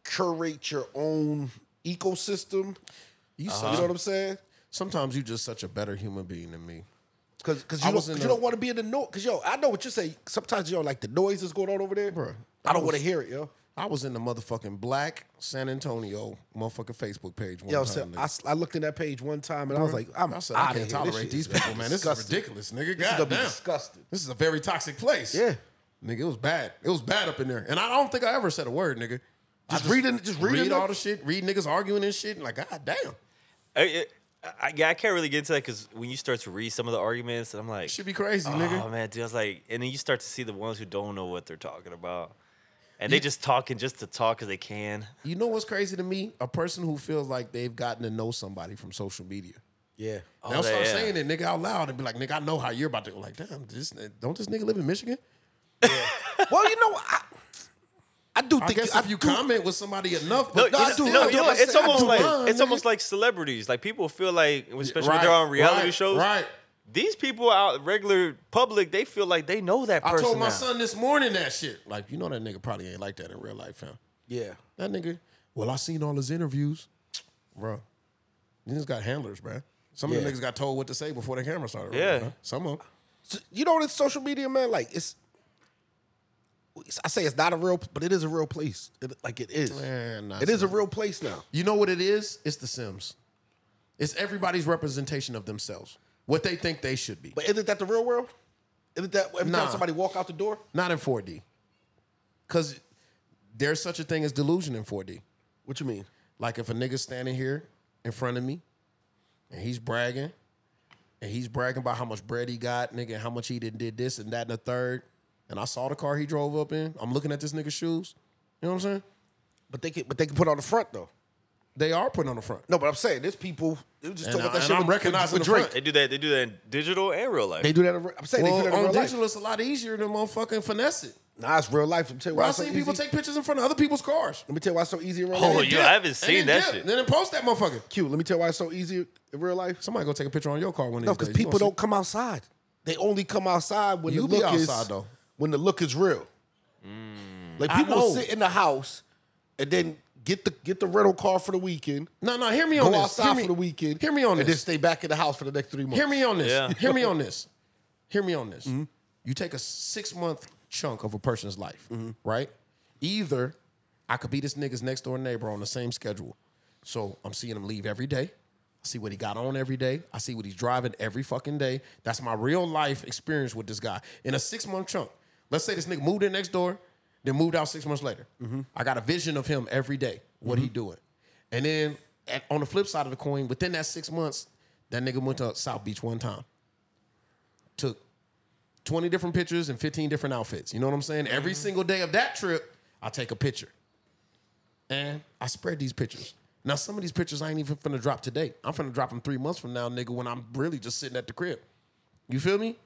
S3: curate your own ecosystem
S2: You,
S3: You know
S2: know
S3: what I'm saying?
S2: sometimes you just such a better human being than me.
S3: Because cause
S2: I
S3: you, don't,
S2: was in
S3: 'cause
S2: a-
S3: you don't want to be in the noise. Because, yo, I know what you say. Sometimes you don't like the noise that's going on over there.
S2: Bruh,
S3: I don't
S2: I
S3: want to
S2: was-
S3: hear it, yo.
S2: I was in the motherfucking black San Antonio motherfucking Facebook page one
S3: Yo,
S2: time.
S3: so
S2: nigga.
S3: I, s- I looked in that page one time and I was like, I'm
S2: I said,
S3: outta
S2: I can't
S3: here. This
S2: tolerate
S3: shit
S2: these
S3: is
S2: people, man. This is
S3: disgusting.
S2: ridiculous, nigga.
S3: This is
S2: God
S3: gonna be
S2: damn.
S3: disgusting.
S2: This is a very toxic place.
S3: Yeah.
S2: Nigga, it was bad. It was bad up in there. And I don't think I ever said a word, nigga. I
S3: Just reading- just reading
S2: Read
S3: the-
S2: all the shit, read niggas arguing and shit. And like, God damn.
S1: I, it- I, yeah, I can't really get into that because when you start to read some of the arguments, and I'm like,
S2: It should be crazy,
S1: Oh
S3: Um,
S2: nigga.
S1: man, dude, I was like, and then you start to see the ones who don't know what they're talking about, and they just talking just to talk because they can.
S2: You know what's crazy to me? A person who feels like they've gotten to know somebody from social media.
S3: Yeah.
S2: They'll start
S1: Oh, yeah.
S2: saying it, nigga, out loud and be like, nigga, I know how you're about to go. Like, damn, this, don't this nigga live in Michigan?
S3: well, you know, I, I do
S2: I
S3: think
S2: guess
S3: I
S2: if you
S3: do-
S2: comment with somebody enough, but
S1: No,
S3: I
S1: you
S3: do-
S1: know-
S3: I
S1: no,
S3: do.
S1: you know,
S3: I
S1: it's
S3: say I
S1: almost
S3: do
S1: like
S2: mine,
S1: it's
S2: nigga.
S1: almost like celebrities. Like people feel like, especially when
S2: Right,
S1: they're on reality
S2: right,
S1: shows,
S2: right.
S1: These people out regular public, they feel like they know that
S2: I
S1: person.
S2: told my
S1: now.
S2: son this morning that shit. Like, you know that nigga probably ain't like that in real life, fam.
S3: Yeah.
S2: That nigga, well, I seen all his interviews. Bro, niggas got handlers, bro. Some of
S3: Yeah.
S2: the niggas got told what to say before the camera started.
S1: Yeah.
S2: Bro. Some of them.
S3: So, you know, this social media, man, like it's. I say it's not a real, but it is a real place. It, like it is.
S2: Man, nah,
S3: it is a
S2: son.
S3: real place now.
S2: You know what it is? It's The Sims. It's everybody's representation of themselves, what they think they should be.
S3: But isn't that the real world? Isn't that every
S2: Nah.
S3: time somebody walk out the door?
S2: Not in 4D. Because there's such a thing as delusion in 4D.
S3: What you mean?
S2: Like if a nigga standing here in front of me and he's bragging and he's bragging about how much bread he got, nigga, and how much he did, did this and that and the third, and I saw the car he drove up in, I'm looking at this nigga's shoes. You know what I'm saying?
S3: But they can, but they can put on the front though.
S2: They are putting on the front.
S3: No, but I'm saying there's people. They were just
S2: And
S3: talking
S2: I-
S3: about that
S2: and
S3: shit.
S2: I'm
S3: with- with-
S2: recognizing
S3: with
S2: the
S3: Drake.
S2: front.
S1: They do that. They do that in digital and real life.
S3: They do that. In, re- I'm saying
S2: Well,
S3: they do that in
S2: on
S3: real
S2: digital,
S3: life.
S2: it's a lot easier than motherfucking finesse it.
S3: Nah, it's real life. I'm telling you
S2: Bro,
S3: why
S2: I've
S3: it's so
S2: seen people
S3: easy.
S2: take pictures in front of other people's cars.
S3: Let me tell you why it's so easy in real
S1: Oh,
S3: life.
S1: yo, I haven't seen that shit.
S2: Then post that motherfucker.
S3: Q, let me tell you why it's so easy in real life.
S2: Somebody go take a picture on your car one of
S3: No,
S2: these
S3: because
S2: days. You
S3: people
S2: gonna
S3: don't come outside. They only come outside when
S2: You
S3: the
S2: be
S3: look is
S2: outside, though.
S3: when the look is real. Like
S2: Mm. I
S3: people will
S2: know.
S3: sit in the house and then get the get the rental car for the weekend,
S2: see- No, no, hear me on
S3: go
S2: this.
S3: outside
S2: hear me,
S3: for the weekend.
S2: Hear me on
S3: and
S2: this.
S3: then stay back in the house for the next three months.
S2: Hear me on this.
S1: Yeah.
S2: Hear me on this. Hear me on this. You take a six month chunk of a person's life, right? Either I could be this nigga's next door neighbor on the same schedule. So I'm seeing him leave every day. I see what he got on every day. I see what he's driving every fucking day. That's my real life experience with this guy in a six month chunk. Let's say this nigga moved in next door, then moved out six months later. I got a vision of him every day, what he doing. And then at, on the flip side of the coin, within that six months, that nigga went to South Beach one time. Took 20 different pictures and 15 different outfits. You know what I'm saying? Every single day of that trip, I take a picture. And I spread these pictures. Now, some of these pictures I ain't even finna drop today. I'm finna drop them three months from now, nigga, when I'm really just sitting at the crib. You feel me?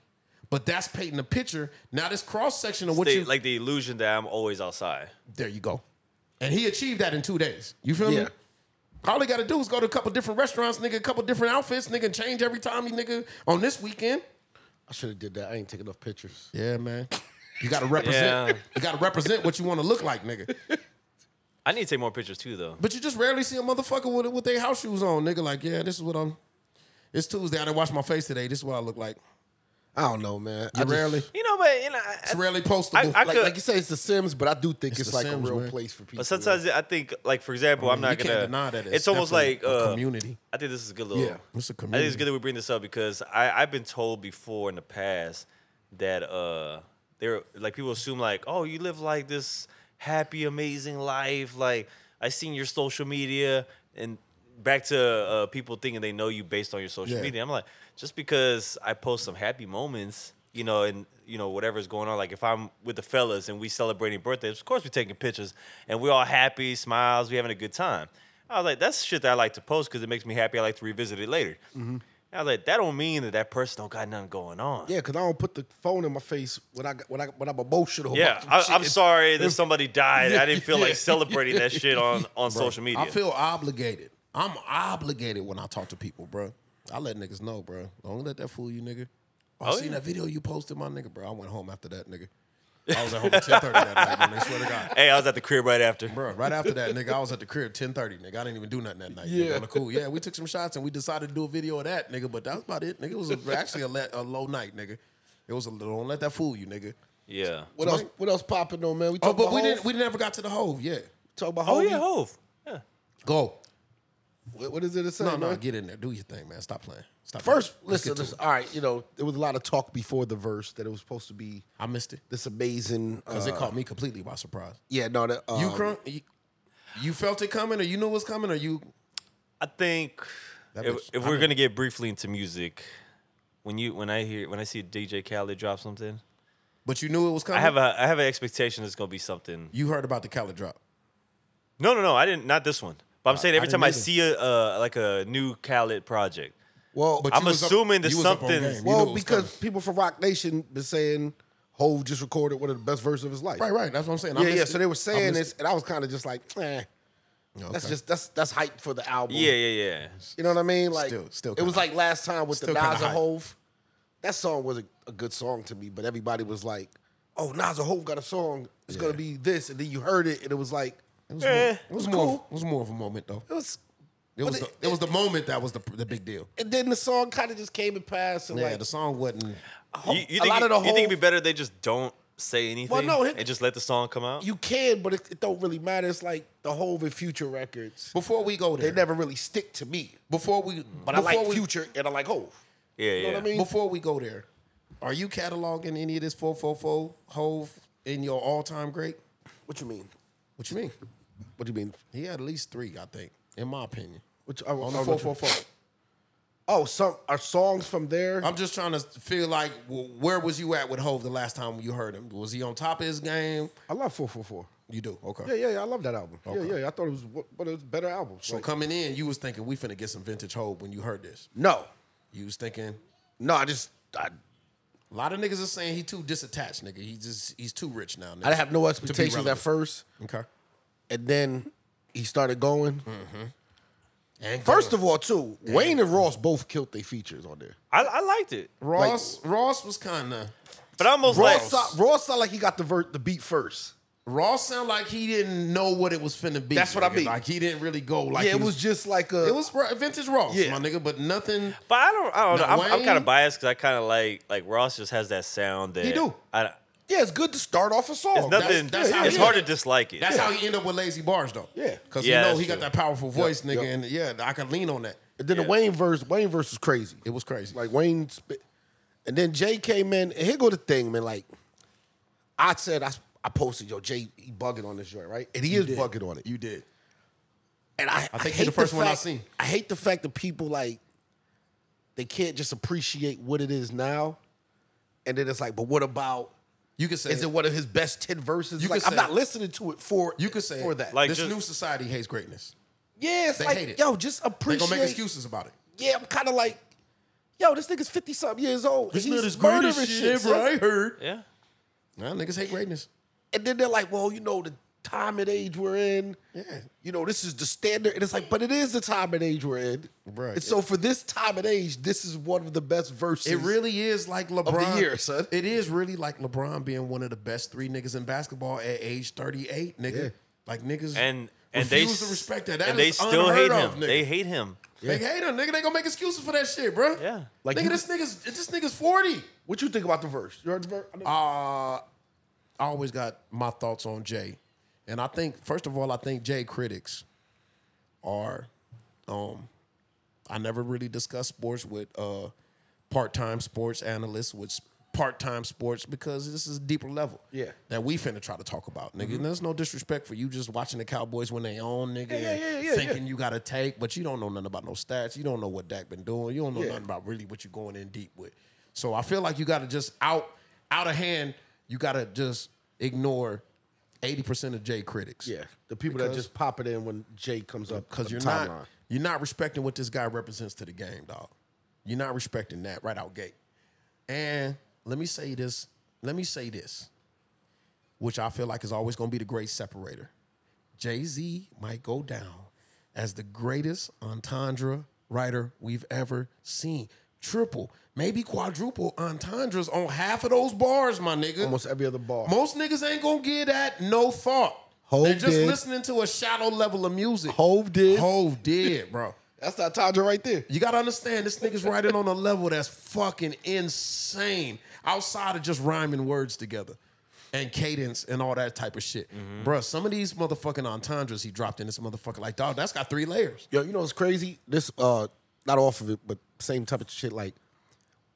S2: But that's painting a picture. Now, this cross section of what
S1: They-
S2: you.
S1: like the illusion that I'm always outside.
S2: There you go. And he achieved that in two days. You feel me?
S3: Yeah.
S2: All he got to do is go to a couple different restaurants, nigga, a couple different outfits, nigga, and change every time he, nigga, on this weekend.
S3: I should have did that. I ain't taking enough pictures.
S2: Yeah, man. You got to represent.
S1: Yeah.
S2: You got to represent what you want to look like, nigga.
S1: I need to take more pictures too, though.
S2: But you just rarely see a motherfucker with with their house shoes on, nigga. Like, yeah, this is what I'm. It's Tuesday. I didn't wash my face today. This is what I look like.
S3: I don't know, man. I
S2: You
S3: just-
S2: rarely.
S1: You know, but you know,
S2: It's
S1: I,
S2: rarely postable.
S1: I
S3: like,
S1: could-
S3: like you say, it's the Sims, but I do think it's,
S2: the
S3: like
S2: Sims,
S3: a real
S2: man.
S3: place for people.
S1: but sometimes I think, like for example, I'm not
S2: mean, you can't
S1: gonna.
S2: deny that it's
S1: it's almost like
S2: definitely a
S1: uh,
S2: community.
S1: I think this is a good little.
S3: Yeah,
S2: it's
S1: I think
S2: a
S1: it's
S2: community.
S1: good that we bring this up because I, I've been told before in the past that uh, there like people assume like, oh, you live like this happy, amazing life. Like I seen your social media and. Back to uh, people thinking they know you based on your social
S2: Yeah.
S1: media. I'm like, just because I post some happy moments, you know, and you know whatever's going on. Like if I'm with the fellas and we celebrating birthdays, of course we're taking pictures and we're all happy, smiles, we having a good time. I was like, that's shit that I like to post because it makes me happy. I like to revisit it later.
S2: Mm-hmm.
S1: I was like, that don't mean that that person don't got nothing going on.
S3: yeah, because I don't put the phone in my face when I got- when I when I'm emotional.
S1: Yeah,
S3: about some
S1: I,
S3: shit.
S1: I'm sorry that somebody died. I didn't feel
S2: Yeah.
S1: like celebrating that shit on, on social media.
S2: I feel obligated. I'm obligated when I talk to people, bro. I let niggas know, bro. Don't let that fool you, nigga. I
S1: Oh,
S2: seen
S1: yeah.
S2: that video you posted, my nigga, bro. I went home after that, nigga. I was at home at ten thirty that night. Man. I swear to God,
S1: Hey, I was at the crib right after.
S2: bro. Right after that, nigga, I was at the crib ten thirty. Nigga, I didn't even do nothing that night.
S3: Yeah.
S2: Yeah, cool. Yeah, we took some shots and we decided to do a video of that, nigga. But that was about it, nigga. It was a- actually a, le- a low night, nigga. It was a don't let that fool you, nigga.
S1: Yeah.
S3: What else? What else popping though, man? We talk
S2: Oh, but
S3: about
S2: we
S3: Hov?
S2: didn't. We never got to the hove. Yeah,
S3: talk about
S1: Oh
S3: Hov?
S1: yeah, Hove. Yeah.
S2: go.
S3: What, what is it to say?
S2: No, no,
S3: man?
S2: get in there. Do your thing, man. Stop playing. Stop.
S3: First,
S2: playing. Let's
S3: listen.
S2: get to
S3: listen
S2: it.
S3: all right, you know there was a lot of talk before the verse that it was supposed to be
S2: I missed it
S3: this amazing.
S2: because
S3: uh,
S2: it caught me completely by surprise.
S3: yeah, no, that, um,
S2: You crunk. You, you felt it coming, or you knew it was coming, or you
S1: I think
S2: That
S1: if,
S2: bitch-
S1: if
S2: I
S1: we're
S2: mean-
S1: gonna get briefly into music, when you when I hear when I see DJ Khaled drop something,
S2: But you knew it was coming.
S1: I have a I have an expectation it's gonna be something.
S2: You heard about the Khaled drop.
S1: No, no, no. I didn't. Not this one. But I'm saying
S2: I
S1: every time
S2: didn't
S1: I
S2: either.
S1: see a uh, like a new Khaled project,
S3: Well,
S2: But
S1: I'm
S2: you was up-
S1: assuming that
S2: you was up on
S1: something's-
S2: game. You knew it
S3: well,
S2: was
S3: because
S2: coming.
S3: people from Rock Nation been saying Hove just recorded one of the best verses of his life.
S2: right, right. That's what I'm saying. I
S3: Yeah, yeah.
S2: missed
S3: So
S2: it.
S3: they were
S2: I
S3: saying
S2: missed
S3: this, and I was kind of just like, eh,
S2: it. No,
S3: that's
S2: okay.
S3: just that's that's hype for the album.
S1: yeah, yeah, yeah.
S3: You know what I mean? Like,
S2: Still- still
S3: it was
S2: kinda-
S3: like last time with the
S2: still kinda
S3: Nas and
S2: hype.
S3: Hove. That song was a, a good song to me, but everybody was like, "Oh, Nas and Hove got a song. It's gonna be this," and then you heard it, and it was like,
S2: It was,
S1: eh,
S2: more, it was more. Of, it was more of a moment, though.
S3: it was.
S2: It was.
S3: it-
S2: the, it was the moment that was the the big deal.
S3: And then the song kind of just came and passed, and
S2: Yeah,
S3: like,
S2: the song wasn't.
S1: You, you
S3: a
S1: think
S3: lot
S1: it-
S3: of the
S1: you think it'd be
S3: Hov-
S1: better they just don't say anything
S3: no, it-
S1: and just let the song come out?
S3: you can, but it, it don't really matter. It's like the Hove and Future records.
S2: Before we go there,
S3: They never really stick to me,
S2: before we,
S3: but
S2: before
S3: I like
S2: we,
S3: Future and I like Hove.
S1: yeah, yeah.
S3: You know what I mean?
S2: Before we go there, are you cataloging any of this four four four hove in your all time great?
S3: What you mean?
S2: What you mean?
S3: What do you mean?
S2: He had at least three, I think, in my opinion.
S3: Which I,
S2: On the uh, four four four.
S3: Oh, some are songs from there.
S2: I'm just trying to feel like well, where was you at with Hove the last time you heard him? Was he on top of his game?
S3: I love Four Four Four.
S2: You do okay.
S3: Yeah, yeah, yeah. I love that album.
S2: Okay.
S3: Yeah, yeah, yeah. I thought it was one one of the better albums.
S2: So
S3: Like,
S2: coming in, you was thinking we finna get some vintage Hove when you heard this.
S3: no,
S2: You was thinking
S3: no. I just I,
S2: a lot of niggas are saying he too disattached, nigga. He just he's too rich now. Nigga,
S3: I have no
S2: to be
S3: expectations at
S2: relevant.
S3: first,
S2: Okay.
S3: and then he started going.
S2: And
S3: First of all, too, Wayne and Ross both killed their features on there.
S1: I, I liked it,
S2: Ross Ross was kind of
S1: but I almost
S3: Ross,
S1: like
S3: sound- Ross sound like he got the ver- the beat first.
S2: Ross sound like he didn't know what it was finna be.
S3: That's what I
S2: nigga.
S3: mean.
S2: Like he didn't really go. Like
S3: yeah,
S2: he
S3: it was just like a.
S2: it was ro- vintage Ross,
S3: Yeah.
S2: my nigga. But nothing.
S1: But I don't. I don't know.
S2: Now,
S1: I'm, I'm
S2: Wayne-
S1: kind of biased because I kind of like like Ross just has that sound that
S2: do.
S1: I,
S3: yeah. It's good to start off a song.
S1: it's nothing.
S2: Oh, that's how
S1: it's
S2: he-
S1: hard to dislike it.
S2: That's how he end up with lazy bars though.
S3: Yeah.
S2: because
S1: Yeah,
S2: you know
S1: that's
S2: he got
S1: true.
S2: that powerful voice, nigga,
S3: yeah.
S2: and yeah, I can lean on that.
S3: And then
S1: Yeah.
S3: the Wayne verse, Wayne verse was crazy.
S2: It was crazy.
S3: Like Wayne, spit. and then Jay came in. And here go the thing, man. Like I said, I I posted, yo, Jay, he bugging on this joint, right? And he is
S2: did.
S3: bugging on it.
S2: you did.
S3: And I, I
S2: think
S3: think
S2: you're
S3: hate
S2: the first
S3: the
S2: one I
S3: fact,
S2: seen.
S3: I hate the fact that people like they can't just appreciate what it is now, and then it's like, but what about?
S2: You could say
S3: Is it one of his best ten verses?
S2: You
S3: like,
S2: could
S3: I'm
S2: say-
S3: not listening to it for
S2: You could say
S3: for that.
S1: Like,
S2: this
S1: just-
S2: new society hates greatness.
S3: yeah, it's
S2: they
S3: like,
S2: hate it.
S3: yo, just
S2: They
S3: appreciate.
S2: gonna make excuses about it.
S3: yeah, I'm kind of like, yo, this nigga's 50 something years old. and he's murdering son.
S2: heard.
S1: yeah.
S2: Nah, niggas hate greatness.
S3: And then they're like, well, you know, the time and age we're in.
S2: Yeah.
S3: You know, this is the standard. And it's like, but it is the time and age we're in.
S2: Right.
S3: And so for this time and age, this is one of the best verses.
S2: It really is like LeBron.
S3: year, son.
S2: It is really like LeBron being one of the best three niggas in basketball at age 38, nigga.
S3: Yeah.
S2: Like niggas
S1: And and they
S2: refuse to respect that. That
S1: and they
S2: is
S1: still
S2: unheard
S1: hate
S2: of,
S1: him.
S2: Nigga.
S1: They hate him.
S2: They hate him, nigga. They gonna make excuses for that shit, bro.
S1: Yeah.
S2: Like
S3: Like,
S2: nigga,
S3: you-
S2: this nigga's this nigga's 40.
S3: What you think about the verse? You heard the verse? I know-
S2: Uh, I always got my thoughts on Jay, and I think first of all, I think Jay critics are, um, I never really discuss sports with uh, part-time sports analysts with s- part-time sports because this is a deeper level.
S3: Yeah. Mm-hmm.
S2: that we finna try to talk about, nigga. And there's no disrespect for you just watching the Cowboys when they own, nigga,
S3: yeah,
S2: and
S3: yeah, yeah, yeah.
S2: thinking you got to take, but you don't know nothing about no stats. You don't know what Dak been doing. You don't know
S3: Yeah.
S2: nothing about really what you're going in deep with. So I feel like you got to just out out of hand. You got to just ignore eighty percent of Jay critics.
S3: yeah. The people that
S2: Because-
S3: just pop it in when Jay comes up.
S2: because
S3: on
S2: you're
S3: the
S2: not
S3: timeline.
S2: you're not respecting what this guy represents to the game, dog. You're not respecting that right out gate. And let me say this. Let me say this, which I feel like is always going to be the great separator. Jay Z might go down as the greatest entendre writer we've ever seen. triple, maybe quadruple entendres on half of those bars, my nigga.
S3: Almost every other bar.
S2: Most niggas ain't gonna give that no thought.
S3: Hov
S2: They're just
S3: did.
S2: listening to a shallow level of music.
S3: Hove did.
S2: Hove did, bro.
S3: That's that Todger right there.
S2: You gotta understand, this nigga's writing on a level that's fucking insane. Outside of just rhyming words together and cadence and all that type of shit.
S3: Mm-hmm.
S2: Bruh, some of these motherfucking entendres he dropped in this motherfucker, like, dog, that's got three layers.
S3: Yo, you know what's crazy? This uh not off of it, but same type of shit. Like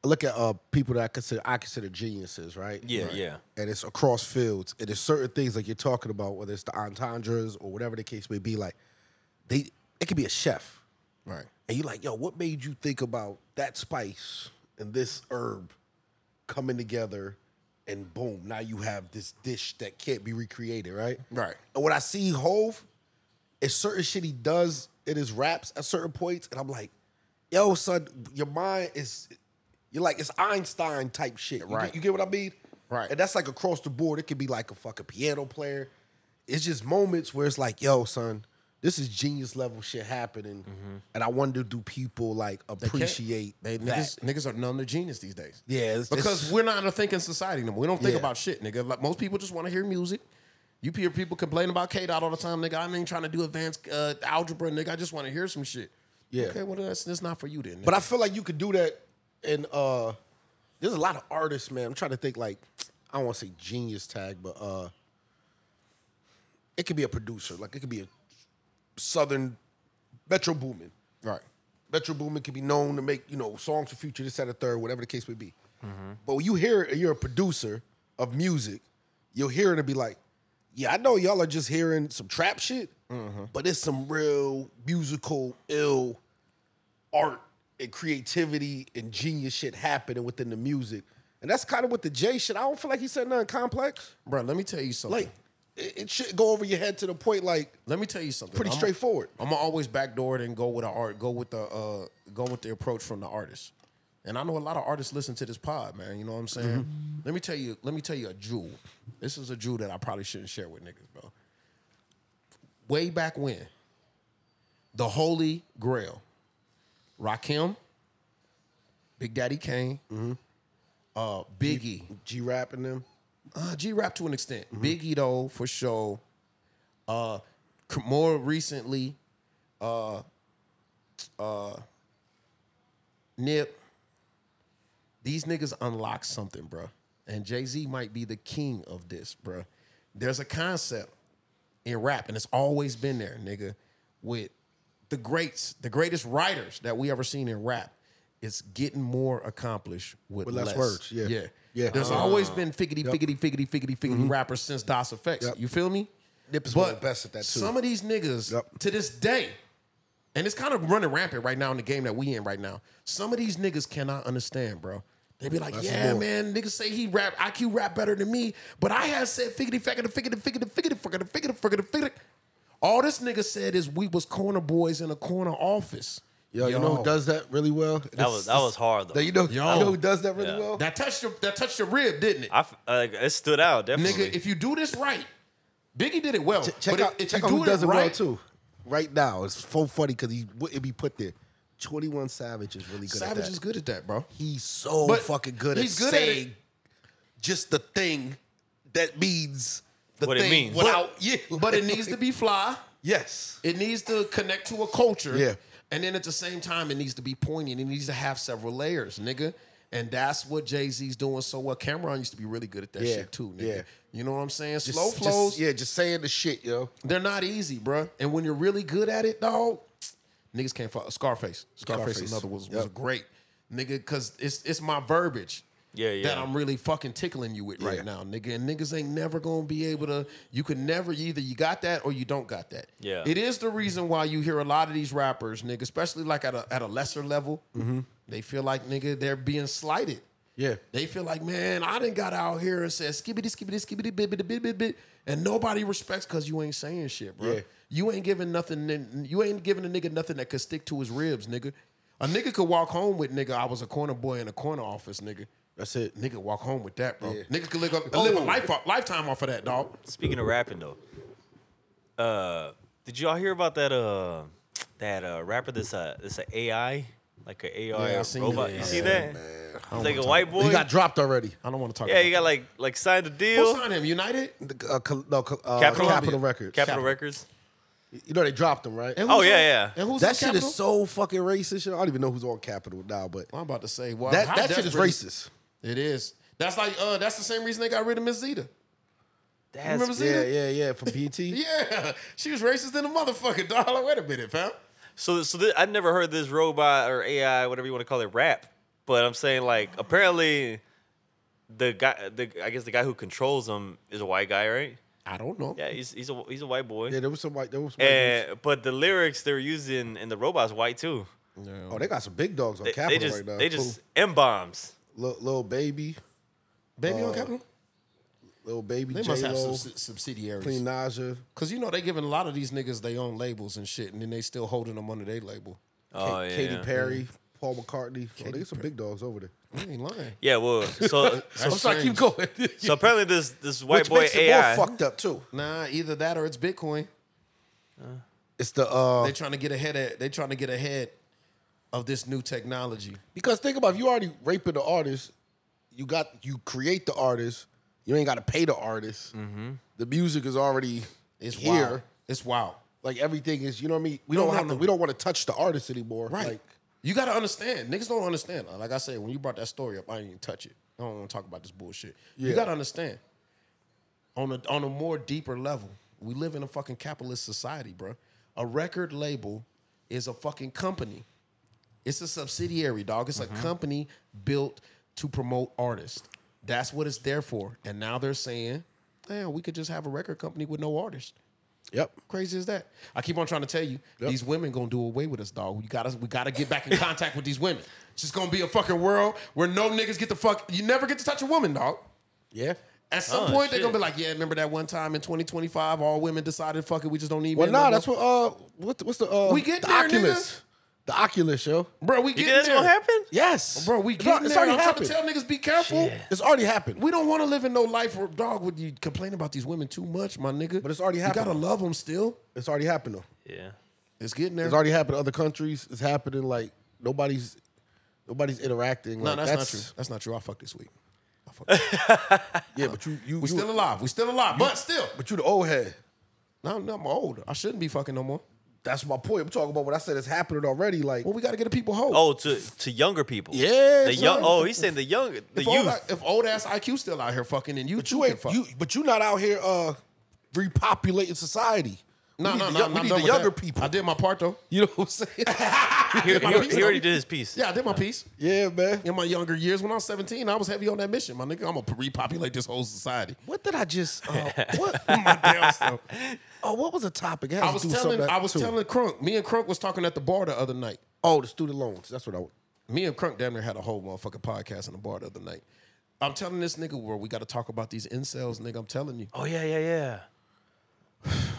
S3: I look at uh people that I consider I consider geniuses, right?
S1: Yeah,
S3: Right.
S1: yeah.
S3: And it's across fields. And there's certain things like you're talking about, whether it's the entendres or whatever the case may be, like they it could be a chef.
S2: Right.
S3: And you're like, yo, what made you think about that spice and this herb coming together and boom, now you have this dish that can't be recreated, right?
S2: Right.
S3: And when I see Hove, it's certain shit he does in his raps at certain points, and I'm like, yo, son, your mind is you're like it's Einstein type shit. You get-
S2: Right.
S3: You get what I mean?
S2: Right.
S3: And that's like across the board. It could be like a fucking piano player. It's just moments where it's like, yo, son, this is genius level shit happening. And I wonder do people like
S2: Mm-hmm.
S3: appreciate
S2: They,
S3: that?
S2: niggas, niggas are none the genius these days.
S3: yeah, it's,
S2: Because
S3: it's-
S2: we're not a thinking society anymore. We don't think
S3: Yeah.
S2: about shit, nigga. Like most people just want to hear music. You hear people complain about K dot all the time, nigga. I ain't trying to do advanced uh, algebra, nigga. I just want to hear some shit.
S3: Yeah.
S2: Okay, well that's that's not for you then.
S3: But I feel like you could do that and uh there's a lot of artists, man. I'm trying to think like I don't want to say genius tag, but uh it could be a producer, like it could be a southern Metro Boomin.
S2: right.
S3: Metro Boomin could be known to make, you know, songs for future, this, that, and the third, whatever the case may be. But when you hear it and you're a producer of music, you'll hear it and be like, yeah, I know y'all are just hearing some trap shit, but it's some real musical, ill art and creativity and genius shit happening within the music. And that's kind of what the J shit. I don't feel like he said nothing complex.
S2: Bro, let me tell you something.
S3: Like, it, it should go over your head to the point, like,
S2: let me tell you something.
S3: pretty
S2: I'm-
S3: straightforward.
S2: I'm gonna always backdoor it and go with the art, go with the uh, go with the approach from the artist. And I know a lot of artists listen to this pod, man. You know what I'm saying? Let me tell you, let me tell you a jewel. This is a jewel that I probably shouldn't share with niggas, bro. Way back when, the Holy Grail, Rakim, Big Daddy Kane, uh, Biggie,
S3: G rapping them.
S2: uh, G Rap to an extent.
S3: Mm-hmm.
S2: Biggie though for sure. Uh, c- more recently, uh, uh, Nip. These niggas unlock something, bruh. And Jay Z might be the king of this, bruh. There's a concept in rap, and it's always been there, nigga. With the greats, the greatest writers that we ever seen in rap, it's getting more accomplished with,
S3: less words, yeah.
S2: yeah,
S3: Yeah.
S2: There's always been figgity, figgity, figgity, figgity, figgity rappers since DOS Effects.
S3: Yep.
S2: You feel me?
S3: Mm-hmm. Nip is one of the best at that, too.
S2: Some of these niggas
S3: Yep.
S2: to this day, and it's kind of running rampant right now in the game that we in right now. Some of these niggas cannot understand, bro. They be like, yeah,
S3: more.
S2: man, niggas say he rap, IQ rap better than me, but I had said figgity, figgity, figgity, figgity, figgity, figgity, figgity, figgity, figgity. All this nigga said is we was corner boys in a corner office.
S3: Yo, you know who does that really well? That
S1: was- that was hard, though.
S3: You know, you
S2: Yo.
S3: know who does that really
S1: Yeah.
S3: well?
S2: that touched your that touched your rib, didn't it?
S1: I f- uh, like it stood out definitely.
S2: Nigga, if you do this right, Biggie did it well.
S3: check
S2: but
S3: out,
S2: if, if
S3: check
S2: you
S3: out
S2: do
S3: who does it
S2: right,
S3: well too. Right now, it's so funny because he wouldn't be put there. Twenty One Savage is really good. at
S2: Savage
S3: that.
S2: is good at that, bro.
S3: He's so
S2: But
S3: fucking good
S2: he's
S3: at
S2: good at it.
S3: saying just the thing that means the
S1: What it
S3: thing
S1: means.
S3: without
S2: But- but it needs to be fly.
S3: yes.
S2: It needs to connect to a culture.
S3: Yeah.
S2: And then at the same time, it needs to be poignant. It needs to have several layers, nigga. And that's what Jay Z's doing so well. Cameron used to be really good at that
S3: Yeah,
S2: shit too, nigga.
S3: yeah.
S2: You know what I'm saying?
S3: Just-
S2: Slow
S3: just-
S2: flows,
S3: yeah, just saying the shit, yo.
S2: they're not easy, bruh. And when you're really good at it, dog, niggas can't fuck. Scarface, Scarface,
S3: Scarface.
S2: another was was
S3: Yep.
S2: great, nigga, because it's it's my verbiage.
S1: Yeah, yeah.
S2: That I'm really fucking tickling you with
S3: Yeah.
S2: right now, nigga. And niggas ain't never gonna be able to. You could never either you got that or you don't got that.
S1: Yeah.
S2: It is the reason why you hear a lot of these rappers, nigga, especially like at a at a lesser level,
S3: Mm-hmm.
S2: they feel like nigga they're being slighted.
S3: Yeah.
S2: They feel like, man, I didn't got out here and said skibbity, skibbity, skibbity, bit, bit, bit, bit, bit, and nobody respects because you ain't saying shit, bro.
S3: Yeah.
S2: You ain't giving nothing. You ain't giving a nigga nothing that could stick to his ribs, nigga. A nigga could walk home with nigga. I was a corner boy in a corner office, nigga.
S3: That's it.
S2: Nigga walk home with that, bro.
S3: Yeah.
S2: Nigga could live a, live a life off, lifetime off of that, dog.
S1: Speaking of rapping though, uh, did y'all hear about that uh that uh rapper that's a that's a AI like an AR
S2: Yeah, Oh I seen
S1: robot.
S2: that.
S1: You
S2: I
S1: see
S2: seen
S1: that?
S2: don't
S1: Like
S2: wanna
S1: a
S2: talk
S1: white boy.
S3: He got dropped already.
S2: I don't want to talk.
S1: yeah,
S2: about
S1: you got like like signed a
S2: Who
S1: deal.
S2: signed him? United.
S3: The, uh, Col- no, Col- uh,
S1: Capitol-
S3: Capitol, Records.
S1: Capital Records.
S3: You know they dropped him, right?
S1: Oh, yeah, yeah.
S2: And who's
S3: that
S2: on
S3: shit
S2: Capitol?
S3: is so fucking racist. yo. I don't even know who's on Capitol now, but
S2: I'm about to say wow,
S3: that
S2: how
S3: that shit is
S2: desperate-
S3: racist.
S2: It is. That's like uh, that's the same reason they got rid of Miss Zeta.
S1: That's
S2: remember
S3: Yeah,
S2: Zeta?
S3: yeah, yeah. From PT.
S2: Yeah, she was racist than a motherfucker, dog. Like, wait a minute, fam.
S1: So, so th- I never heard this robot or AI, whatever you want to call it, rap. But I'm saying like apparently, the guy, the I guess the guy who controls them is a white guy, right?
S2: I don't know.
S1: Yeah, he's he's a he's a white boy.
S3: Yeah, there was some white. There was some white dudes.
S1: and, but the lyrics they're using in the robot's white too.
S3: Oh, they got some big dogs on
S1: They,
S3: Capitol
S1: they just
S3: right now.
S1: they just M bombs.
S3: little, baby,
S2: Baby
S3: Uh,
S2: on Capitol.
S3: little baby.
S2: They
S3: J-Lo,
S2: must have some subsidiaries.
S3: Queen Naja.
S2: Cause you know they giving a lot of these niggas they own labels and shit, and then they still holding them under their label.
S1: Oh yeah.
S3: Katy Perry, Paul McCartney. oh, they got some big dogs over there.
S2: You ain't lying.
S1: Yeah, well, so so,
S2: I'm sorry, keep
S3: going.
S1: so apparently this this white
S3: Which
S1: boy
S3: makes it
S1: AI.
S3: more fucked up too.
S2: Nah, either that or it's Bitcoin.
S3: It's the uh
S2: They trying to get ahead. Of, they trying to get ahead of this new technology.
S3: because think about if you already raping the artist, you got you create the artist, you ain't got to pay the artist.
S1: Mm-hmm.
S3: The music is already
S2: It's
S3: here.
S2: wild. It's wild.
S3: Like everything is, you know what I mean. We
S2: No,
S3: don't
S2: no,
S3: have
S2: no.
S3: to. We don't want to touch the artist anymore.
S2: Right.
S3: Like,
S2: you got to understand. Niggas don't understand. Like I said, when you brought that story up, I didn't even touch it. I don't want to talk about this bullshit. You
S3: Yeah.
S2: got to understand. On a on a more deeper level, we live in a fucking capitalist society, bro. A record label is a fucking company. It's a subsidiary, dog. It's a company built to promote artists. That's what it's there for. And now they're saying, man, we could just have a record company with no artists
S3: yep.
S2: crazy is that? I keep on trying to tell you, these women gonna do away with us, dog. We gotta we gotta get back in contact with these women. It's just gonna be a fucking world where no niggas get the fuck. You never get to touch a woman, dog.
S3: Yeah.
S2: At some
S1: Oh,
S2: point,
S1: shit.
S2: they're gonna be like, yeah, remember that one time in 2025, all women decided, fuck it, we just don't need
S3: Well,
S2: men.
S3: nah,
S2: no
S3: that's
S2: more."
S3: what. Uh, what, what's the uh?
S2: We get
S3: the
S2: there,
S3: Oculus. The Oculus, yo.
S2: Bro, we
S1: You
S2: get
S1: think that's
S2: there.
S1: gonna happen?
S3: Yes,
S2: Bro, we
S3: It's
S2: get
S3: al- it's
S2: there.
S3: already
S2: I'm trying to
S3: happened.
S2: tell niggas, be careful.
S3: It's already happened.
S2: We don't want to live in no life where, dog, would you complain about these women too much, my nigga?
S3: But it's already
S2: You gotta
S3: happening.
S2: love them still.
S3: It's already happened though.
S1: Yeah.
S2: It's getting there.
S3: It's already happened in other countries. It's happening like nobody's nobody's interacting.
S2: no,
S3: Like,
S2: that's, not true. That's not true. I fucked this week. I fucked this
S3: Yeah, but you you, you
S2: We still alive. We still alive. but still,
S3: but you the old head.
S2: no, no, I'm old. I shouldn't be fucking no more.
S3: That's my point. I'm talking about what I said. It's happening already. Like
S2: Well, we got to get the people whole.
S1: Oh, to to younger people.
S3: Yeah,
S1: The young.
S3: son.
S1: Oh, he's saying the young, the
S2: if old,
S1: youth.
S2: if old ass IQ still out here fucking, and you
S3: but you ain't you but you not out here uh repopulating society. We
S2: No,
S3: need
S2: no,
S3: the
S2: no.
S3: young-
S2: I'm
S3: We need
S2: done
S3: the
S2: with
S3: younger
S2: that.
S3: people.
S2: I did my part though.
S3: You know what I'm saying?
S1: He, he-
S2: my
S1: he
S2: piece,
S1: already
S2: though.
S1: did his piece.
S2: Yeah, I did my piece.
S3: yeah, man.
S2: In my younger years, when I was 17, I was heavy on that mission. My nigga, I'm gonna repopulate this whole society.
S3: What did I just? Uh, what?
S2: My damn self.
S3: oh, what was the topic? had
S2: I
S3: to
S2: was
S3: do
S2: telling,
S3: something
S2: I was
S3: too.
S2: telling Crunk. Me and Crunk was talking at the bar the other night.
S3: Oh, the student loans. That's what I.
S2: Me and Crunk damn near had a whole motherfucking podcast in the bar the other night. I'm telling this nigga, where we got to talk about these incels, nigga. I'm telling you.
S1: Oh yeah, yeah, yeah.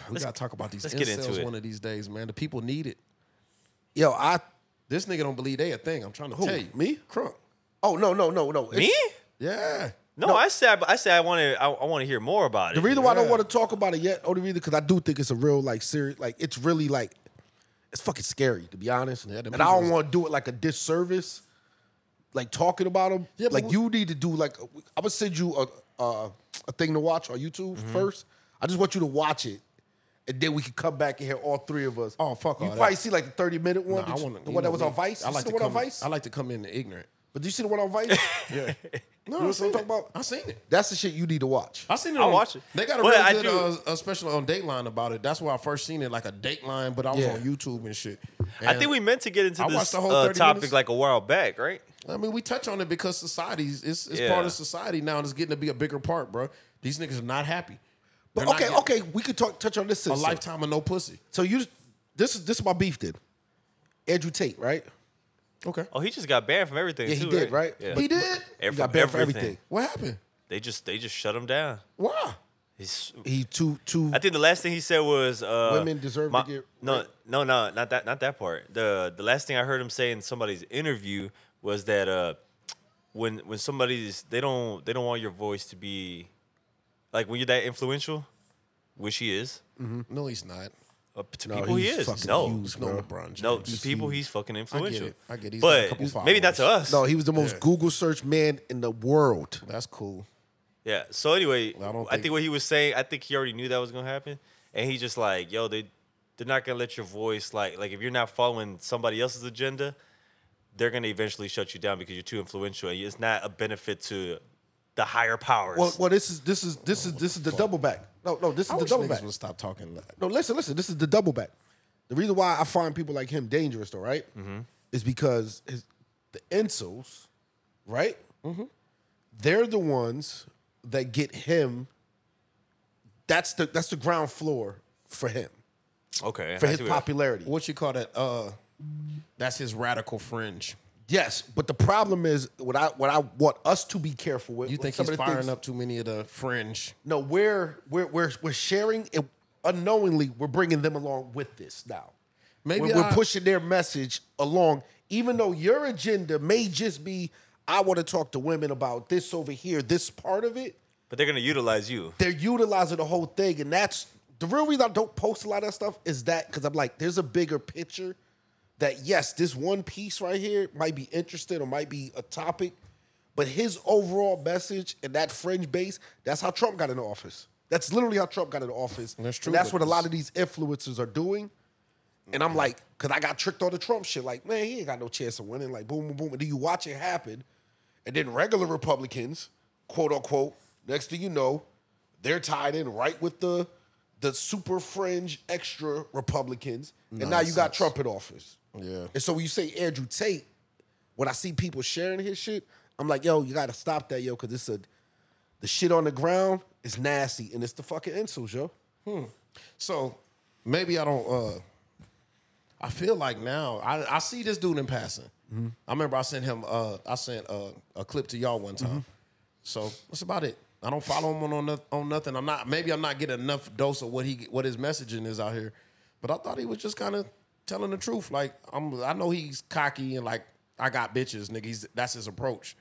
S2: We gotta talk about these
S1: let's
S2: incels
S1: get into it.
S2: one of these days, man. The people need it.
S3: Yo, I.
S2: This nigga don't believe they a thing. I'm trying to tell you.
S3: me?
S2: Crunk.
S3: Oh no no no no.
S1: Me?
S3: It's-
S2: Yeah.
S1: No, I said I said I want to I, I want to hear more about it.
S3: The reason why I don't
S2: Yeah.
S3: want to talk about it yet, only reason because I do think it's a real like serious, like it's really like it's fucking scary to be honest.
S2: Yeah, them
S3: and I don't
S2: people-
S3: want to do it like a disservice, like talking about them.
S2: Yeah, but
S3: like
S2: we-
S3: you need to do like I'm gonna send you a a, a thing to watch on YouTube
S2: Mm-hmm.
S3: first. I just want you to watch it, and then we can come back and hear all three of us.
S2: Oh, fuck
S3: You
S2: all
S3: probably
S2: that.
S3: see like the 30 minute one,
S2: Nah,
S3: Did you-
S2: wanna-
S3: the
S2: you
S3: one
S2: know
S3: that was on
S2: me,
S3: Vice.
S2: I
S3: You
S2: like
S3: see the
S2: to
S3: one on
S2: come.
S3: Vice.
S2: I like to come in ignorant.
S3: but do you see the one on Vice?
S2: Yeah.
S3: You know what I'm talking about?
S2: I seen it.
S3: That's the shit you need to watch.
S2: I seen it.
S1: I
S2: on-
S1: watch it.
S2: They got a
S1: But
S2: really
S1: I
S2: good
S1: do-
S2: uh, a special on Dateline about it. That's where I first seen it, like a Dateline, but I was
S3: Yeah.
S2: on YouTube and shit.
S1: I think we meant to get into
S2: I watched
S1: this
S2: the whole
S1: uh,
S2: 30
S1: topic
S2: minutes.
S1: like a while back, right?
S2: I mean, we touch on it because society's it's, it's
S1: Yeah.
S2: part of society now, and it's getting to be a bigger part, bro. These niggas are not happy.
S3: but
S2: They're not
S3: okay,
S2: getting
S3: okay, we could talk touch on this.
S2: A
S3: since-
S2: lifetime of no pussy.
S3: So you, this is this is my beef then. Andrew Tate, right?
S2: Okay.
S1: Oh, he just got banned from everything.
S3: Yeah, he
S1: too,
S3: did, right?
S1: Yeah.
S2: He did.
S1: And
S3: He
S1: from
S3: got banned for everything.
S2: What happened?
S1: They just they just shut him down.
S2: Why?
S1: He's
S3: He too too.
S1: I think the last thing he said was uh,
S3: Women deserve to get
S1: no no no not that not that part. The the last thing I heard him say in somebody's interview was that uh, when when somebody's they don't they don't want your voice to be like when you're that influential, which he is.
S3: Mm.
S2: No, he's not.
S1: Uh, to
S2: No,
S3: oh,
S1: people he
S2: he's
S1: is.
S2: fucking
S1: No,
S2: huge, bro. LeBron
S1: no,
S2: James.
S1: to people he's fucking influential.
S2: it. I get it. He's got a
S1: but
S2: couple
S1: maybe not to
S2: followers.
S1: us.
S3: No, he was the most Google search man in the world.
S2: That's cool.
S1: Yeah. So anyway, I,
S2: don't
S1: think,
S2: think-
S1: what he was saying, I think he already knew that was gonna happen, and he just like, yo, they they're not gonna let your voice like like if you're not following somebody else's agenda, they're gonna eventually shut you down because you're too influential and it's not a benefit to the higher powers.
S3: Well, well, this is this is this is this is the double back. No, no, this is
S2: Oh, I
S3: the
S2: wish
S3: double
S2: niggas
S3: back.
S2: would stop talking. like-
S3: No, listen, listen. This is the double back. The reason why I find people like him dangerous, though, right,
S2: Mm-hmm.
S3: is because his, the insults, right?
S2: Mm-hmm.
S3: They're the ones that get him. That's the that's the ground floor for him
S1: okay.
S3: for
S1: I
S3: his
S1: see what-
S3: popularity.
S2: What you call that? Uh, that's his radical fringe.
S3: Yes, but the problem is what I what I want us to be careful with.
S2: You think
S3: some
S2: he's
S3: of the
S2: firing
S3: things-
S2: up too many of the fringe?
S3: No, we're we're we're we're sharing and unknowingly we're bringing them along with this now.
S2: Maybe
S3: we're, we're
S2: I-
S3: pushing their message along, even though your agenda may just be I want to talk to women about this over here, this part of it.
S1: But they're gonna utilize you.
S3: They're utilizing the whole thing, and that's the real reason I don't post a lot of that stuff is that because I'm like, there's a bigger picture. That yes, this one piece right here might be interesting or might be a topic, but his overall message and that fringe base, that's how Trump got into office. That's literally how Trump got into office.
S2: That's true,
S3: And that's what a
S2: because-
S3: lot of these influencers are doing. And I'm like, because I got tricked on the Trump shit. Like, man, he ain't got no chance of winning. Like, boom, boom, boom. And then you watch it happen. And then regular Republicans, quote unquote, next thing you know, they're tied in right with the the super fringe extra Republicans. And now you got Trump in office.
S2: Yeah.
S3: And so when you say Andrew Tate, when I see people sharing his shit, I'm like, yo, you gotta stop that, yo, because it's a the shit on the ground is nasty and it's the fucking insults, yo.
S2: So maybe I don't. uh I feel like now I, I see this dude in passing. I remember I sent him. uh I sent uh, a clip to y'all one time. So that's about it. I don't follow him on on, noth- on nothing. I'm not. Maybe I'm not getting enough dose of what he what his messaging is out here. But I thought he was just kind of telling the truth. Like I'm. I know he's cocky and like I got bitches, nigga. He's, that's his approach.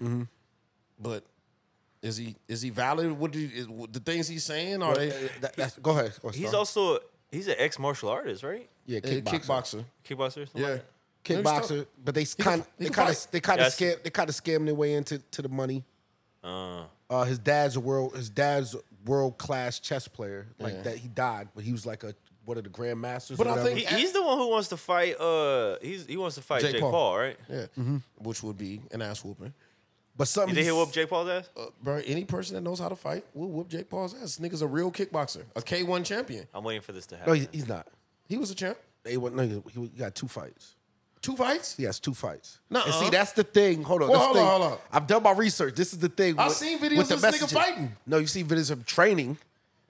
S2: But is he is he valid? What do you- is, the things he's saying are
S3: Uh,
S2: they?
S3: that- that's- go ahead. Oh,
S1: He's
S3: sorry.
S1: also he's an ex martial artist, right?
S3: yeah,
S2: Kickboxer.
S3: kickboxer.
S2: kickboxer.
S1: Kickboxer. something
S2: Yeah.
S1: like that?
S3: kickboxer, but they kind
S2: he
S3: they
S2: can
S3: kind of
S2: fight.
S3: they kind of
S1: Yes.
S3: scam they kind of scam their way into to the money. Uh, his dad's a world his dad's world class chess player like that. He died, but he was like a one of the grandmasters.
S2: But
S3: or
S2: I
S3: whatever.
S2: think-
S1: He, he's the one who wants to fight. Uh, he's he wants to fight
S2: Jake
S1: Jake,
S2: Paul.
S1: Paul. right?
S2: Yeah.
S3: Mm-hmm.
S2: Which would be an ass whooping.
S3: but something
S1: Did he
S3: he-
S1: whoop Jake Paul's ass?
S2: Uh, bro, any person that knows how to fight will whoop Jake Paul's ass. This Nigga's a real kickboxer, a K1 champion.
S1: I'm waiting for this to
S3: No,
S1: happen.
S3: he's, he's not.
S2: He was a champ.
S3: They went, no, he, he got two fights.
S2: Two fights?
S3: He has two fights. And
S2: Nuh-uh.
S3: see, that's the thing. Hold on.
S2: Well,
S3: this
S2: hold
S3: thing,
S2: on, hold on.
S3: I've done my research. This is the thing.
S2: I've
S3: with-
S2: seen videos
S3: with
S2: of this nigga
S3: messaging.
S2: fighting.
S3: No, you see videos of him training,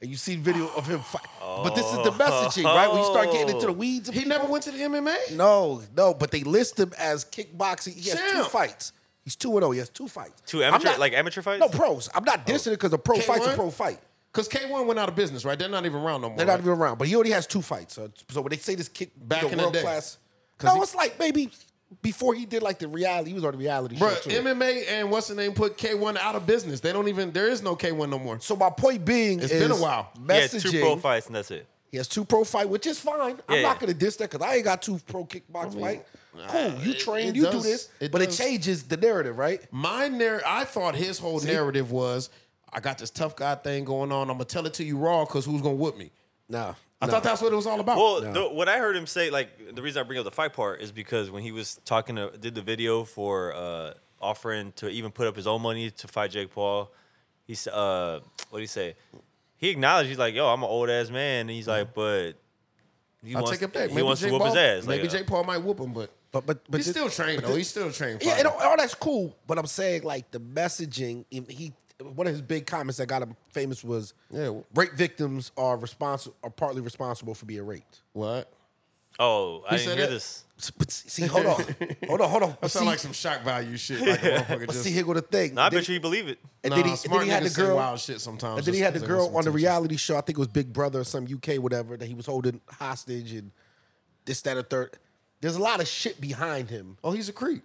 S3: and you see video of him fight. But this is
S1: Oh.
S3: the messaging, right? When you start getting into the weeds, of
S2: He
S3: people-
S2: never went to the MMA.
S3: No, no, but they list him as kickboxing. He has two
S2: Champ.
S3: fights. He's two and zero. He has two fights.
S1: Two
S3: I'm
S1: amateur- like Oh. amateur fights?
S3: No pros. I'm not dissing it because a pro
S2: K1?
S3: fight's a pro fight.
S2: Because K1 went out of business, right? They're not even around no more.
S3: They're not
S2: right?
S3: even around, but he already has two fights. So, so when they say this kick
S2: Back
S3: you know,
S2: in the
S3: world
S2: day.
S3: class,
S2: 'Cause
S3: no,
S2: he-
S3: it's like maybe before he did like the reality. He was on the reality
S2: Bro,
S3: show too.
S2: MMA and what's the name put K1 out of business. They don't even, there is no K1 no more.
S3: so my point being,
S2: It's
S3: is
S2: been a while.
S1: yeah, it's
S3: Messaging.
S1: two pro fights and that's it.
S3: He has two pro fight, which is fine. I'm
S1: Yeah.
S3: not gonna diss that because I ain't got two pro kickbox fight. Cool, you
S2: it-
S3: train,
S2: it
S3: you do
S2: does-
S3: this,
S2: it
S3: but
S2: does.
S3: it changes the narrative, right?
S2: My narr- I thought his whole narrative was I got this tough guy thing going on. I'm going to tell it to you raw because who's going to whoop me?
S3: Nah,
S2: I thought that's what it was all about.
S1: Well, the, what I heard him say, like the reason I bring up the fight part is because when he was talking, to, did the video for uh, offering to even put up his own money to fight Jake Paul. He s- uh, what did he say? He acknowledged he's like, "Yo, I'm an old ass man," and he's like, "But he
S2: I
S1: wants,
S2: Mm. take it back.
S1: He
S2: Maybe
S1: wants
S2: Jake
S1: to whoop
S2: Paul,
S1: his ass.
S2: Maybe
S1: like, uh,
S2: Jake Paul might whoop him, but
S3: but but but
S2: he's
S3: this-
S2: still trained though. he's still trained.
S3: Yeah,
S2: fighting.
S3: and all, all that's cool, but I'm saying like the messaging. He he- one of his big comments that got him famous was,
S2: Yeah, wh-
S3: rape victims are responsible are partly responsible for being raped."
S2: what?
S1: "Oh, I didn't
S2: said
S1: hear
S2: that?
S1: this."
S3: S- But s- see, hold on, hold on, hold on.
S2: That
S3: But see,
S2: sound like some shock value shit. Like a motherfucker
S3: but
S2: just,
S3: see, here go the thing.
S1: No, I
S3: Then-
S1: bet you he believe it.
S3: And
S2: nah,
S3: then he, and
S2: smart
S3: then he had the
S2: niggas say
S3: girl.
S2: wild shit sometimes.
S3: And then he
S2: just
S3: had the
S2: 'cause they want
S3: girl
S2: some
S3: on the
S2: attention.
S3: reality show. I think it was Big Brother or some UK whatever that he was holding hostage and this, that, or third. There's a lot of shit behind him,
S2: Oh, he's a creep.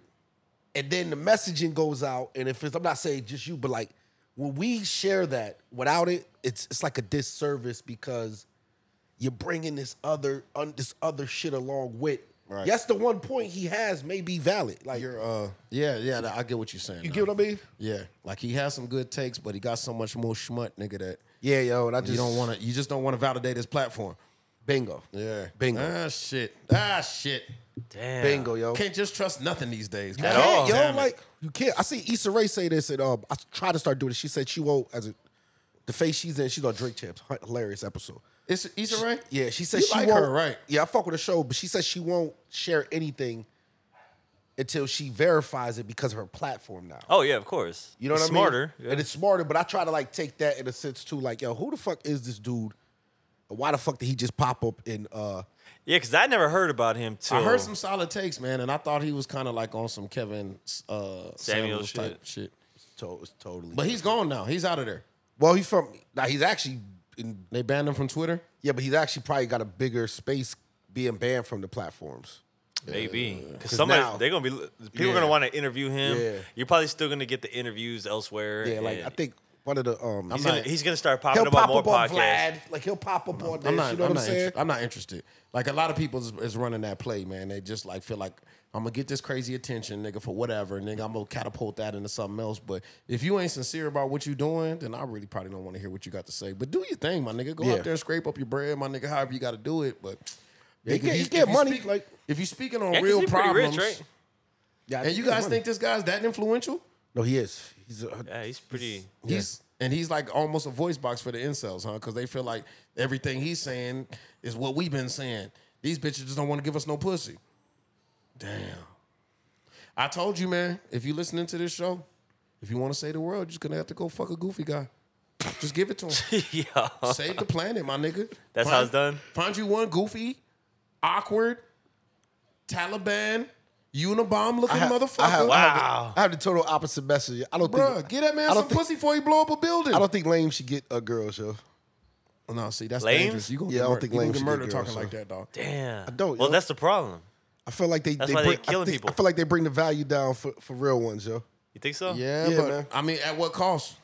S3: and then the messaging goes out. And if it's, I'm not saying just you, but like when we share that without it, it's it's like a disservice because you're bringing this other un, this other shit along with.
S2: Right.
S3: Yes, the one point he has may be valid. Like
S2: You're, uh, yeah, yeah, I get what you're saying.
S3: you
S2: though.
S3: get what I mean?
S2: Yeah, like he has some good takes, but he got so much more schmutt, nigga. That
S3: Yeah, yo, and I
S2: you don't want to. You just don't want to validate his platform.
S3: bingo.
S2: Yeah,
S3: Bingo.
S2: Ah, shit. Ah, shit.
S1: Damn.
S3: Bingo, yo.
S2: Can't just trust nothing these days.
S1: At
S3: You can't,
S1: all.
S3: yo,
S2: Damn it.
S3: like you can't. I see Issa Rae say this, and um, I try to start doing it. She said she won't as a, the face she's in. She's on Drake Champs, Hi- hilarious episode.
S2: it's Issa Rae.
S3: Yeah, she said
S2: You
S3: she
S2: like
S3: won't.
S2: her, right?
S3: Yeah, I fuck with the show, but she said she won't share anything until she verifies it because of her platform now.
S1: Oh yeah, of course.
S3: You know what
S1: It's
S3: I mean?
S1: Smarter. yeah.
S3: And it's smarter, but I try to like take that in a sense too. Like, yo, who the fuck is this dude? Why the fuck did he just pop up in uh
S1: Yeah, because I never heard about him till
S2: I heard some solid takes, man, and I thought he was kind of like on some Kevin uh, Samuels,
S1: shit.
S2: type shit.
S3: to- it's totally
S2: But he's gone now. He's out of there.
S3: well he's from now he's actually in
S2: They banned him from Twitter.
S3: yeah, but he's actually probably got a bigger space being banned from the platforms.
S1: maybe because
S3: 'Cause
S1: somebody
S3: now-
S1: they're gonna be people are
S3: Yeah.
S1: gonna want to interview him.
S3: Yeah.
S1: You're probably still gonna get the interviews elsewhere.
S3: Yeah, like
S1: and
S3: I think one of the um
S1: he's gonna,
S2: not-
S1: he's gonna start
S3: he'll
S1: popping up on
S3: pop
S1: more
S3: up on
S1: podcasts.
S3: Vlad. Like he'll pop up on this,
S2: I'm not.
S3: you know
S2: I'm,
S3: what
S2: not
S3: I'm saying?
S2: inter- I'm not interested. Like a lot of people is, is running that play, man. They just like feel like I'm gonna get this crazy attention, nigga, for whatever, nigga. I'm gonna catapult that into something else. But if you ain't sincere about what you doing, then I really probably don't want to hear what you got to say. But do your thing, my nigga. Go
S3: Yeah.
S2: out there, scrape up your bread, my nigga. However you got to do it, but.
S3: He
S2: nigga,
S3: get-
S2: if
S3: he
S2: if
S3: get money,
S2: speak-
S3: like-
S2: if you speaking on
S1: Yeah, 'cause
S2: real
S1: he pretty
S2: problems,
S1: rich, right?
S3: Yeah, I
S2: and you
S3: he's
S2: guys
S3: money.
S2: think this guy's that influential?
S3: No, he is. He's a,
S1: Yeah, he's pretty.
S2: He's and he's like almost a voice box for the incels, huh? Because they feel like everything he's saying is what we've been saying. These bitches just don't want to give us no pussy. Damn. I told you, man. If you listening to this show, if you want to save the world, you're just gonna have to go fuck a goofy guy. Just give it to him.
S1: yeah.
S2: save the planet, my nigga.
S1: That's how it's done?
S2: Find you one goofy, awkward, Taliban, Unabomb looking
S3: have-
S2: motherfucker.
S3: I have, I have the-
S1: Wow.
S3: I have the total opposite message. I don't
S2: Bruh,
S3: think.
S2: get that man
S3: I
S2: some
S3: don't think,
S2: pussy before he blow up a building. Oh,
S3: I don't think lame should get a girl, yo.
S2: No, see, that's
S1: Lames?
S2: dangerous. You gonna
S3: Yeah,
S2: get
S3: I don't
S2: murdered.
S3: think
S2: You gonna
S3: Lames
S2: get
S3: should
S2: murdered
S3: get
S2: talking
S3: girls,
S2: like
S3: so.
S2: that, dog.
S1: Damn.
S3: don't,
S1: Well,
S3: yo.
S1: that's the problem.
S3: I feel like they
S1: That's
S3: they
S1: why they
S3: bring, I
S1: killing
S3: think,
S1: people.
S3: I feel like they bring the value down for, for real ones, yo.
S1: You think so?
S2: Yeah,
S3: Yeah,
S2: but
S3: man.
S2: I mean, at what cost?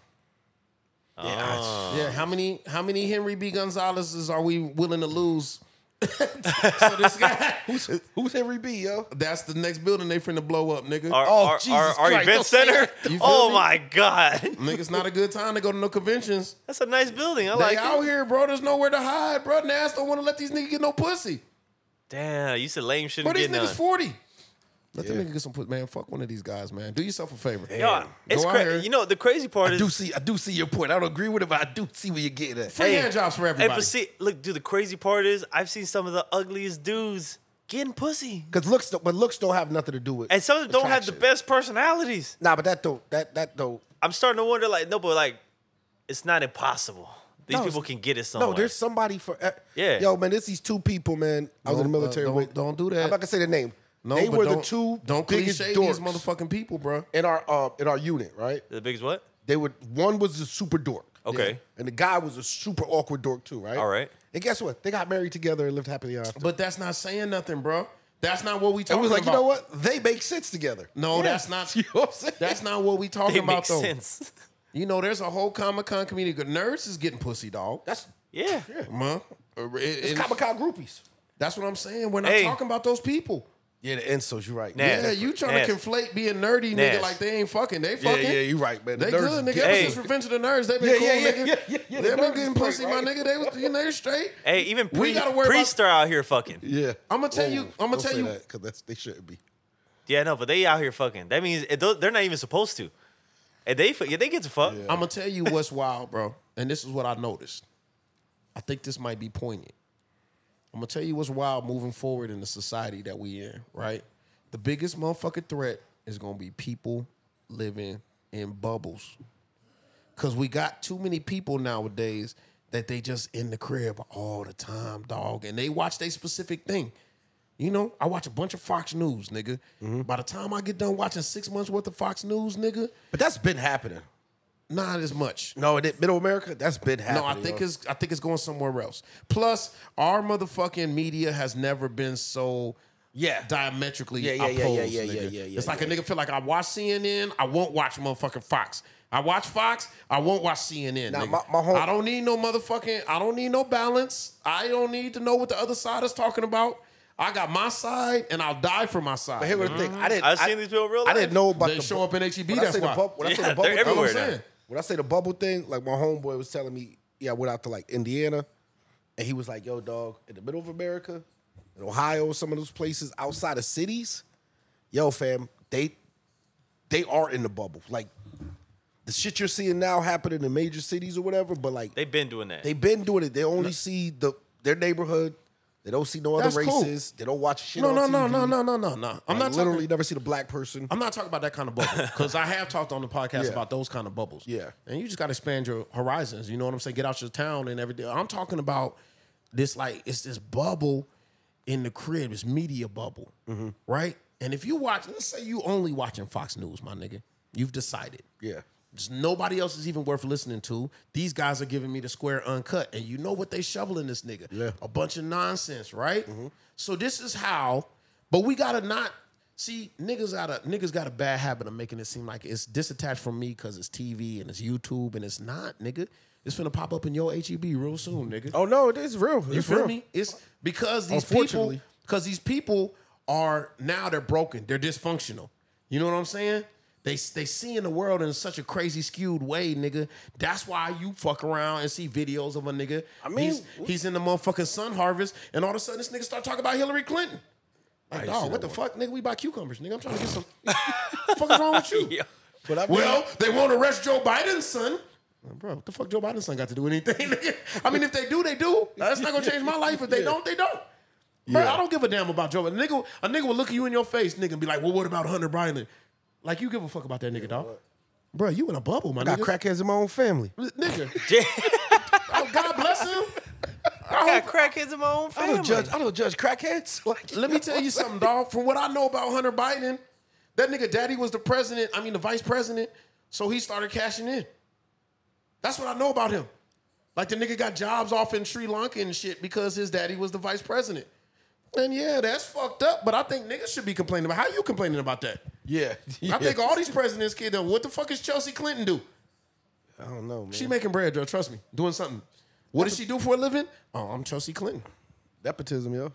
S1: Oh.
S2: Yeah, how many how many Henry B. Gonzalez's are we willing to lose? so this guy,
S3: Who's Henry B, yo?
S2: that's the next building they finna blow up, nigga.
S1: Our,
S3: Oh,
S1: our,
S3: Jesus
S1: our, our
S3: Christ,
S1: event
S3: don't say
S1: center.
S3: that.
S2: You feel
S1: Oh
S2: me?
S1: my god,
S2: Nigga, it's not a good time to go to no conventions.
S1: that's a nice building. I
S2: They
S1: like
S2: out
S1: it.
S2: here, bro. There's nowhere to hide, bro. Nas don't want to let these niggas get no pussy.
S1: Damn, you said lame shouldn't
S2: Bro, these
S1: get none.
S2: niggas forty. Let the nigga get some pussy, man. Fuck one of these guys, man. Do yourself a favor.
S1: Yo, it's
S2: Go out here.
S1: crazy. You know the crazy part
S3: I
S1: is
S3: do see, I do see your point. I don't agree with it, but I do see where you're getting at.
S2: Free hand jobs for
S1: Hey,
S2: everybody.
S1: but see, look, dude, the crazy part is I've seen some of the ugliest dudes getting pussy.
S3: Because looks, don't- but looks don't have nothing to do with.
S1: And some of them don't have the
S3: attraction.
S1: best personalities.
S3: Nah, but that don't, that that don't.
S1: I'm starting to wonder, like, no, but like, it's not impossible. These
S3: No,
S1: people
S3: it's-
S1: can get it somewhere.
S3: No, there's somebody for. eh,
S1: Yeah.
S3: Yo, man, it's these two people, man. I was in the
S2: Don't, uh,
S3: military
S2: don't-
S3: with.
S2: don't do that.
S3: I'm not gonna say the name.
S2: No,
S3: they
S2: but
S3: were the
S2: don't-
S3: two
S2: don't
S3: biggest
S2: cliche
S3: dorks
S2: these motherfucking people, bro.
S3: in our uh, in our unit, right?
S1: the biggest what?
S3: They were one was a super dork.
S1: Okay.
S3: And the guy was a super awkward dork too, right?
S1: All right.
S3: And guess what? They got married together and lived happily ever after.
S2: But that's not saying nothing, bro. That's not what we
S3: And
S2: talking
S3: we was
S2: about.
S3: like, you know what? They make sense together.
S2: No, that's not.
S3: You know what I'm saying?
S2: That's not what we talking
S1: It
S2: about
S1: makes
S2: though.
S1: sense.
S2: You know, there's a whole Comic Con community. Nerds is getting pussy, dog.
S3: that's
S1: Yeah.
S2: Man, uh, it-
S3: it's
S2: it-
S3: Comic Con groupies.
S2: that's what I'm saying. We're not
S1: Hey.
S2: talking about those people.
S3: Yeah, the insos, you're right.
S1: Nah.
S2: Yeah,
S1: different.
S2: you trying to
S1: Nasty.
S2: conflate being nerdy, nigga,
S1: Nasty.
S2: like they ain't fucking. They
S3: Yeah,
S2: fucking.
S3: yeah, you're right, man. The
S2: They
S3: nerds
S2: good, nigga.
S3: get-
S2: Ever
S1: Hey.
S2: since Revenge of the Nerds, they been
S3: Yeah,
S2: cool,
S3: yeah, yeah,
S2: nigga.
S3: yeah, yeah, yeah, the
S2: they been
S3: nerds
S2: getting
S3: is great,
S2: pussy,
S3: right?
S2: my nigga. They was, you know, they straight.
S1: Hey, even
S2: We
S1: pre-
S2: gotta worry
S1: priests are out here fucking.
S3: Yeah.
S2: I'ma tell you- I'ma
S3: don't
S2: tell
S3: say
S2: you-
S3: that, 'cause that's they shouldn't be.
S1: Yeah, no, but they out here fucking. That means it, don't- they're not even supposed to. And they, fu- yeah, they get to fuck.
S2: I'm gonna tell you what's wild, bro. And this is what I noticed. I think this might be poignant. I'm gonna tell you what's wild moving forward in the society that we in, right? The biggest motherfucking threat is gonna be people living in bubbles. Cause we got too many people nowadays that they just in the crib all the time, dog. And they watch their specific thing. You know, I watch a bunch of Fox News, nigga. By the time I get done watching six months worth of Fox News, nigga,
S3: But that's been happening.
S2: not as much.
S3: No, in middle America, that's been happening.
S2: No, I think
S3: yo.
S2: it's I think it's going somewhere else. Plus, our motherfucking media has never been so
S3: Yeah.
S2: diametrically
S3: Yeah, yeah, yeah,
S2: opposed.
S3: yeah, yeah,
S2: nigga.
S3: yeah, yeah, yeah,
S2: it's like
S3: yeah.
S2: a nigga feel like I watch CNN, I won't watch motherfucking Fox. I watch Fox, I won't watch CNN.
S3: Now,
S2: nigga.
S3: my- my whole-
S2: I don't need no motherfucking. I don't need no balance. I don't need to know what the other side is talking about. I got my side, and I'll die for my side. Mm-hmm.
S3: But here was
S2: nigga.
S3: the thing. I didn't.
S1: I've
S3: I-
S1: seen these people in real
S3: I
S1: life.
S3: didn't know about
S2: They
S3: the
S2: show
S3: bu-
S2: up in HEB.
S3: When I
S2: That's
S3: say the
S2: why.
S3: bubble, when I say
S1: Yeah,
S3: the bubble,
S1: they're
S3: thing-
S2: I'm
S1: everywhere now.
S2: saying.
S3: when I say the bubble thing, like my homeboy was telling me, yeah, I went out to like Indiana, and he was like, "Yo, dog, in the middle of America, in Ohio, some of those places outside of cities, yo, fam, they they are in the bubble. Like the shit you're seeing now happening in major cities or whatever, but like
S1: They've been doing that.
S3: they've been doing it. They only see the their neighborhood. They don't see no other
S2: That's cool.
S3: races. They don't watch shit.
S2: No,
S3: on
S2: no,
S3: TV.
S2: no, no, no, no, no, no. I'm not
S3: Like, literally
S2: literally.
S3: never seen a black person.
S2: I'm not talking about that kind of bubble because I have talked on the podcast
S3: Yeah.
S2: about those kind of bubbles.
S3: Yeah.
S2: and you just got to expand your horizons. You know what I'm saying? Get out your town and everything. I'm talking about this like it's this bubble in the crib. It's media bubble,
S3: Mm-hmm.
S2: right? And if you watch, let's say you only watching Fox News, my nigga, you've decided.
S3: Yeah.
S2: Just nobody else is even worth listening to. These guys are giving me the square uncut, and you know what they shoveling this nigga?
S3: Yeah. Mm-hmm.
S2: A bunch of nonsense, right? So this is how. But we gotta not see niggas got a niggas got a bad habit of making it seem like it's disattached from me because it's TV and it's YouTube and it's not, nigga. It's gonna pop up in your HEB real soon, nigga.
S3: Oh no, it is real.
S2: You
S3: It's
S2: feel
S3: real.
S2: me? It's because these people
S3: Unfortunately.
S2: because these people are now they're broken. They're dysfunctional. You know what I'm saying? They they see in the world in such a crazy skewed way, nigga. That's why you fuck around and see videos of a nigga. I
S3: mean,
S2: he's, he's in the motherfucking sun harvest, and all of a sudden this nigga start talking about Hillary Clinton. Like,
S3: used to
S2: dog, what
S3: know
S2: the fuck, nigga? We buy cucumbers, nigga. I'm trying to get some. fuck is wrong with you?
S1: Yeah.
S3: But I mean,
S2: Well, they won't arrest Joe Biden's son. Like, Bro, what the fuck Joe Biden's son got to do with anything? nigga? I mean, if they do, they do. That's not gonna change my life. If they don't, they don't. Bro, I don't give a damn about Joe. Biden. A nigga, a nigga will look at you in your face, nigga, and be like, "Well, what about Hunter Biden?" Like, you give a fuck about that nigga, dog. Bro, you in a bubble, my
S3: I got
S2: nigga.
S3: crackheads in my own family.
S2: Nigga,
S1: Yeah.
S2: oh, God bless him.
S1: I got crackheads in my own
S3: I
S1: family.
S3: don't judge. I don't judge crackheads. Like,
S2: Let me tell you something, dog. From what I know about Hunter Biden, that nigga daddy was the president, I mean the vice president, so he started cashing in. That's what I know about him. Like the nigga got jobs off in Sri Lanka and shit because his daddy was the vice president. And yeah, that's fucked up, but I think niggas should be complaining about how you complaining about that?
S3: yeah,
S2: I think all these presidents kid though, what the fuck is Chelsea Clinton do?
S3: I don't know, man.
S2: She making bread, though, trust me, doing something. What does she do for a living? Oh, I'm Chelsea Clinton.
S3: Nepotism, yo.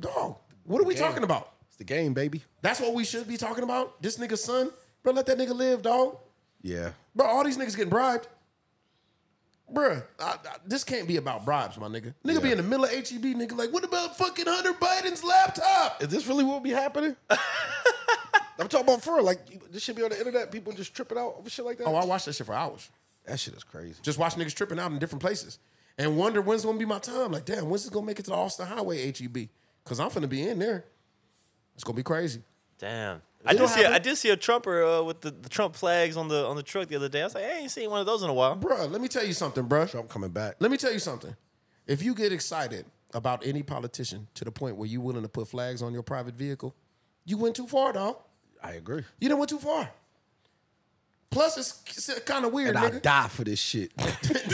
S2: Dog, what are we talking about?
S3: It's the game, baby.
S2: That's what we should be talking about. This nigga's son, bro, let that nigga live, dog.
S3: Yeah.
S2: Bro, all these niggas getting bribed. Bruh, I- I- this can't be about bribes, my nigga. Nigga be in the middle of HEB, nigga, like, what about fucking Hunter Biden's laptop?
S3: Is this really what be happening? I'm talking about for real, like you- this should be on the internet. People just tripping out over shit like that.
S2: Oh, I watched that shit for hours.
S3: that shit is crazy.
S2: Just watch niggas tripping out in different places and wonder when's gonna be my time. Like, damn, when's this gonna make it to the Austin Highway HEB? Cause I'm finna be in there. It's gonna be crazy.
S1: Damn. I did,
S2: don't
S1: see a,
S2: have
S1: I
S2: it?
S1: did see a Trumper uh, with the, the Trump flags on the on the truck the other day. I was like, I ain't seen one of those in a while.
S2: Bruh, let me tell you something, bruh.
S3: Trump coming back.
S2: Let me tell you something. If you get excited about any politician to the point where you're willing to put flags on your private vehicle, you went too far, dog.
S3: I agree.
S2: You done went too far. Plus, it's, kind of weird,
S3: And I
S2: nigga.
S3: die for this shit.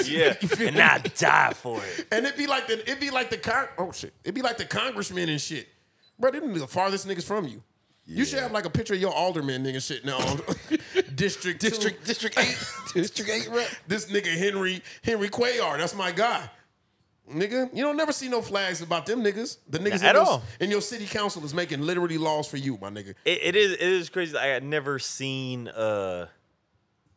S1: Yeah. and I die for it.
S2: and it'd be like the it'd be like the con- oh shit, it'd be like the congressman and shit, bro. Them the farthest niggas from you. You should have like a picture of your alderman nigga shit now. district two.
S3: District District Eight. District Eight rep.
S2: This nigga Henry Henry Cuellar, that's my guy. Nigga, you don't never see no flags about them niggas. The niggas
S1: At
S2: in your-
S1: all.
S2: in your city council is making literally laws for you, my nigga.
S1: It, it is it is crazy. I had never seen uh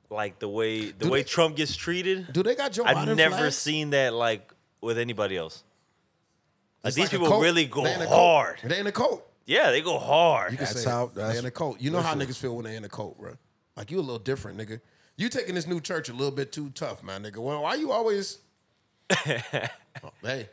S1: like the way the way
S2: they-
S1: Trump gets treated.
S2: Do they got Joe
S1: I've
S2: Biden
S1: never
S2: flags?
S1: seen that like with anybody else. Like,
S2: It's
S1: these
S2: like a
S1: people
S2: cult.
S1: really go
S2: They in a cult.
S1: hard.
S2: They in a cult.
S1: Yeah, they go hard.
S2: You can
S3: That's
S2: say it.
S3: how- that's-
S2: they in a cult. You know how niggas feel when they in a cult, bro. Like you a little different, nigga. You taking this new church a little bit too tough, man, nigga. Well, why you always? Oh, hey,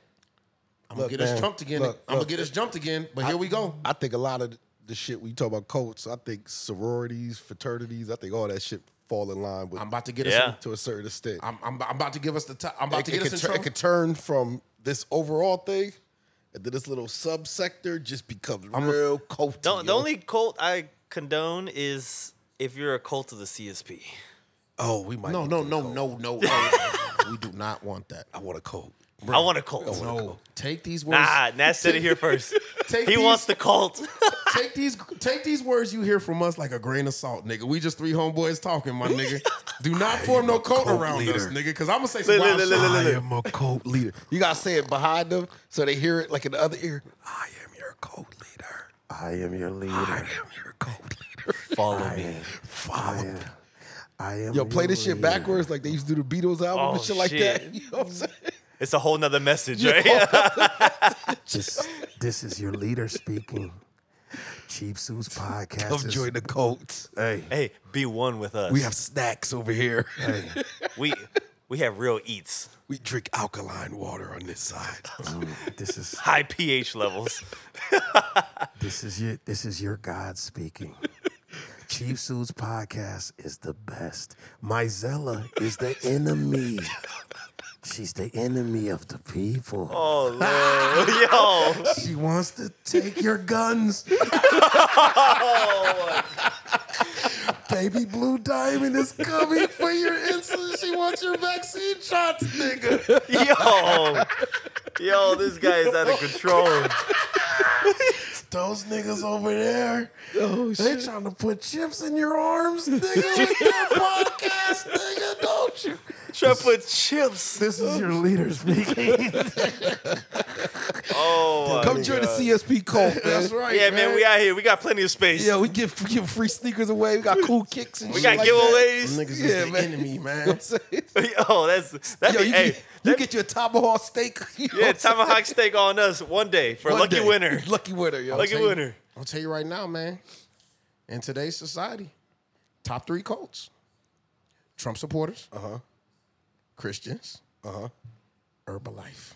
S2: I'm gonna
S3: Look,
S2: get us
S3: man,
S2: jumped again.
S3: look,
S2: I'm gonna
S3: look.
S2: get us jumped again. But here we go.
S3: I think a lot of the shit we talk about cults. I think sororities, fraternities. I think all that shit fall in line with
S2: I'm about to get
S1: Yeah.
S2: us.
S3: to a certain extent.
S2: I'm, I'm, I'm about to give us the. T- I'm about
S3: it,
S2: to
S3: it
S2: get us in
S3: could tur- it
S2: trouble.
S3: could turn from this overall thing, and then this little subsector just becomes real cult.
S1: Don't, the only cult I condone is if you're a cult of the CSP.
S3: oh, we might
S2: no,
S3: need
S2: no,
S3: to
S2: no,
S3: cult.
S2: no, no, no. we do not want that.
S3: I want a cult.
S1: I want a cult.
S2: No, take these words.
S1: Nah, Ah, Nat said it here first.
S2: Take
S1: he
S2: these-
S1: wants the cult.
S2: Take these take these words you hear from us like a grain of salt, nigga. We just three homeboys talking, my nigga. Do not form no cult, around us, nigga, because I'm gonna say some
S1: Look,
S2: wild
S1: look,
S2: shit.
S1: look, look, look.
S2: am a cult leader.
S3: You gotta say it behind them so they hear it like in the other ear.
S2: I am your cult leader.
S6: I am your leader.
S2: I am your cult leader.
S1: Follow me.
S6: I am. I am
S3: Yo, play
S6: your
S3: this shit
S6: leader.
S3: backwards like they used to do the Beatles album and
S1: Oh,
S3: shit like
S1: shit.
S3: that. You know what I'm saying?
S1: It's a whole nother message, right?
S6: Oh. This, this is your leader speaking. Cheap Sue's podcast. is-
S2: the cult.
S6: Hey,
S1: hey, be one with us.
S2: We have snacks over here.
S1: we we have real eats,
S2: We drink alkaline water on this side.
S6: this is
S1: high pH levels.
S6: this is your this is your God speaking. Cheap Sue's podcast is the best. Myzella is the enemy. She's the enemy of the people.
S1: Oh Lord, yo,
S6: She wants to take your guns.
S3: Oh
S6: Baby Blue Diamond is coming for your insulin. She wants your vaccine shots, nigga.
S1: yo, yo, this guy is out of control.
S6: Those niggas over there, they trying to put chips in your arms, nigga. with your podcast, nigga, don't you?
S1: Try to put chips.
S6: This is your leader speaking.
S1: Oh,
S3: Come join the CSP cult, man. That's right.
S1: yeah, man, we out here. We got plenty of space.
S3: Yeah, we give, we give free sneakers away. We got cool kicks and
S1: we got
S3: shit like that.
S1: giveaways.
S2: Niggas
S3: Yeah,
S2: is the
S3: man.
S2: enemy, man.
S1: Yo, that's that.
S3: Yo,
S1: be,
S3: you,
S1: hey,
S3: get, you get your tomahawk steak. You know
S1: yeah,
S3: what I'm saying?
S1: tomahawk steak on us one day for
S3: One
S1: lucky
S3: day.
S1: winner.
S3: Lucky winner, yo.
S1: Lucky
S2: tell you-
S1: winner.
S2: I'll tell you right now, man. In today's society, top three cults: Trump supporters, uh huh, Christians, uh huh, Herbalife.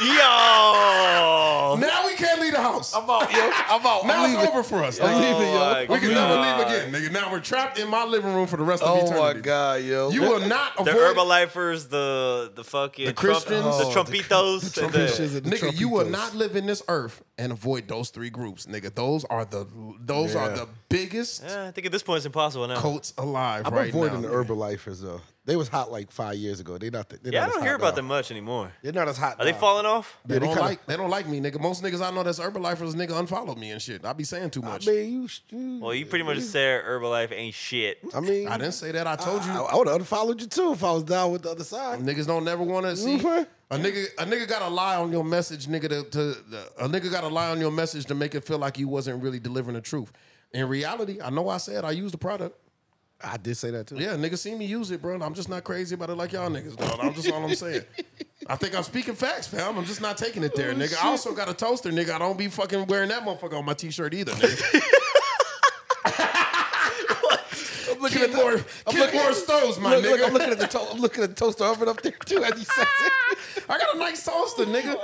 S1: Yo,
S2: Now we can't leave the house. I'm out, yo. I'm out. Now it's over for us. nigga.
S1: leaving, yo. my
S2: We can
S1: God.
S2: never leave again, nigga. Now we're trapped in my living room for the rest of
S3: Oh
S2: eternity.
S3: my god, yo.
S2: You will not
S1: the
S2: avoid
S1: herbalifers, the the fucking the
S2: Christians.
S1: the
S2: Oh,
S1: trumpitos, and the-
S3: Christians and the
S2: Nigga, you will
S3: Trumpitos.
S2: not live in this earth and avoid those three groups, nigga. Those are the those are the biggest
S1: Yeah, I think at this point it's impossible now.
S2: cults alive
S5: I'm
S2: right
S5: avoiding
S2: now.
S5: the Herbalifers
S3: uh,
S5: though. They was hot like five years ago. They not. th- They
S1: Yeah,
S5: not
S1: I
S5: as
S1: don't
S5: hot
S1: hear about
S5: now.
S1: them much anymore.
S5: They're not as hot.
S1: Are they
S5: now.
S1: falling off?
S2: They,
S5: Yeah, they
S2: don't
S5: kinda-
S2: like they don't like me, nigga. Most niggas I know that's herbalifers, nigga, unfollow me and shit. I be saying too
S5: I
S2: much. I,
S5: mean, you. you
S1: Well, you pretty much just said Herbalife ain't shit.
S5: I mean, I,
S2: didn't say that. I told you,
S5: I would have unfollowed you too if I was down with the other side.
S2: niggas don't never want to see
S5: Mhm.
S2: a nigga. A nigga got to lie on your message, nigga. To, to- a nigga got to lie on your message to make it feel like you wasn't really delivering the truth. In reality, I know I said I used the product.
S5: I did say that too.
S2: Yeah, niggas see me use it, bro. And I'm just not crazy about it like y'all niggas, dog. I'm just all I'm saying. I think I'm speaking facts, fam. I'm just not taking it there, nigga. I also got a toaster, nigga. I don't be fucking wearing that motherfucker on my t-shirt either, nigga. I'm looking at more, I'm
S3: looking-
S2: more stoves, my
S3: Look,
S2: nigga.
S3: look, I'm looking at the to- I'm looking at the toaster oven up there too as he says it.
S2: I got a nice toaster, nigga.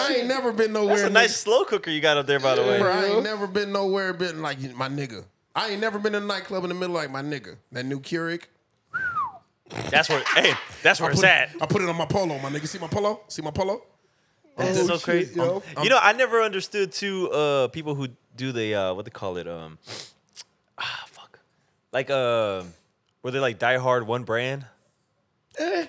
S2: I ain't never been nowhere.
S1: That's a
S2: nigga.
S1: nice slow cooker you got up there, by the
S2: Bro,
S1: way.
S2: I ain't never been nowhere been like my nigga. I ain't never been in a nightclub in the middle like my nigga. That new Keurig.
S1: That's where, hey, that's where it's
S2: Put it-
S1: at.
S2: I put it on my polo, my nigga. See my polo? See my polo?
S1: That's
S2: Oh,
S1: so crazy.
S3: yo.
S1: you know, I never understood too. Uh, people who do the uh, what they call it, um, ah, fuck, like uh, were they like die hard one brand?
S2: Eh,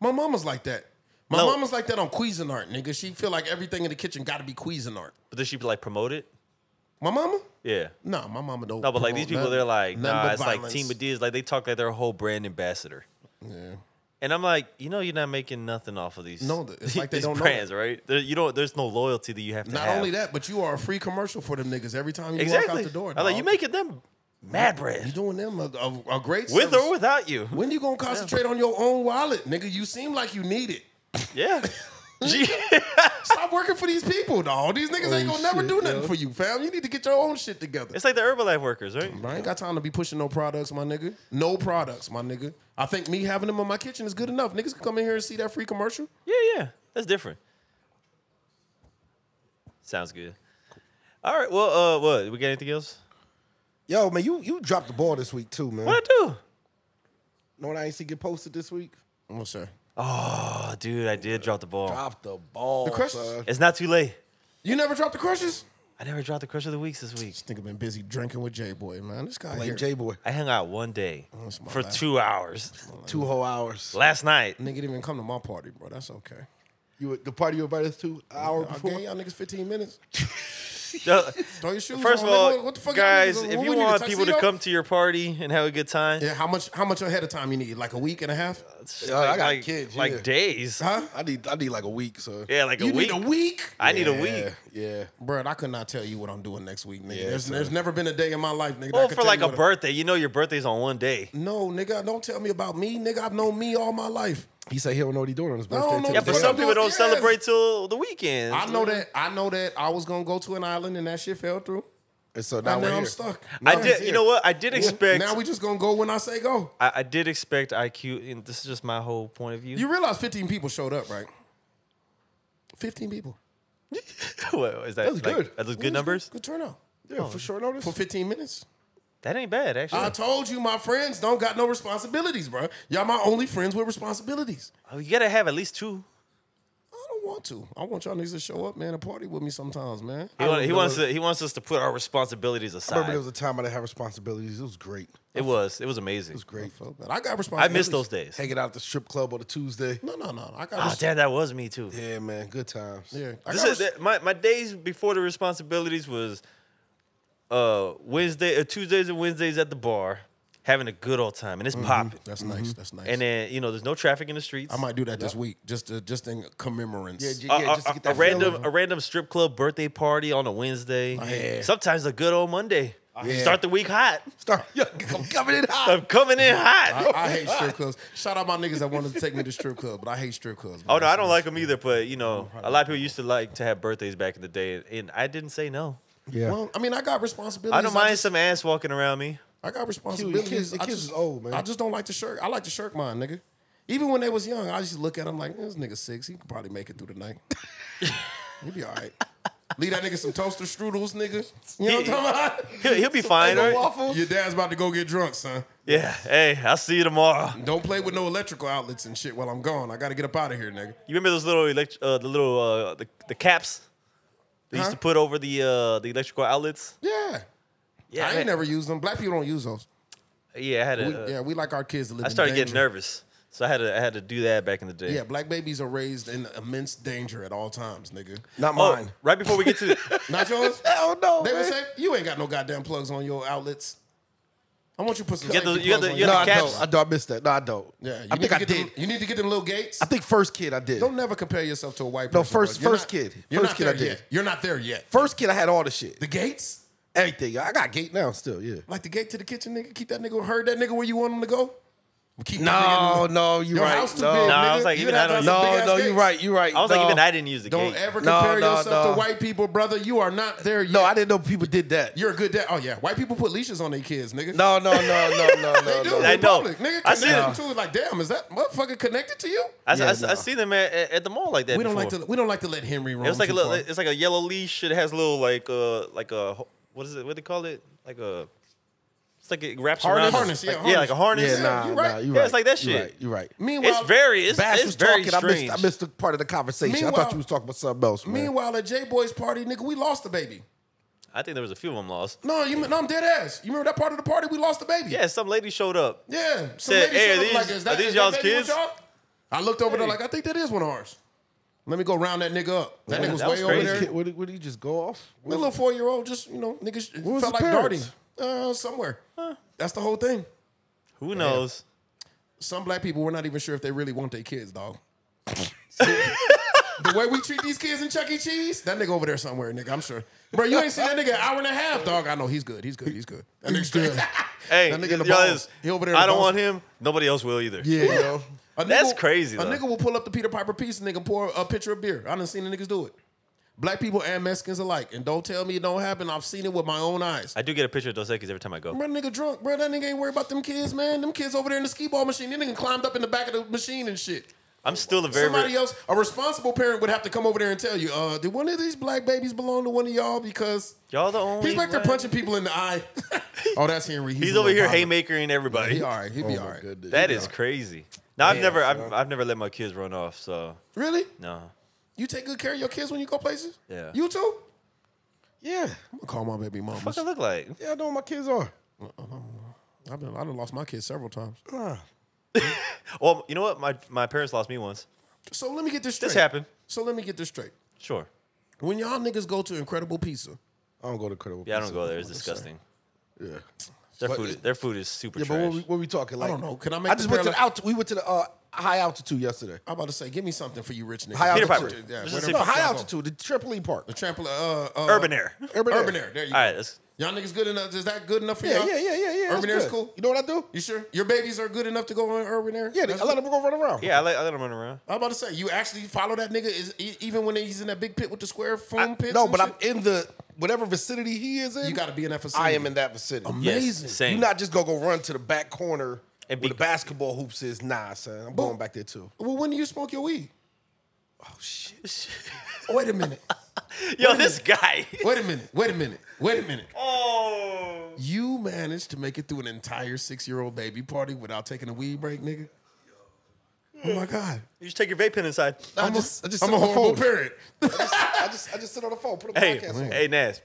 S2: my mama's like that. My
S1: No.
S2: mama's like that on Cuisinart, nigga. She feel like everything in the kitchen got to be Cuisinart.
S1: But does she like promote it?
S2: My mama?
S1: Yeah.
S2: No, my mama don't.
S1: No, but like these
S2: promote
S1: people,
S2: none-
S1: they're like,
S2: none
S1: nah,
S2: but
S1: it's like
S2: violence.
S1: Team Adidas. Like they talk like they're a whole brand ambassador.
S2: Yeah.
S1: And I'm like, you know, you're not making nothing off of these.
S2: No, it's like they
S1: these
S2: don't know
S1: brands, right? There, you don't. There's no loyalty that you have to
S2: Not
S1: have.
S2: only that, but you are a free commercial for them niggas every time you walk
S1: exactly.
S2: out the door.
S1: I'm like,
S2: dog.
S1: you making them mad bread
S2: you doing them a, a, a great
S1: with
S2: service.
S1: or without you.
S2: When you gonna concentrate on your own wallet, nigga? You seem like you need it.
S1: Yeah. Gee.
S2: Stop working for these people, dog. These niggas ain't gonna never do nothing for you, fam. You need to get your own shit together.
S1: it's like the Herbalife workers, right?
S2: I ain't got time to be pushing no products, my nigga. No products, my nigga. I think me having them in my kitchen is good enough. Niggas can come in here and see that free commercial.
S1: Yeah, yeah. That's different. Sounds good. All right. Well, uh, what? We got anything else?
S5: Yo, man, you you dropped the ball this week too, man.
S1: What I do?
S5: Know what I ain't see get posted this week?
S2: Oh, sir.
S1: Oh, dude, I did drop the ball.
S5: Drop the ball.
S2: The crushes.
S5: son.
S1: It's not too late.
S2: You never dropped the crushes?
S1: I never dropped the crush of the weeks this week.
S2: This nigga been busy drinking with J Boy, man. This guy
S5: Blame
S2: here.
S5: J Boy.
S1: I hung out one day
S2: that's my
S1: for
S2: bad.
S1: two hours
S5: Two whole hours.
S1: last night.
S2: Nigga didn't even come to my party, bro. That's okay.
S3: You the party you invited us to an hour
S5: I
S3: before.
S5: gave y'all niggas 15 minutes. Throw your shoes
S1: First
S5: on,
S1: of
S5: nigga.
S1: all,
S5: What- what the fuck y'all
S1: guys,
S5: niggas-
S1: if
S5: what
S1: you
S5: we need, a
S1: want people to
S5: tuxedo?
S1: come to your party and have a good time,
S2: Yeah, how much how much ahead of time you need? Like a week and a half?
S1: it's
S3: Yeah, I got
S1: like,
S3: kids,
S1: like
S3: yeah.
S1: days.
S2: Huh?
S3: I need I need like a week, so
S1: Yeah, like
S2: You
S1: a week.
S2: need a week?
S1: I need a
S3: yeah,
S1: week.
S3: yeah.
S2: Bro, I could not tell you what I'm doing next week, nigga.
S3: Yeah,
S2: there's,
S3: son.
S2: there's never been a day in my life, nigga. that I
S1: Well,
S2: could
S1: for
S2: tell
S1: like
S2: you
S1: a
S2: what I-
S1: birthday, you know your birthday's on one day.
S2: No, nigga, don't tell me about me, nigga. I've known me all my life.
S3: He said he don't know what he's doing on his
S2: don't
S3: birthday.
S2: know
S1: Yeah,
S2: what
S3: till the
S1: but
S2: the
S3: day
S1: some
S2: fuck
S3: of-
S1: people don't
S2: Yes.
S1: celebrate till the weekend.
S2: I know that I know that I was gonna go to an island and that shit fell through.
S3: And so now
S2: Now,
S3: we're
S2: now I'm
S3: here.
S2: stuck.
S1: I
S2: Now
S1: did.
S2: it's
S1: You
S2: here.
S1: know what? I did expect.
S2: Now we just gonna go when I say go.
S1: I, I did expect IQ, and this is just my whole point of view.
S2: You realize 15 people showed up, right? 15 people.
S1: Well, is that
S3: That's
S1: like,
S3: good.
S1: Are those good numbers?
S2: Good turnout. Oh,
S3: Yeah, for short notice.
S2: For 15 minutes.
S1: That ain't bad, actually.
S2: I told you my friends don't got no responsibilities, bro. Y'all my only friends with responsibilities.
S1: Oh, you gotta have at least two.
S2: I don't want to. I want y'all niggas to show up, man, and party with me sometimes, man.
S1: He, want, he wants to, he wants us to put our responsibilities
S3: I remember
S1: aside.
S3: there was a time I didn't have responsibilities. It was great.
S1: it was it was amazing.
S2: Great, folk, but I
S1: I
S2: got responsibilities.
S1: miss those days.
S3: Hanging out at the strip club on a Tuesday.
S2: No, no, no. I
S3: Ah,
S2: got
S1: Oh,
S2: res-
S1: damn, that was me too.
S3: Yeah, man, good times.
S2: yeah. I
S1: This
S2: got
S1: is,
S2: res-
S1: that- my my days before the responsibilities was uh Wednesday or Tuesdays and Wednesdays at the bar, having a good old time, and it's popping.
S2: That's
S3: Mm-hmm.
S2: nice. That's nice.
S1: And then you know, there's no traffic in the streets.
S2: I might do that this week, just to, just in commemorance. Uh,
S5: Yeah, j-
S1: a,
S5: yeah,
S1: a-
S5: just to get
S1: a- a
S5: that
S1: random
S5: feeling.
S1: a random strip club birthday party on a Wednesday.
S2: Yeah.
S1: Sometimes a good old Monday. Start the week hot.
S3: Start, yo, I'm coming in hot.
S1: I'm coming in
S2: I,
S1: hot.
S2: I hate strip clubs. Shout out my niggas that wanted to take me to strip club, but I hate strip clubs.
S1: Oh no, I don't like them either. But you know, a lot of people used to like to have birthdays back in the day, and I didn't say no.
S3: Yeah.
S2: Well, I mean, I got responsibilities.
S1: I don't mind
S2: just-
S1: some ass walking around me.
S2: I got
S3: Your
S2: responsibilities.
S3: kids,
S2: I
S3: is
S2: just-
S3: old, man.
S2: I just don't like to shirk. I like to shirk mine, nigga. Even when they was young, I just look at them like, this nigga six. He could probably make it through the night. He'll be all right. Leave that nigga some toaster strudels, nigga. You know what I'm talking
S1: He'll, he'll be fine, right?
S2: about? Your dad's about to go get drunk, son.
S1: Yeah. Hey, I'll see you tomorrow.
S2: Don't play with no electrical outlets and shit while I'm gone. I gotta get up out of here, nigga.
S1: You remember those little elect- uh, the little uh, the, the caps they used to put over the uh, the electrical outlets?
S2: Yeah.
S1: Yeah.
S2: I
S1: man.
S2: ain't never used them. Black people don't use those.
S1: yeah, I had
S2: We-
S1: a.
S2: yeah, we like our kids to live.
S1: I started
S2: in
S1: getting
S2: danger.
S1: nervous, so I had to I had to do that back in the day.
S2: Yeah, black babies are raised in immense danger at all times, nigga.
S3: Not
S1: Oh,
S3: mine.
S1: right before we get to
S2: Not yours?
S3: Hell no,
S2: They would
S3: man.
S2: say you ain't got no goddamn plugs on your outlets. I want you to put some.
S1: You got the-
S2: safety
S1: you got
S2: plugs
S1: the-
S2: on
S1: you
S2: your
S3: no,
S1: got
S3: I
S1: the caps.
S2: outlets.
S3: don't. I don't. I missed that. No, I don't.
S2: Yeah, you
S3: I
S2: need
S3: think
S2: to
S3: I
S2: get
S3: did.
S2: Them, you need to get them little gates.
S3: I think first kid I did.
S2: don't never compare yourself to a white person.
S3: No,
S2: bro.
S3: first-
S2: You're
S3: first
S2: not-
S3: kid.
S2: You're
S3: First
S2: not
S3: kid
S2: there
S3: I did.
S2: yet. You're not there yet.
S3: First kid I had all the shit.
S2: The gates,
S3: Everything. I got gate now still, yeah.
S2: like the gate to the kitchen, nigga. Keep that nigga. Heard that nigga where you want him to go. Keep that nigga
S3: No,
S2: in the-
S3: no, you
S2: Your
S3: right.
S2: house too
S3: no.
S2: big,
S1: No,
S2: nigga.
S1: I was like,
S2: You
S1: even
S2: gotta
S1: I don't
S2: have
S1: use-
S2: some
S3: no,
S2: big-ass
S3: no, you
S2: gates.
S3: right, you right.
S1: I was
S3: no.
S1: like, even I didn't use the
S2: Don't
S1: gate.
S2: ever
S3: No,
S2: compare
S3: no,
S2: yourself
S3: no.
S2: to white people, brother. You are not there yet.
S3: No, I didn't know people did that.
S2: You're a good dad. Oh yeah, white people put leashes on their kids, nigga.
S3: No, no, no, no, no, no,
S2: They do.
S3: no.
S1: I
S2: I
S1: know.
S2: Public. Nigga,
S1: I
S2: I
S1: see
S2: see
S1: it.
S2: them too. Like, damn, is that motherfucker connected to you?
S1: I, s- I
S3: Yeah,
S1: s- I
S3: no.
S1: see them at, at at the mall like that.
S2: We don't
S1: before.
S2: like to. We don't like to let Henry roam.
S1: It was like a
S2: too
S1: little,
S2: far.
S1: it's like a yellow leash. It has a little like uh like a ho- what is it? What do they call it? Like a it's like it wraps around.
S2: Harness.
S1: the-
S2: Harness, yeah,
S1: like- like
S2: harness.
S1: a harness.
S3: Yeah, nah,
S2: you
S3: nah,
S2: right.
S3: you
S1: Yeah,
S3: right.
S1: it's like that
S3: You
S1: shit.
S3: right, you right.
S2: Meanwhile,
S1: It's very it's,
S3: Bass
S1: it's
S3: was
S1: very
S3: talking. I
S1: strange.
S3: missed, I missed the part of the conversation. I
S2: Meanwhile-
S3: thought you was talking about something else, man.
S2: Meanwhile, at J Boy's party, nigga, we lost the baby.
S1: I think there was a few of them lost.
S2: No, you. No, I'm dead ass. You remember that part of the party? We lost the baby.
S1: Yeah, some lady showed up.
S2: Yeah. Some
S1: Said,
S2: lady
S1: "Hey,
S2: showed
S1: are
S2: up like,
S1: these-
S2: is
S1: are
S2: that,
S1: these
S2: is
S1: y'all's
S2: that baby with
S1: kids?"
S2: y'all? I looked over there
S1: Hey.
S2: like, I think that is one of ours. Let me go round that nigga up. That nigga was
S1: that
S2: way
S1: was
S2: over
S1: crazy.
S2: there.
S3: Kid, Would, he- would he just go off?
S2: A little four year old, just you know, niggas
S3: was
S2: felt
S3: his
S2: like
S3: parents?
S2: darting uh, somewhere. That's the whole thing.
S1: Who knows?
S2: Some black people, we're not even sure if they really want their kids, dog. the way we treat these kids in Chuck E. Cheese, that nigga over there somewhere, nigga. I'm sure, bro. You ain't seen that nigga an hour and a half, dog. I know he's good. He's good. He's good. That nigga's good.
S1: Hey,
S2: that nigga in the
S1: y'all
S2: balls.
S1: is-
S2: He over there. in
S1: I
S2: the
S1: don't
S2: balls.
S1: want him. Nobody else will either.
S2: Yeah, yo. A
S1: That's
S2: nigga-
S1: crazy,
S2: A
S1: though.
S2: nigga will pull up the Peter Piper piece and nigga pour a pitcher of beer. I done seen the niggas do it. Black people and Mexicans alike. And don't tell me it don't happen. I've seen it with my own eyes.
S1: I do get a picture of Dos Equis every time I go.
S2: Bro, that nigga drunk. Bro, that nigga ain't worried about them kids, man. Them kids over there in the skee ball machine. That nigga climbed up in the back of the machine and shit.
S1: I'm still the very
S2: Somebody else, a responsible parent would have to come over there and tell you, uh, did one of these black babies belong to one of y'all? Because
S1: y'all the only.
S2: he's back there
S1: one.
S2: punching people in the eye. oh, that's Henry.
S1: He's
S2: a
S1: over here
S2: little violent.
S1: haymakering everybody.
S2: He all right. He'd be
S3: Oh,
S2: all
S3: my
S2: right.
S3: goodness.
S1: That is crazy. Now I've never I've, I've never let my kids run off. So
S2: Really?
S1: no.
S2: You take good care of your kids when you go places?
S1: Yeah.
S2: You too?
S3: Yeah.
S2: I'm gonna call my baby mama.
S1: What I look like?
S3: Yeah, I know what my kids are.
S2: I've been, I done lost my kids several times.
S1: Well, you know what? My my parents lost me once.
S2: So let me get this straight.
S1: This happened.
S2: So let me get this straight.
S1: Sure.
S2: When y'all niggas go to Incredible Pizza,
S3: I don't go to credible.
S1: Yeah, I don't
S3: Pizza.
S1: go there. It's disgusting.
S3: Yeah.
S1: Their food, their food is super
S3: Yeah, but
S1: trash.
S3: what we, what we talking? Like,
S2: I don't know. Can I make
S3: I just
S2: the
S3: went to
S2: parallel-
S3: the alt- We went to the uh, high altitude yesterday.
S2: I'm about to say, give me something for you, rich niggas.
S3: High
S1: Peter
S3: altitude.
S1: Piper.
S2: Yeah,
S1: Let's just
S2: where the
S1: say
S3: No,
S2: fuck
S3: high
S2: y'all go?
S3: altitude. The trampoline park.
S2: The trampoline, uh, uh,
S1: Urban Air.
S3: Urban Air.
S2: Urban Air. There you
S1: All
S2: go.
S1: right, that's
S2: Y'all niggas good enough? Is that good enough for
S3: Yeah,
S2: y'all?
S3: yeah, yeah, yeah, yeah.
S2: Urban
S3: that's
S2: Air's
S3: good.
S2: cool.
S3: You know what I do?
S2: You sure? Your babies are good enough to go on Urban Air?
S3: Yeah, they,
S2: That's
S3: I let
S2: good.
S3: them go run around.
S1: yeah. I let, I let them run around.
S2: I'm about to say, you actually follow that nigga is e- even when he's in that big pit with the square foam pits.
S3: No,
S2: and
S3: but I'm
S2: shit?
S3: in the whatever vicinity he is in.
S2: You got to be in that facility.
S3: I am in that vicinity.
S1: Amazing. same.
S3: You're not just gonna go run to the back corner
S1: And
S3: where
S1: be-
S3: the basketball hoops is. Nah, son. I'm going back there too.
S2: Well, when do you smoke your weed? Oh shit! Wait a minute.
S1: Yo, this guy.
S2: Wait a minute. Wait a minute. Wait a minute.
S1: oh.
S2: You managed to make it through an entire six-year-old baby party without taking a weed break, nigga. Oh my god!
S1: You should take your vape pen inside.
S2: I'm,
S3: just-
S2: a,
S3: I just
S2: am a
S3: sit on the
S2: horrible
S3: phone.
S2: parent.
S3: I just I just sit on the phone, put a
S1: Hey,
S3: podcast on.
S1: hey, Nas.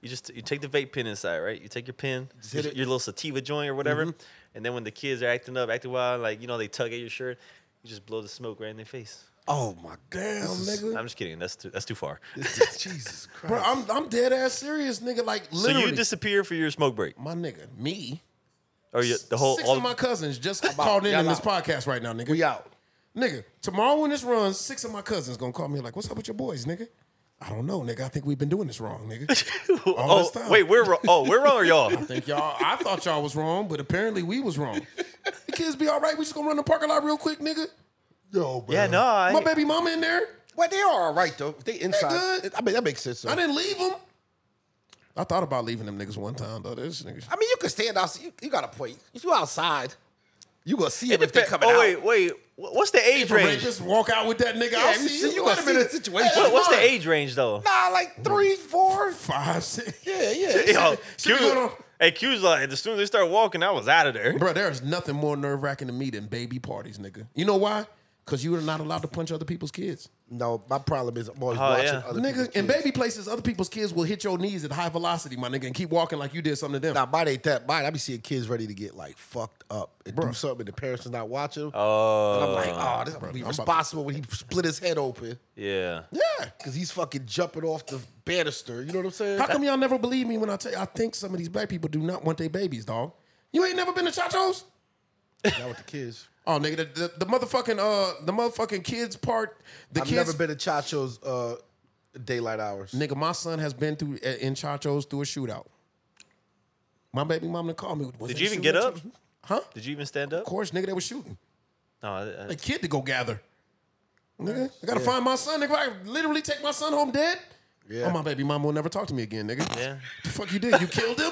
S1: You just you take the vape pen inside, right? You take your pen, your, your little sativa joint or whatever,
S3: Mm-hmm.
S1: and then when the kids are acting up, acting wild, like you know they tug at your shirt, you just blow the smoke right in their face.
S3: Oh my damn,
S1: I'm just kidding. That's too, that's too far.
S3: Jesus Christ.
S2: Bro, I'm I'm dead ass serious, nigga. Like
S1: so
S2: literally,
S1: you disappear for your smoke break,
S2: my nigga, me,
S1: or your, the whole
S2: six
S1: all
S2: of my cousins just called in
S3: Y'all
S2: on this
S3: out.
S2: podcast right now, nigga.
S3: We out.
S2: Nigga, tomorrow when this runs, six of my cousins gonna call me like, "What's up with your boys, nigga?" I don't know, nigga. I think we've been doing this wrong, nigga. all this
S1: oh
S2: time.
S1: wait, we're wrong. oh we're wrong or y'all?
S2: think y'all. I thought y'all was wrong, but apparently we was wrong. The kids be all right. We just gonna run the parking lot real quick, nigga.
S3: Yo, bro.
S1: Yeah, no, I,
S2: My baby mama in there.
S3: Well, they are all right though. If they inside.
S2: good.
S3: I mean that makes sense. Though.
S2: I
S3: I,
S2: didn't leave them. I thought about leaving them niggas one time though. This niggas.
S3: mean, you can stand outside. You, you got a point. If you outside, you gonna see them if they
S1: Dep-
S3: coming
S1: oh
S3: out.
S1: wait, wait. Wh- What's the age
S2: If a
S1: range?
S2: rapist walk out with that nigga, I'll
S3: you
S2: see you.
S3: see- you
S2: Wait
S3: gonna
S2: a
S3: see
S2: minute.
S3: the situation.
S2: Hey,
S1: What- what's the
S2: fine.
S1: age range though?
S3: Nah, Ah, like three, four.
S2: Five, six.
S3: Yeah, yeah.
S1: Yo,
S2: Should be
S1: Q's-
S2: going on-
S1: hey, Q's like as soon as they start walking, I was out of there.
S2: Bro, there's nothing more nerve wracking to me than baby parties, nigga. You know why? Because you are not allowed to punch other people's kids.
S3: No, my problem is I'm always
S1: Oh,
S3: watching
S1: yeah.
S3: other
S2: nigga,
S3: people's
S2: in
S3: kids.
S2: baby places, other people's kids will hit your knees at high velocity, my nigga, and keep walking like you did something to them.
S3: Now, mine ain't that. Mine, I be seeing kids ready to get like fucked up and do something, and the parents is not watching.
S1: Oh,
S3: and I'm like, oh, this is gonna be
S2: I'm about to-
S3: responsible when he split his head open
S1: yeah.
S2: yeah.
S3: because he's fucking jumping off the banister. You know what I'm saying?
S2: How come y'all never believe me when I tell you I think some of these black people do not want their babies, dog? You ain't never been to Chacho's?
S3: Not with the kids.
S2: Oh, nigga, the, the, the motherfucking uh the motherfucking kids part, the
S3: I've
S2: kids
S3: never been to Chacho's uh, daylight hours.
S2: Nigga, my son has been through uh, in Chacho's through a shootout. My baby mama called me.
S1: Did
S2: "Was that
S1: you even
S2: shooting
S1: get
S2: at
S1: up?
S2: Chacho's?" Huh?
S1: Did you even stand up?
S2: Of course, nigga, they was shooting.
S1: No, I,
S2: A
S1: I,
S2: kid to go gather. Nigga, I gotta find my son. Nigga, I literally take my son home dead.
S3: Yeah.
S2: Oh, my baby mama will never talk to me again, nigga.
S1: Yeah.
S2: The fuck you did? You killed him?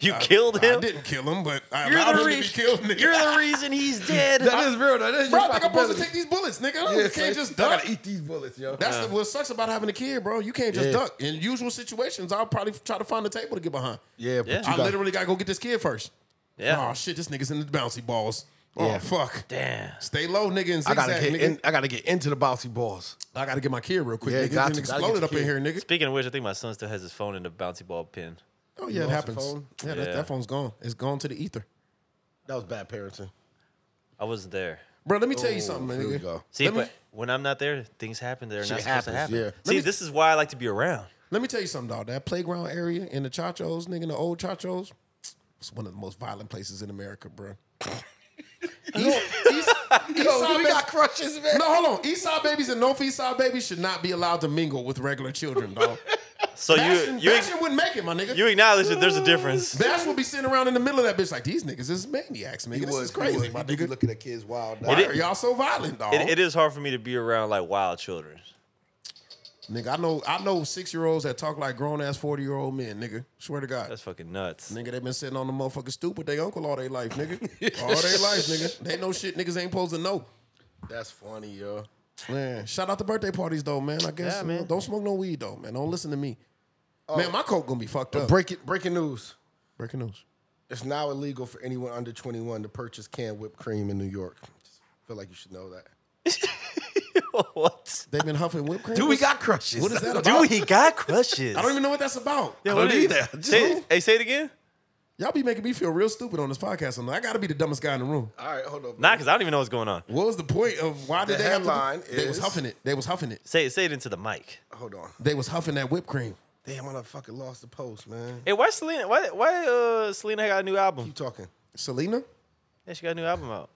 S1: you killed
S2: I
S1: him.
S2: didn't kill him, but I
S1: You're
S2: allowed
S1: the
S2: him to be killed,
S1: reason.
S2: nigga.
S1: You're the reason he's dead.
S3: is real. That is
S2: Bro, I think I'm supposed to take these bullets, nigga. I
S3: Yeah,
S2: don't can't just
S3: I
S2: duck.
S3: gotta eat these bullets, yo.
S2: That's the, what sucks about having a kid, bro. You can't just
S3: Yeah.
S2: duck. In usual situations, I'll probably try to find a table to get behind.
S3: yeah, but
S1: Yeah.
S3: you
S2: I
S3: got-
S2: literally gotta go get this kid first.
S1: yeah.
S2: Oh shit, this nigga's in the bouncy balls. Oh
S3: Yeah.
S2: fuck.
S1: Damn.
S2: Stay low, nigga, and
S3: I
S2: zigzag,
S3: gotta
S2: nigga.
S3: get in, I gotta get into the bouncy balls.
S2: I gotta get my kid real quick,
S3: Yeah,
S2: nigga.
S3: got
S2: Got
S3: to, gotta
S2: exploded
S3: get
S2: up in here,
S3: your
S2: nigga.
S1: Speaking of which, I think my son still has his phone in the bouncy ball pin.
S2: Oh yeah, it
S3: lost the
S2: happens.
S3: phone?
S2: Yeah, That,
S1: Yeah.
S2: that phone's gone. It's gone to the ether.
S3: That was bad parenting.
S1: I wasn't there.
S2: Bro, let me tell you
S3: Oh,
S2: something,
S3: here we
S2: nigga.
S3: go.
S1: See,
S2: let, me,
S1: but when I'm not there, things happen that are not supposed to
S3: happens,
S1: happen.
S3: yeah.
S1: See, this is why I like to be around.
S2: let me tell you something, dog. That playground area in the Chachos, nigga, in the old Chachos, it's one of the most violent places in America, bro. East, East, Eastside
S3: we
S2: babies-
S3: got crushes, man.
S2: no, hold on. East Side babies and North East Side babies should not be allowed to mingle with regular children, dog.
S1: So
S2: Bastion,
S1: you you
S2: Bastion wouldn't make it, my nigga.
S1: you acknowledge that there's a difference.
S2: Bash will be sitting around in the middle of that bitch like these niggas is maniacs, nigga. this is crazy, my
S3: You
S2: nigga.
S3: looking at kids wild.
S2: Why
S1: It
S2: are
S1: is-
S2: y'all so violent, dog?
S1: It, it is hard for me to be around like wild children.
S2: Nigga, I know I know six year olds that talk like grown ass forty year old men, nigga. Swear to God.
S1: That's fucking nuts.
S2: Nigga, they been sitting on the motherfucking stoop with their uncle all their life, nigga. all their life, nigga. They know shit niggas ain't supposed to know.
S3: That's funny, yo.
S2: Man, shout out the birthday parties though, man. I guess
S1: Yeah,
S2: uh,
S1: man.
S2: don't smoke no weed though, man. Don't listen to me.
S3: Oh.
S2: Man, my coke gonna be fucked up.
S3: Breaking breaking news.
S2: Breaking news.
S3: It's now illegal for anyone under 21 to purchase canned whipped cream in New York. Just feel like you should know that.
S1: what?
S2: They've been huffing whipped cream.
S3: got crushes?
S2: what is that about?
S1: Dude, he got crushes.
S2: I don't even know what that's about.
S1: Yeah, what
S3: don't
S1: is-
S3: either. Just
S1: Say,
S3: who?
S1: hey, say it again.
S2: Y'all be making me feel real stupid on this podcast. I'm like, I gotta be the dumbest guy in the room.
S3: All right, hold up.
S1: Nah, because I don't even know what's going on.
S2: What was the point of why did
S3: The
S2: they have
S3: headline
S2: to, They was
S3: is-
S2: huffing it. They was huffing it.
S1: Say say it into the mic.
S3: Hold on.
S2: They was huffing that whipped cream.
S3: Damn, I fucking lost the post, man.
S1: Hey, why Selena? Why why uh, Selena got a new album?
S3: Keep talking.
S2: Selena?
S1: Yeah, she got a new album out.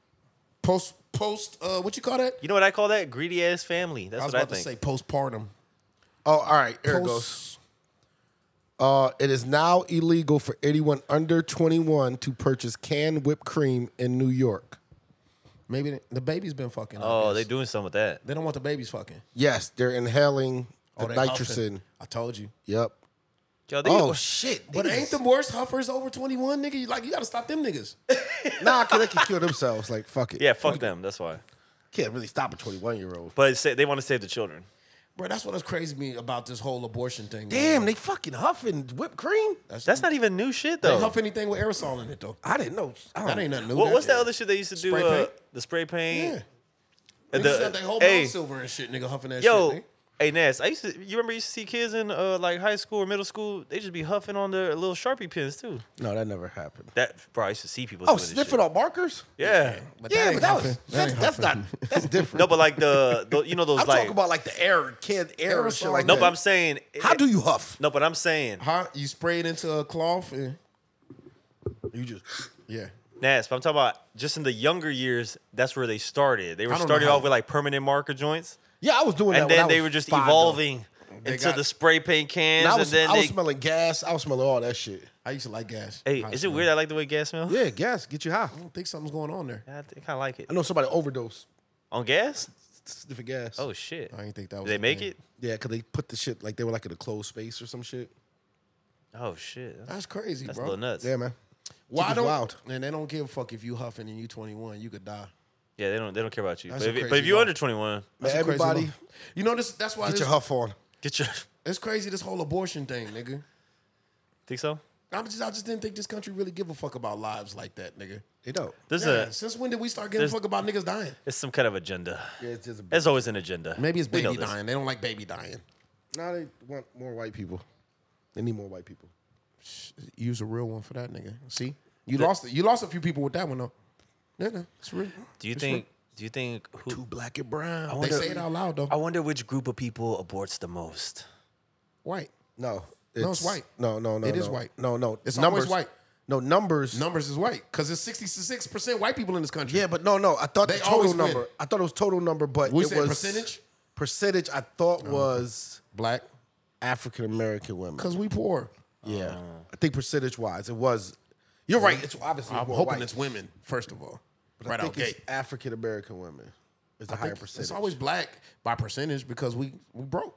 S2: Post post uh what you call that?
S1: You know what I call that? Greedy ass family. That's
S2: I was
S1: what I
S2: about to
S1: think.
S2: say postpartum.
S3: Oh, all right. Here it goes.
S2: Post,
S3: Uh, it is now illegal for anyone under 21 to purchase canned whipped cream in New York.
S2: maybe the, the baby's been fucking. I
S1: oh,
S2: guess.
S1: they doing something with that.
S2: They don't want the babies fucking.
S3: Yes, they're inhaling the
S2: Oh, they
S3: nitrous
S2: huffing.
S3: in.
S2: I told you.
S3: Yep.
S1: Yo, they,
S3: Oh shit!
S2: But ain't the worst huffers over 21, nigga? You- Like, you gotta stop them niggas.
S3: nah? Cause they can kill themselves. Like fuck it.
S1: yeah, fuck them. That's why.
S3: Can't really stop a 21 year old.
S1: But say, they want to save the children.
S2: Bro, that's what's crazy to me about this whole abortion thing.
S5: Damn, they fucking huffing whipped cream.
S1: That's not even new shit
S2: They
S1: though.
S2: huff anything with aerosol in it, though.
S5: I didn't know. I
S2: That
S5: don't-
S2: ain't nothing new.
S1: What, what's
S2: that
S1: that other shit they used to do?
S2: Spray
S1: uh,
S2: paint?
S1: The spray paint.
S2: Yeah.
S1: Uh,
S2: They
S1: the-
S2: just got their whole
S1: hey,
S2: mouth silver and shit, nigga, huffing that
S1: yo,
S2: shit. nigga.
S1: hey Nas, I used to. You remember you used to see kids in uh, like high school or middle school? They just be huffing on their little sharpie pens too.
S3: No, that never happened.
S1: That bro, I used to see people.
S5: Oh,
S1: doing this
S5: sniffing
S1: shit.
S5: on markers?
S1: Yeah.
S2: But
S5: yeah,
S2: ain't
S5: but that was
S2: huffing. That
S5: that's,
S2: ain't
S5: that's not
S2: huffing.
S5: that's different.
S1: No, but like the, the you know those
S5: I'm
S1: like.
S5: talking about like the air, kid air and shit
S2: Aerosol.
S5: like
S1: no,
S5: that.
S1: but I'm saying.
S5: How do you huff?
S1: No, but I'm saying,
S2: Huh? You spray it into a cloth and.
S5: You just
S2: Yeah.
S1: Nas, but I'm talking about just in the younger years. That's where they started. They were
S2: don't know
S1: started
S2: how-
S1: off with like permanent marker joints,
S3: Yeah, I was doing that.
S1: and
S3: when I
S1: then they
S3: was
S1: were just
S3: five, though.
S1: evolving
S2: They
S1: into
S2: got-
S1: the spray paint cans,
S3: And I
S1: and,
S3: was,
S1: then
S3: I
S1: they.
S3: was smelling gas. I was smelling all that shit.
S2: I used to like gas.
S1: hey,
S2: I
S1: is it weird? I like the way gas smells.
S3: Yeah, gas get you high.
S2: I don't think something's going on there.
S1: I kind of like it.
S3: I know somebody overdosed
S1: On gas?
S3: sniffing gas.
S1: Oh shit!
S2: I didn't think that was.
S1: Did they
S2: the
S1: make
S2: thing.
S1: it?
S3: yeah, cause they put the shit like they were like in a closed space or some shit.
S1: Oh shit! That's,
S2: That's crazy,
S1: that's a
S2: bro.
S1: little nuts.
S3: Yeah, man.
S2: Why
S3: Shit is
S2: don't?
S3: wild.
S2: And they don't give a fuck if you huffing and you 21, you could die.
S1: Yeah, they don't. They don't care about you.
S2: That's
S1: But if,
S2: a
S1: you- but
S2: crazy
S1: if you're
S2: law.
S1: under 21,
S2: That's
S3: Man,
S2: a crazy law.
S3: everybody,
S2: you know this. That's why
S3: get
S2: this,
S3: your huff on.
S1: get your.
S2: it's crazy. This whole abortion thing, nigga.
S1: Think so?
S2: I'm just, I just didn't think this country really give a fuck about lives like that, nigga.
S3: They don't.
S1: There's
S2: Man,
S1: a.
S2: since when did we start giving a
S1: there's-
S2: fuck about niggas dying?
S1: It's some kind of agenda.
S3: Yeah, it's just a
S1: There's always an agenda.
S2: Maybe it's
S1: We know
S2: baby
S1: this.
S2: dying. They don't like baby dying.
S3: Now they want more white people. They need more white people.
S2: Use a real one for that, nigga. See, you lost you lost a few people with that one though. No, no, it's real.
S1: Do you think? Do you think? Who?
S2: black and brown? they
S1: wonder-
S2: say it out loud though.
S1: I wonder which group of people aborts the most.
S2: White
S3: No,
S2: it's white.
S3: No, no, no.
S2: It
S3: no.
S2: is white.
S3: No, no.
S2: It's always white.
S3: No numbers.
S2: numbers is white because it's sixty six percent white people in this country.
S3: Yeah, but no, no. I thought
S2: They
S3: the total
S2: always win.
S3: number. I thought it was total number, but
S2: We
S3: it
S2: said
S3: was
S2: percentage? Oh,
S3: Percentage I thought was
S2: black
S3: African American women.
S2: because we poor.
S3: yeah, I think percentage wise, it was. You're right. It's obviously
S2: Oh. I'm
S3: more
S2: hoping
S3: white,
S2: it's women first of all.
S3: but
S2: right
S3: I
S2: out
S3: think
S2: gate.
S3: it's African American women. Is the
S2: I
S3: higher
S2: think
S3: percentage.
S2: It's always black by percentage because we we broke.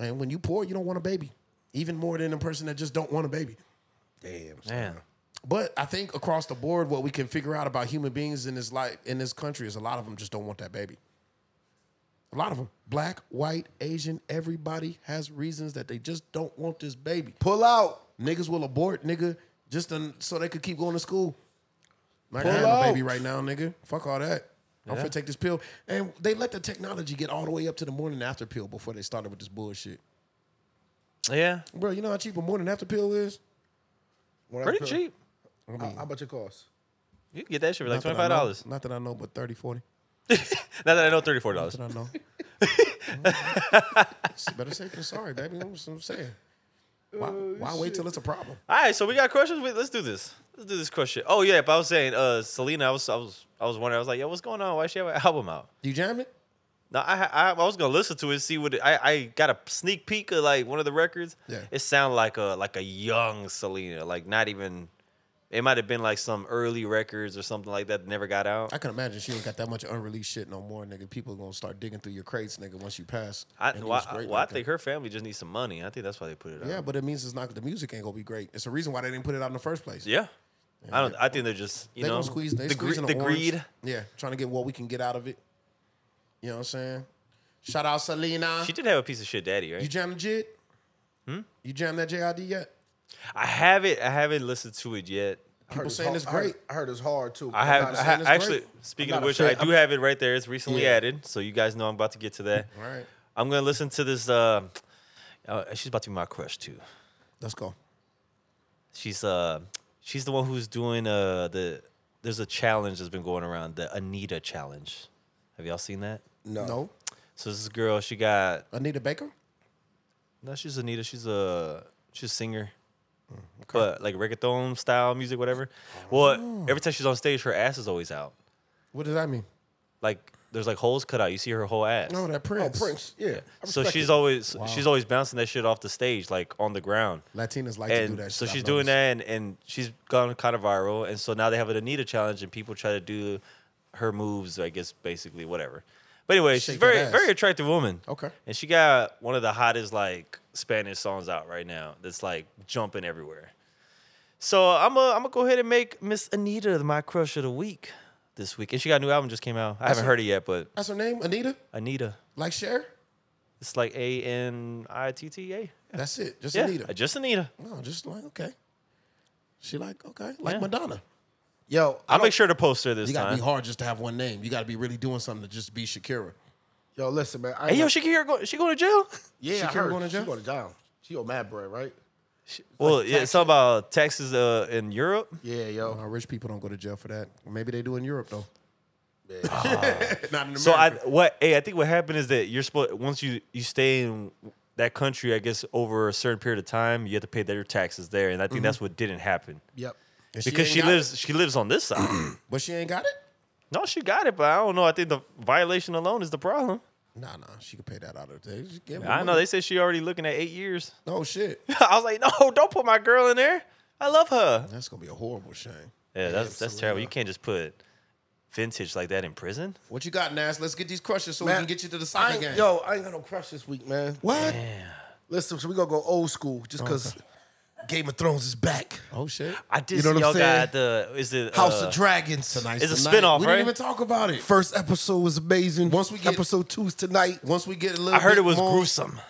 S2: And when you poor, you don't want a baby, even more than a person that just don't want a baby.
S3: damn. son.
S1: Man,
S2: But I think across the board, what we can figure out about human beings in this life in this country is a lot of them just don't want that baby. A lot of them, black, white, Asian, everybody has reasons that they just don't want this baby.
S3: Pull out.
S2: Niggas will abort, nigga, just to, so they could keep going to school. Like, I
S3: Pull
S2: have a baby
S3: out.
S2: right now, nigga. Fuck all that. I'm finna take this pill. And they let the technology get all the way up to the morning after pill before they started with this bullshit.
S1: yeah,
S2: Bro, you know how cheap a morning after pill is?
S3: When I
S1: pretty
S3: put-
S1: cheap.
S3: How, how much it cost?
S1: You can get that shit for like
S2: Not that
S1: twenty
S2: I
S1: five
S2: know-
S1: dollars.
S2: Not that I know, but 30, 40.
S1: Not that I know, thirty four dollars.
S2: Not that I know. It's better safe than sorry, baby. That's what I'm saying.
S1: Oh,
S2: Why, why wait till it's a problem?
S1: All right, so we got questions. Wait, let's do this. Let's do this question. Oh yeah, but I was saying, uh, Selena, I was, I was, I was wondering. I was like, yo, what's going on? Why she have an album out?
S2: Do you jam it?
S1: No, I, I I was gonna listen to it, see what it, I I got a sneak peek of like one of the records.
S2: Yeah.
S1: It sounded like a like a young Selena, like not even. It might have been like some early records or something like that that never got out.
S2: I can imagine she ain't got that much unreleased shit no more, nigga. People gonna start digging through your crates, nigga, once you pass.
S1: I,
S2: And it
S1: well,
S2: was
S1: I,
S2: great
S1: well, I
S2: like that.
S1: think her family just needs some money. I think that's why they put it out.
S2: Yeah, but it means it's not the music ain't gonna be great. It's the reason why they didn't put it out in the first place.
S1: Yeah. I don't. I think they're just you
S2: they
S1: know
S2: gonna squeeze they
S1: the, gre-
S2: squeezing
S1: the
S2: the orange.
S1: greed.
S2: Yeah, trying to get what we can get out of it. You know what I'm saying? Shout out Selena.
S1: She did have a piece of shit, daddy,
S2: you
S1: right?
S2: jammed JID? Hmm? You jammed that JID yet?
S1: I haven't. I haven't listened to it yet.
S2: People saying it's great.
S3: I heard it's hard too.
S1: I have. I
S2: saying
S1: ha-
S2: it's
S1: actually.
S2: great.
S1: Speaking
S3: I'm
S1: of
S3: not a
S1: which,
S3: fan.
S1: I do have it right there. It's recently
S2: Yeah.
S1: added, so you guys know I'm about to get to that.
S2: All right.
S1: I'm gonna listen to this. Uh, uh, she's about to be my crush too.
S2: Let's go.
S1: She's uh she's the one who's doing uh the there's a challenge that's been going around the Anita challenge. Have y'all seen that?
S2: No. no.
S1: So this girl she got
S2: Anita Baker?
S1: no she's Anita she's a she's a singer. But like reggaeton style music, whatever. Well, every time she's on stage, her ass is always out.
S2: What does that mean?
S1: Like there's like holes cut out. You see her whole ass.
S2: No, that
S3: Oh,
S2: Prince.
S3: Prince. Yeah. I
S1: so
S3: respect
S1: she's
S3: it.
S1: always she's always bouncing that shit off the stage, like on the ground.
S2: Latinas like to
S1: and
S2: do that.
S1: so
S2: shit,
S1: she's
S2: I've
S1: doing
S2: noticed.
S1: that, and, and she's gone kind of viral. And so now they have an Anita challenge, and people try to do her moves. I guess basically whatever. But anyway, she's
S2: Shake that
S1: very
S2: ass.
S1: very attractive woman.
S2: Okay.
S1: and she got one of the hottest like Spanish songs out right now. That's like jumping everywhere. So I'm gonna I'm gonna go ahead and make Miss Anita my crush of the week this week. And she got a new album just came out. I haven't
S2: it.
S1: heard it yet, but
S2: That's her name, Anita?
S1: Anita.
S2: Like Cher?
S1: It's like A N I T T A.
S2: That's it. Just
S1: Yeah,
S2: Anita.
S1: just Anita.
S2: No, just like okay. She like okay, like
S1: Yeah.
S2: Madonna.
S5: Yo, I
S1: I'll
S5: don't-
S1: make sure to post her this
S2: You gotta
S1: time.
S2: be hard just to have one name. You gotta be really doing something to just be Shakira.
S3: Yo, listen, man. I
S1: Hey,
S3: ain't
S1: yo,
S3: got-
S1: Shakira, go, she going to jail?
S2: Yeah,
S3: Shakira
S2: going to jail.
S3: She going to jail. She on mad bread, right?
S1: well, yeah, something about taxes uh, in Europe.
S3: Yeah, yo.
S2: Uh, rich people don't go to jail for that. Maybe they do in Europe though. Not in America.
S1: So I what? Hey, I think what happened is that you're supposed once you you stay in that country, I guess over a certain period of time, you have to pay their taxes there, and I think that's what didn't happen
S3: Yep.
S2: Mm-hmm. And
S1: because
S2: ain't
S1: she
S2: got it?
S1: lives she lives on this side.
S2: but she ain't got it.
S1: no, she got it, but I don't know. I think the violation alone is the problem.
S2: Nah, nah, she could pay that out of there. She give
S1: I
S2: her
S1: know
S2: money.
S1: they said she already looking at eight years.
S2: No shit.
S1: I was like, no, don't put my girl in there. I love her.
S2: That's gonna be a horrible shame.
S1: Yeah, that's that's terrible. You can't just put vintage like that in prison.
S2: What you got, Nas? Let's get these crushes so we can get you to the
S3: I
S2: soccer
S3: ain't-
S2: game.
S3: Yo, I ain't got no crush this week, man.
S2: what?
S3: Listen, so we gonna go old school
S1: Oh,
S3: just because Game of Thrones is back.
S2: Oh shit.
S1: I did
S3: You know
S1: see
S3: what I'm
S1: y'all
S3: saying?
S1: got the is it
S3: House
S1: uh,
S3: of Dragons tonight.
S1: It's a
S2: Tonight,
S1: spinoff,
S2: We
S1: right?
S2: didn't even talk about it.
S3: First episode was amazing.
S2: Once we get-
S3: episode two is tonight.
S2: Once we get a little,
S1: I heard
S2: bit
S1: it was
S2: more,
S1: gruesome.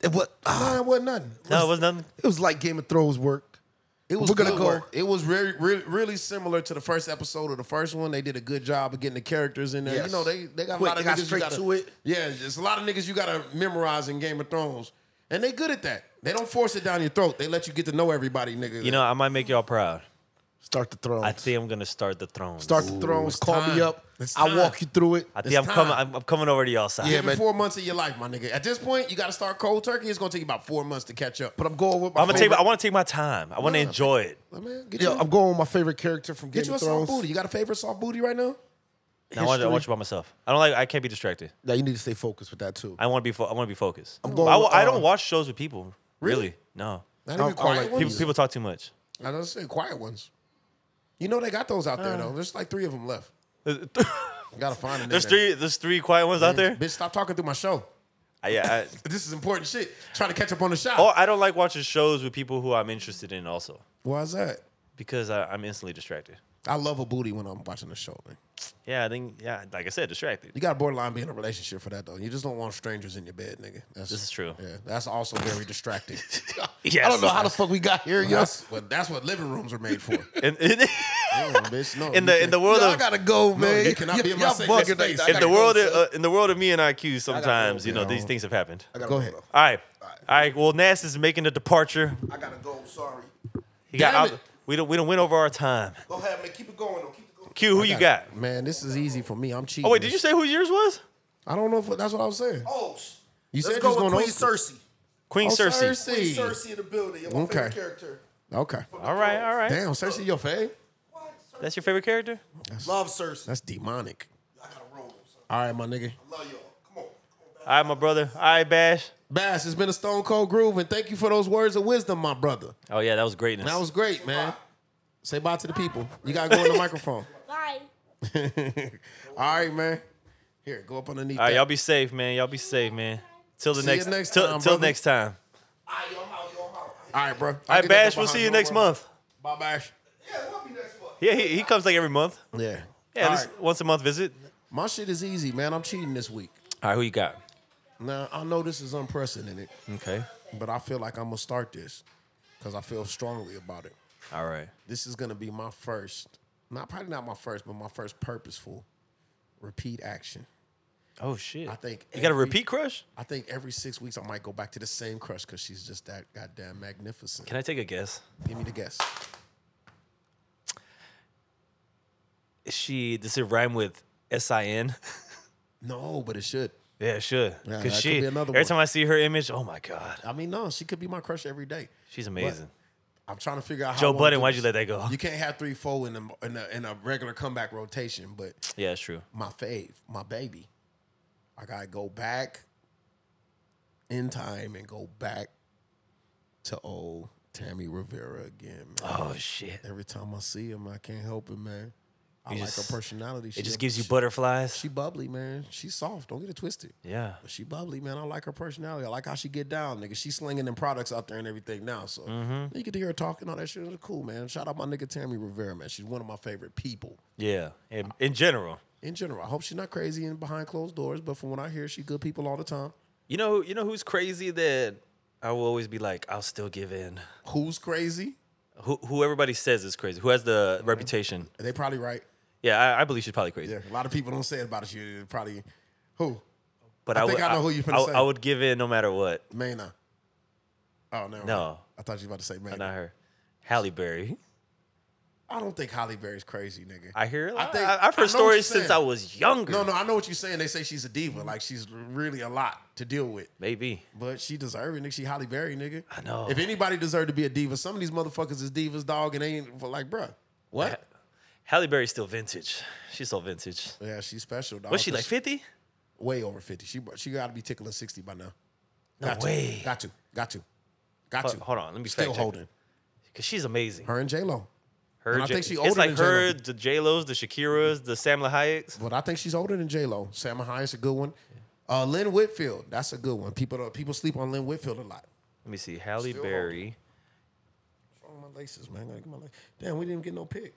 S3: It was,
S2: Nah, it wasn't nothing.
S1: No, it was nothing.
S3: it was like Game of Thrones work.
S2: It was
S3: We're gonna
S2: good
S3: go-
S2: work. It was really, really, really similar to the first episode of the first one. They did a good job of getting the characters in there. You
S3: Yes.
S2: know, they they got
S3: Quick,
S2: a lot of
S3: they got
S2: niggas
S3: straight
S2: you gotta,
S3: to it.
S2: Yeah, there's a lot of niggas you got to memorize in Game of Thrones, and they good at that. They don't force it down your throat. They let you get to know everybody, nigga.
S1: You know, I might make y'all proud.
S3: Start the throne.
S1: I think I'm gonna start the throne.
S3: Start the thrones. Call
S2: time.
S3: me up.
S2: It's
S3: I
S2: time.
S3: walk you through it.
S1: I think
S2: it's
S1: I'm coming.
S2: time.
S1: I'm, I'm coming over to y'all side.
S2: yeah,
S3: man.
S2: four months of your life, my nigga. At this point, you got to start cold turkey. It's gonna take you about four months to catch up.
S3: But I'm going with my.
S1: I'm gonna take.
S3: favorite-
S1: I want to take my time. I want to enjoy it.
S2: But man, get
S3: Yo,
S2: you,
S3: I'm going with my favorite character from
S2: get
S3: Game
S2: you a
S3: of
S2: soft
S3: Thrones.
S2: booty. You got a favorite soft booty right now?
S1: No, I want to watch it by myself. I don't like. I can't be distracted.
S3: Now you need to stay focused with that too.
S1: I want to be. Fo- I want to be focused. i
S3: going
S1: I,
S3: with,
S1: I don't
S3: uh,
S1: watch shows with people. Really? No.
S2: Not
S3: I
S2: even
S3: don't- I don't
S2: quiet
S3: like
S2: ones.
S1: People, people talk too much.
S2: I don't say quiet ones. You know they got those out
S1: Uh.
S2: there though. There's like three of them left. Gotta find them.
S1: There's three. There's three quiet ones out there.
S2: Bitch, stop talking through my show.
S1: I, yeah. I,
S2: This is important shit. Trying to catch up on the shot.
S1: oh, I don't like watching shows with people who I'm interested in also
S2: Why is that?
S1: because I, I'm instantly distracted.
S2: I love a booty when I'm watching a show. Man.
S1: Yeah, I think. Yeah, like I said, distracted.
S2: You got to borderline be in a relationship for that though. You just don't want strangers in your bed, nigga. That's,
S1: This is true.
S2: Yeah, that's also very distracting.
S1: Yes.
S3: I don't know how the fuck we got here, yo.
S2: that's, what, that's what living rooms are made for.
S1: In, in-
S2: Come on, bitch. No,
S1: in
S2: you
S1: the in
S2: can't-
S1: the world
S3: Yo, I
S1: of
S3: gotta go, man.
S2: you cannot be in my
S3: Y'all
S2: sacred
S3: bugging
S2: space.
S3: like
S2: In
S1: in
S3: that.
S1: the
S2: gotta go,
S1: world uh, in the world of me and IQ, sometimes you know these things have happened.
S3: I gotta
S2: Go ahead.
S1: All right, all right. Well, Nas is making a departure.
S3: I gotta go. Sorry.
S1: He got
S2: Damn
S1: out.
S2: it.
S1: We don't we don't win over our time.
S3: Go ahead, man. Keep it going. Though. Keep it going.
S1: Q, who you got?
S2: Man, this is easy for me. I'm cheating.
S1: Oh wait, did you say who yours was?
S2: I don't know if that's what I was saying.
S3: Oh,
S2: You
S3: let's
S2: said
S3: go
S2: you was going
S3: with Queen
S2: old school.
S3: Cersei.
S1: Queen
S2: Oh,
S1: Cersei.
S3: Queen
S2: Cersei.
S3: Cersei in the building. You're my
S2: Okay.
S3: favorite character.
S2: Okay.
S1: All right, all right.
S2: Damn, Cersei, your fave?
S1: That's your favorite character?
S3: Love Cersei.
S2: That's demonic.
S3: I gotta roll. So
S2: All right, my nigga.
S3: I love y'all. Come on. Come on.
S1: All right, my brother. All right, Bash.
S2: Bass, it's been a stone cold groove, and thank you for those words of wisdom, my brother.
S1: Oh yeah, that was greatness.
S2: That was great, man. Say bye to the people. You gotta go on the microphone.
S4: Bye.
S2: All right, man. Here, go up underneath.
S1: all right,
S2: that.
S1: y'all be safe, man. Y'all be safe, man. Till the
S2: See you
S1: next,
S2: next
S1: till,
S2: time,
S1: till
S2: brother.
S1: next time.
S3: All right, yo, I'm out. Yo, I'm out.
S2: All right, bro.
S1: All right, Bash. We'll see you next month.
S2: Bye, Bash.
S3: Yeah, we'll be next month.
S1: Yeah, he, he comes like every month.
S2: Yeah.
S1: Yeah,
S2: All
S1: at least
S2: right.
S1: once a month visit.
S2: My shit is easy, man. I'm cheating this week.
S1: All right, who you got?
S2: Now I know this is unprecedented,
S1: Okay.
S2: but I feel like I'm gonna start this because I feel strongly about it.
S1: All right.
S2: This is gonna be my first, not probably not my first, but my first purposeful repeat action.
S1: Oh shit!
S2: I think
S1: you got a
S2: every-
S1: repeat crush.
S2: I think every six weeks I might go back to the same crush because she's just that goddamn magnificent.
S1: Can I take a guess?
S2: Give me the guess.
S1: Is she? Does it rhyme with S I N?
S2: No, but it should.
S1: Yeah, it should.
S2: Yeah, that
S1: Cause
S2: could
S1: she.
S2: be another
S1: every
S2: one.
S1: time I see her image, oh my god,
S2: I mean, no, she could be my crush every day.
S1: she's amazing.
S2: I'm trying to figure out how I
S1: Joe
S2: wanna
S1: Budden,
S2: do
S1: why'd
S2: this.
S1: you let that go?
S2: You can't have three, four in a, in a in a regular comeback rotation, but
S1: Yeah, it's true.
S2: my fave, my baby. I gotta go back in time and go back to old Tammy Rivera again, man.
S1: Oh shit!
S2: Every time I see him, I can't help it, man. I
S1: You
S2: like
S1: just-
S2: her personality. She
S1: It just gives you
S2: she-
S1: butterflies.
S2: She bubbly, man. She's soft. Don't get it twisted.
S1: yeah.
S2: But she bubbly, man. I like her personality. I like how she get down, nigga. She's slinging them products out there and everything now. So
S1: Mm-hmm.
S2: you get to hear her talking all that shit. It's cool, man. Shout out my nigga Tammy Rivera, man. She's one of my favorite people
S1: Yeah. In, in general,
S2: in general. I hope she's not crazy and behind closed doors, but from what I hear, she good people all the time.
S1: you know, you know who's crazy that I will always be like, I'll still give in.
S2: Who's crazy?
S1: Who, who everybody says is crazy. Who has the reputation?
S2: They probably right.
S1: Yeah, I, I believe she's probably crazy.
S2: Yeah, a lot of people don't say it about us. You probably who?
S1: But
S2: I
S1: I,
S2: think
S1: would,
S2: I know who you finna
S1: I,
S2: say.
S1: I would give in no matter what.
S2: Mayna. Oh no.
S1: No.
S2: I thought you were about to say Mayna.
S1: Not her. Halle Berry.
S2: I don't think Holly Berry's crazy, nigga.
S1: I hear. it.
S2: I
S1: I
S2: think-
S1: I, have
S2: I know
S1: heard
S2: what
S1: stories
S2: you're
S1: since I
S2: saying.
S1: was younger.
S2: no, no, I know what you're saying. They say she's a diva, like she's really a lot to deal with.
S1: Maybe.
S2: But she deserve it, nigga. She Holly Berry, nigga.
S1: I know.
S2: If anybody deserved to be a diva, some of these motherfuckers is divas, dog, and they ain't for like, bruh. What?
S1: Halle Berry's still vintage. She's so vintage.
S2: Yeah, she's special, dog.
S1: Was she like 50?
S2: way over 50. She she got to be tickling 60 by now.
S1: No
S2: got
S1: way.
S2: To, got to. Got to. Got
S1: Hold-
S2: to.
S1: hold on, let me fact
S2: Still
S1: check
S2: holding.
S1: Because she's amazing.
S2: Her and J-Lo.
S1: Her
S2: and I
S1: J-
S2: think she
S1: it's
S2: older
S1: like
S2: than
S1: her,
S2: J-Lo.
S1: the J-Los, the Shakiras, the Samla Hayeks.
S2: But I think she's older than J-Lo. Sam Hye's a good one. Uh, Lynn Whitfield. That's a good one. People don't- people sleep on Lynn Whitfield a lot.
S1: Let me see. Halle
S2: Still
S1: Berry.
S2: Oh, my laces, man. I gotta get my laces. Damn, we didn't get no pick.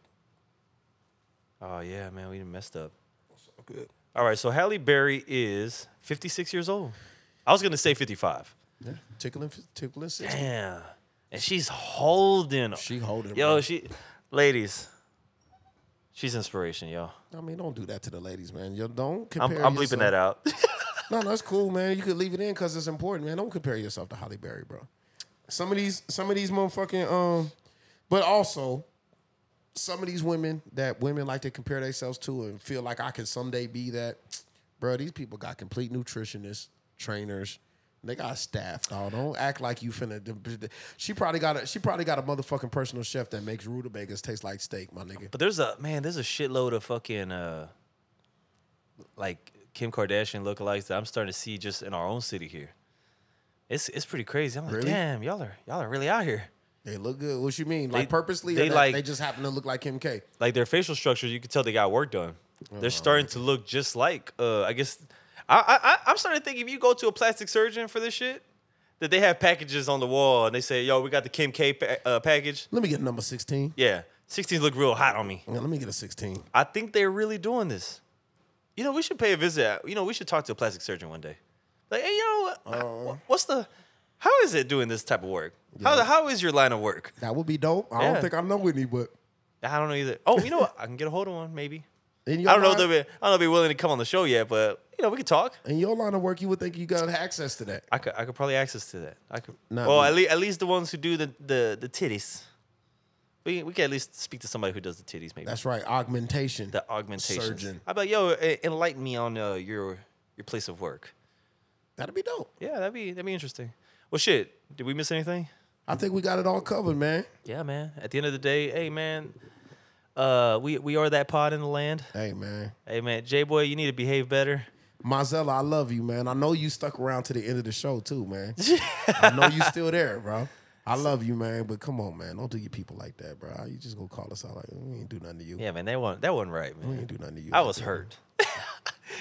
S1: Oh, yeah, man. We done messed up.
S2: Good.
S1: All right. So Halle Berry is 56 years old. I was going to say 55.
S2: Yeah. Tickling, tickling 60.
S1: Damn. And she's holding.
S2: She holding.
S1: Yo,
S2: bro.
S1: she. Ladies, she's inspiration, yo.
S2: I mean, don't do that to the ladies, man. Yo, don't
S1: I'm,
S2: compare
S1: I'm bleeping
S2: yourself-
S1: that out.
S2: No, no, that's cool, man. You could leave it in because it's important, man. Don't compare yourself to Holly Berry, bro. Some of these, some of these motherfucking, um, but also some of these women that women like to compare themselves to and feel like I can someday be that, bro. These people got complete nutritionists, trainers. They got staff, dog. Don't act like you finna. She probably got a. She probably got a motherfucking personal chef that makes rutabagas taste like steak, my nigga.
S1: But there's a man, there's a shitload of fucking uh like Kim Kardashian lookalikes that I'm starting to see just in our own city here. It's it's pretty crazy. I'm like,
S2: Really?
S1: damn, y'all are y'all are really out here.
S2: They look good. What you mean? Like
S1: They-
S2: purposely? or
S1: they
S2: that-
S1: like-
S2: They just happen to look like Kim K.
S1: Like their facial structures, you can tell they got work done. They're starting to look just like uh I guess I I I- I'm starting to think if you go to a plastic surgeon for this shit, that they have packages on the wall and they say, yo, we got the Kim K pa- uh, package.
S2: Let me get number sixteen.
S1: Yeah. 16s look real hot on me.
S2: Yeah, let me get a 16.
S1: I think they're really doing this. You know, we should pay a visit. You know, we should talk to a plastic surgeon one day. Like, hey, yo, uh, what's the, how is it doing this type of work? How, how is your line of work?
S2: That would be dope. I
S1: Yeah.
S2: don't think I know any, but
S1: I don't know either. Oh, you know what? I can get a hold of one, maybe.
S2: in your
S1: I don't know if they'll
S2: line,
S1: be, I don't know if they're willing to come on the show yet, but, you know, we could talk.
S2: in your line of work, you would think you got access to that.
S1: I could, I could probably access to that. I could,
S2: Not
S1: well,
S2: me.
S1: at, le- at least the ones who do the, the, the titties. We, we can at least speak to somebody who does the titties, maybe.
S2: That's right, augmentation.
S1: the augmentation.
S2: Surgeon.
S1: I'd be like, yo, e- enlighten me on uh, your, your place of work.
S2: That'd be dope.
S1: Yeah, that'd be that'd be interesting. Well, shit, did we miss anything?
S2: I think we got it all covered, man.
S1: Yeah, man. At the end of the day, hey, man, uh, we we are that pod in the land.
S2: Hey, man.
S1: Hey, man, J boy, you need to behave better.
S2: Marzella, I love you, man. I know you stuck around to the end of the show too, man. I know you still there, bro. I love you, man. But come on, man. Don't do your people like that, bro. You just gonna call us out like we ain't do nothing to you.
S1: Yeah, man, that wasn't that wasn't right,
S2: We
S1: man.
S2: ain't do nothing to you.
S1: I was hurt.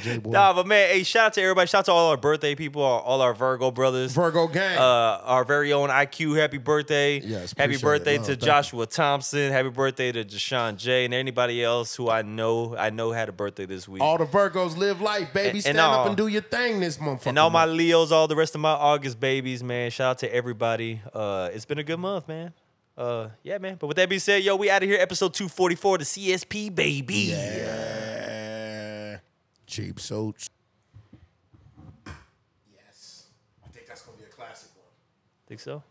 S2: J boy.
S1: Nah, but man, hey, shout out to everybody. Shout out to all our birthday people, all, all our Virgo brothers.
S2: Virgo gang.
S1: uh, our very own IQ. Happy birthday!
S2: Yes,
S1: happy
S2: appreciate
S1: birthday
S2: it. No,
S1: to
S2: thank you.
S1: Joshua Thompson. Happy birthday to Deshaun J. And anybody else who I know, I know had a birthday this week.
S2: all the Virgos live life, baby.
S1: And- and
S2: Stand
S1: all-
S2: up and do your thing this month.
S1: and all my Leos, all the rest of my August babies, man. Shout out to everybody. Uh, it's been a good month, man. Uh, yeah, man. But with that being said, yo, we out of here. Episode two forty four, the CSP baby.
S2: Yeah. Cheap suits.
S5: that's gonna be a classic one.
S1: Think so?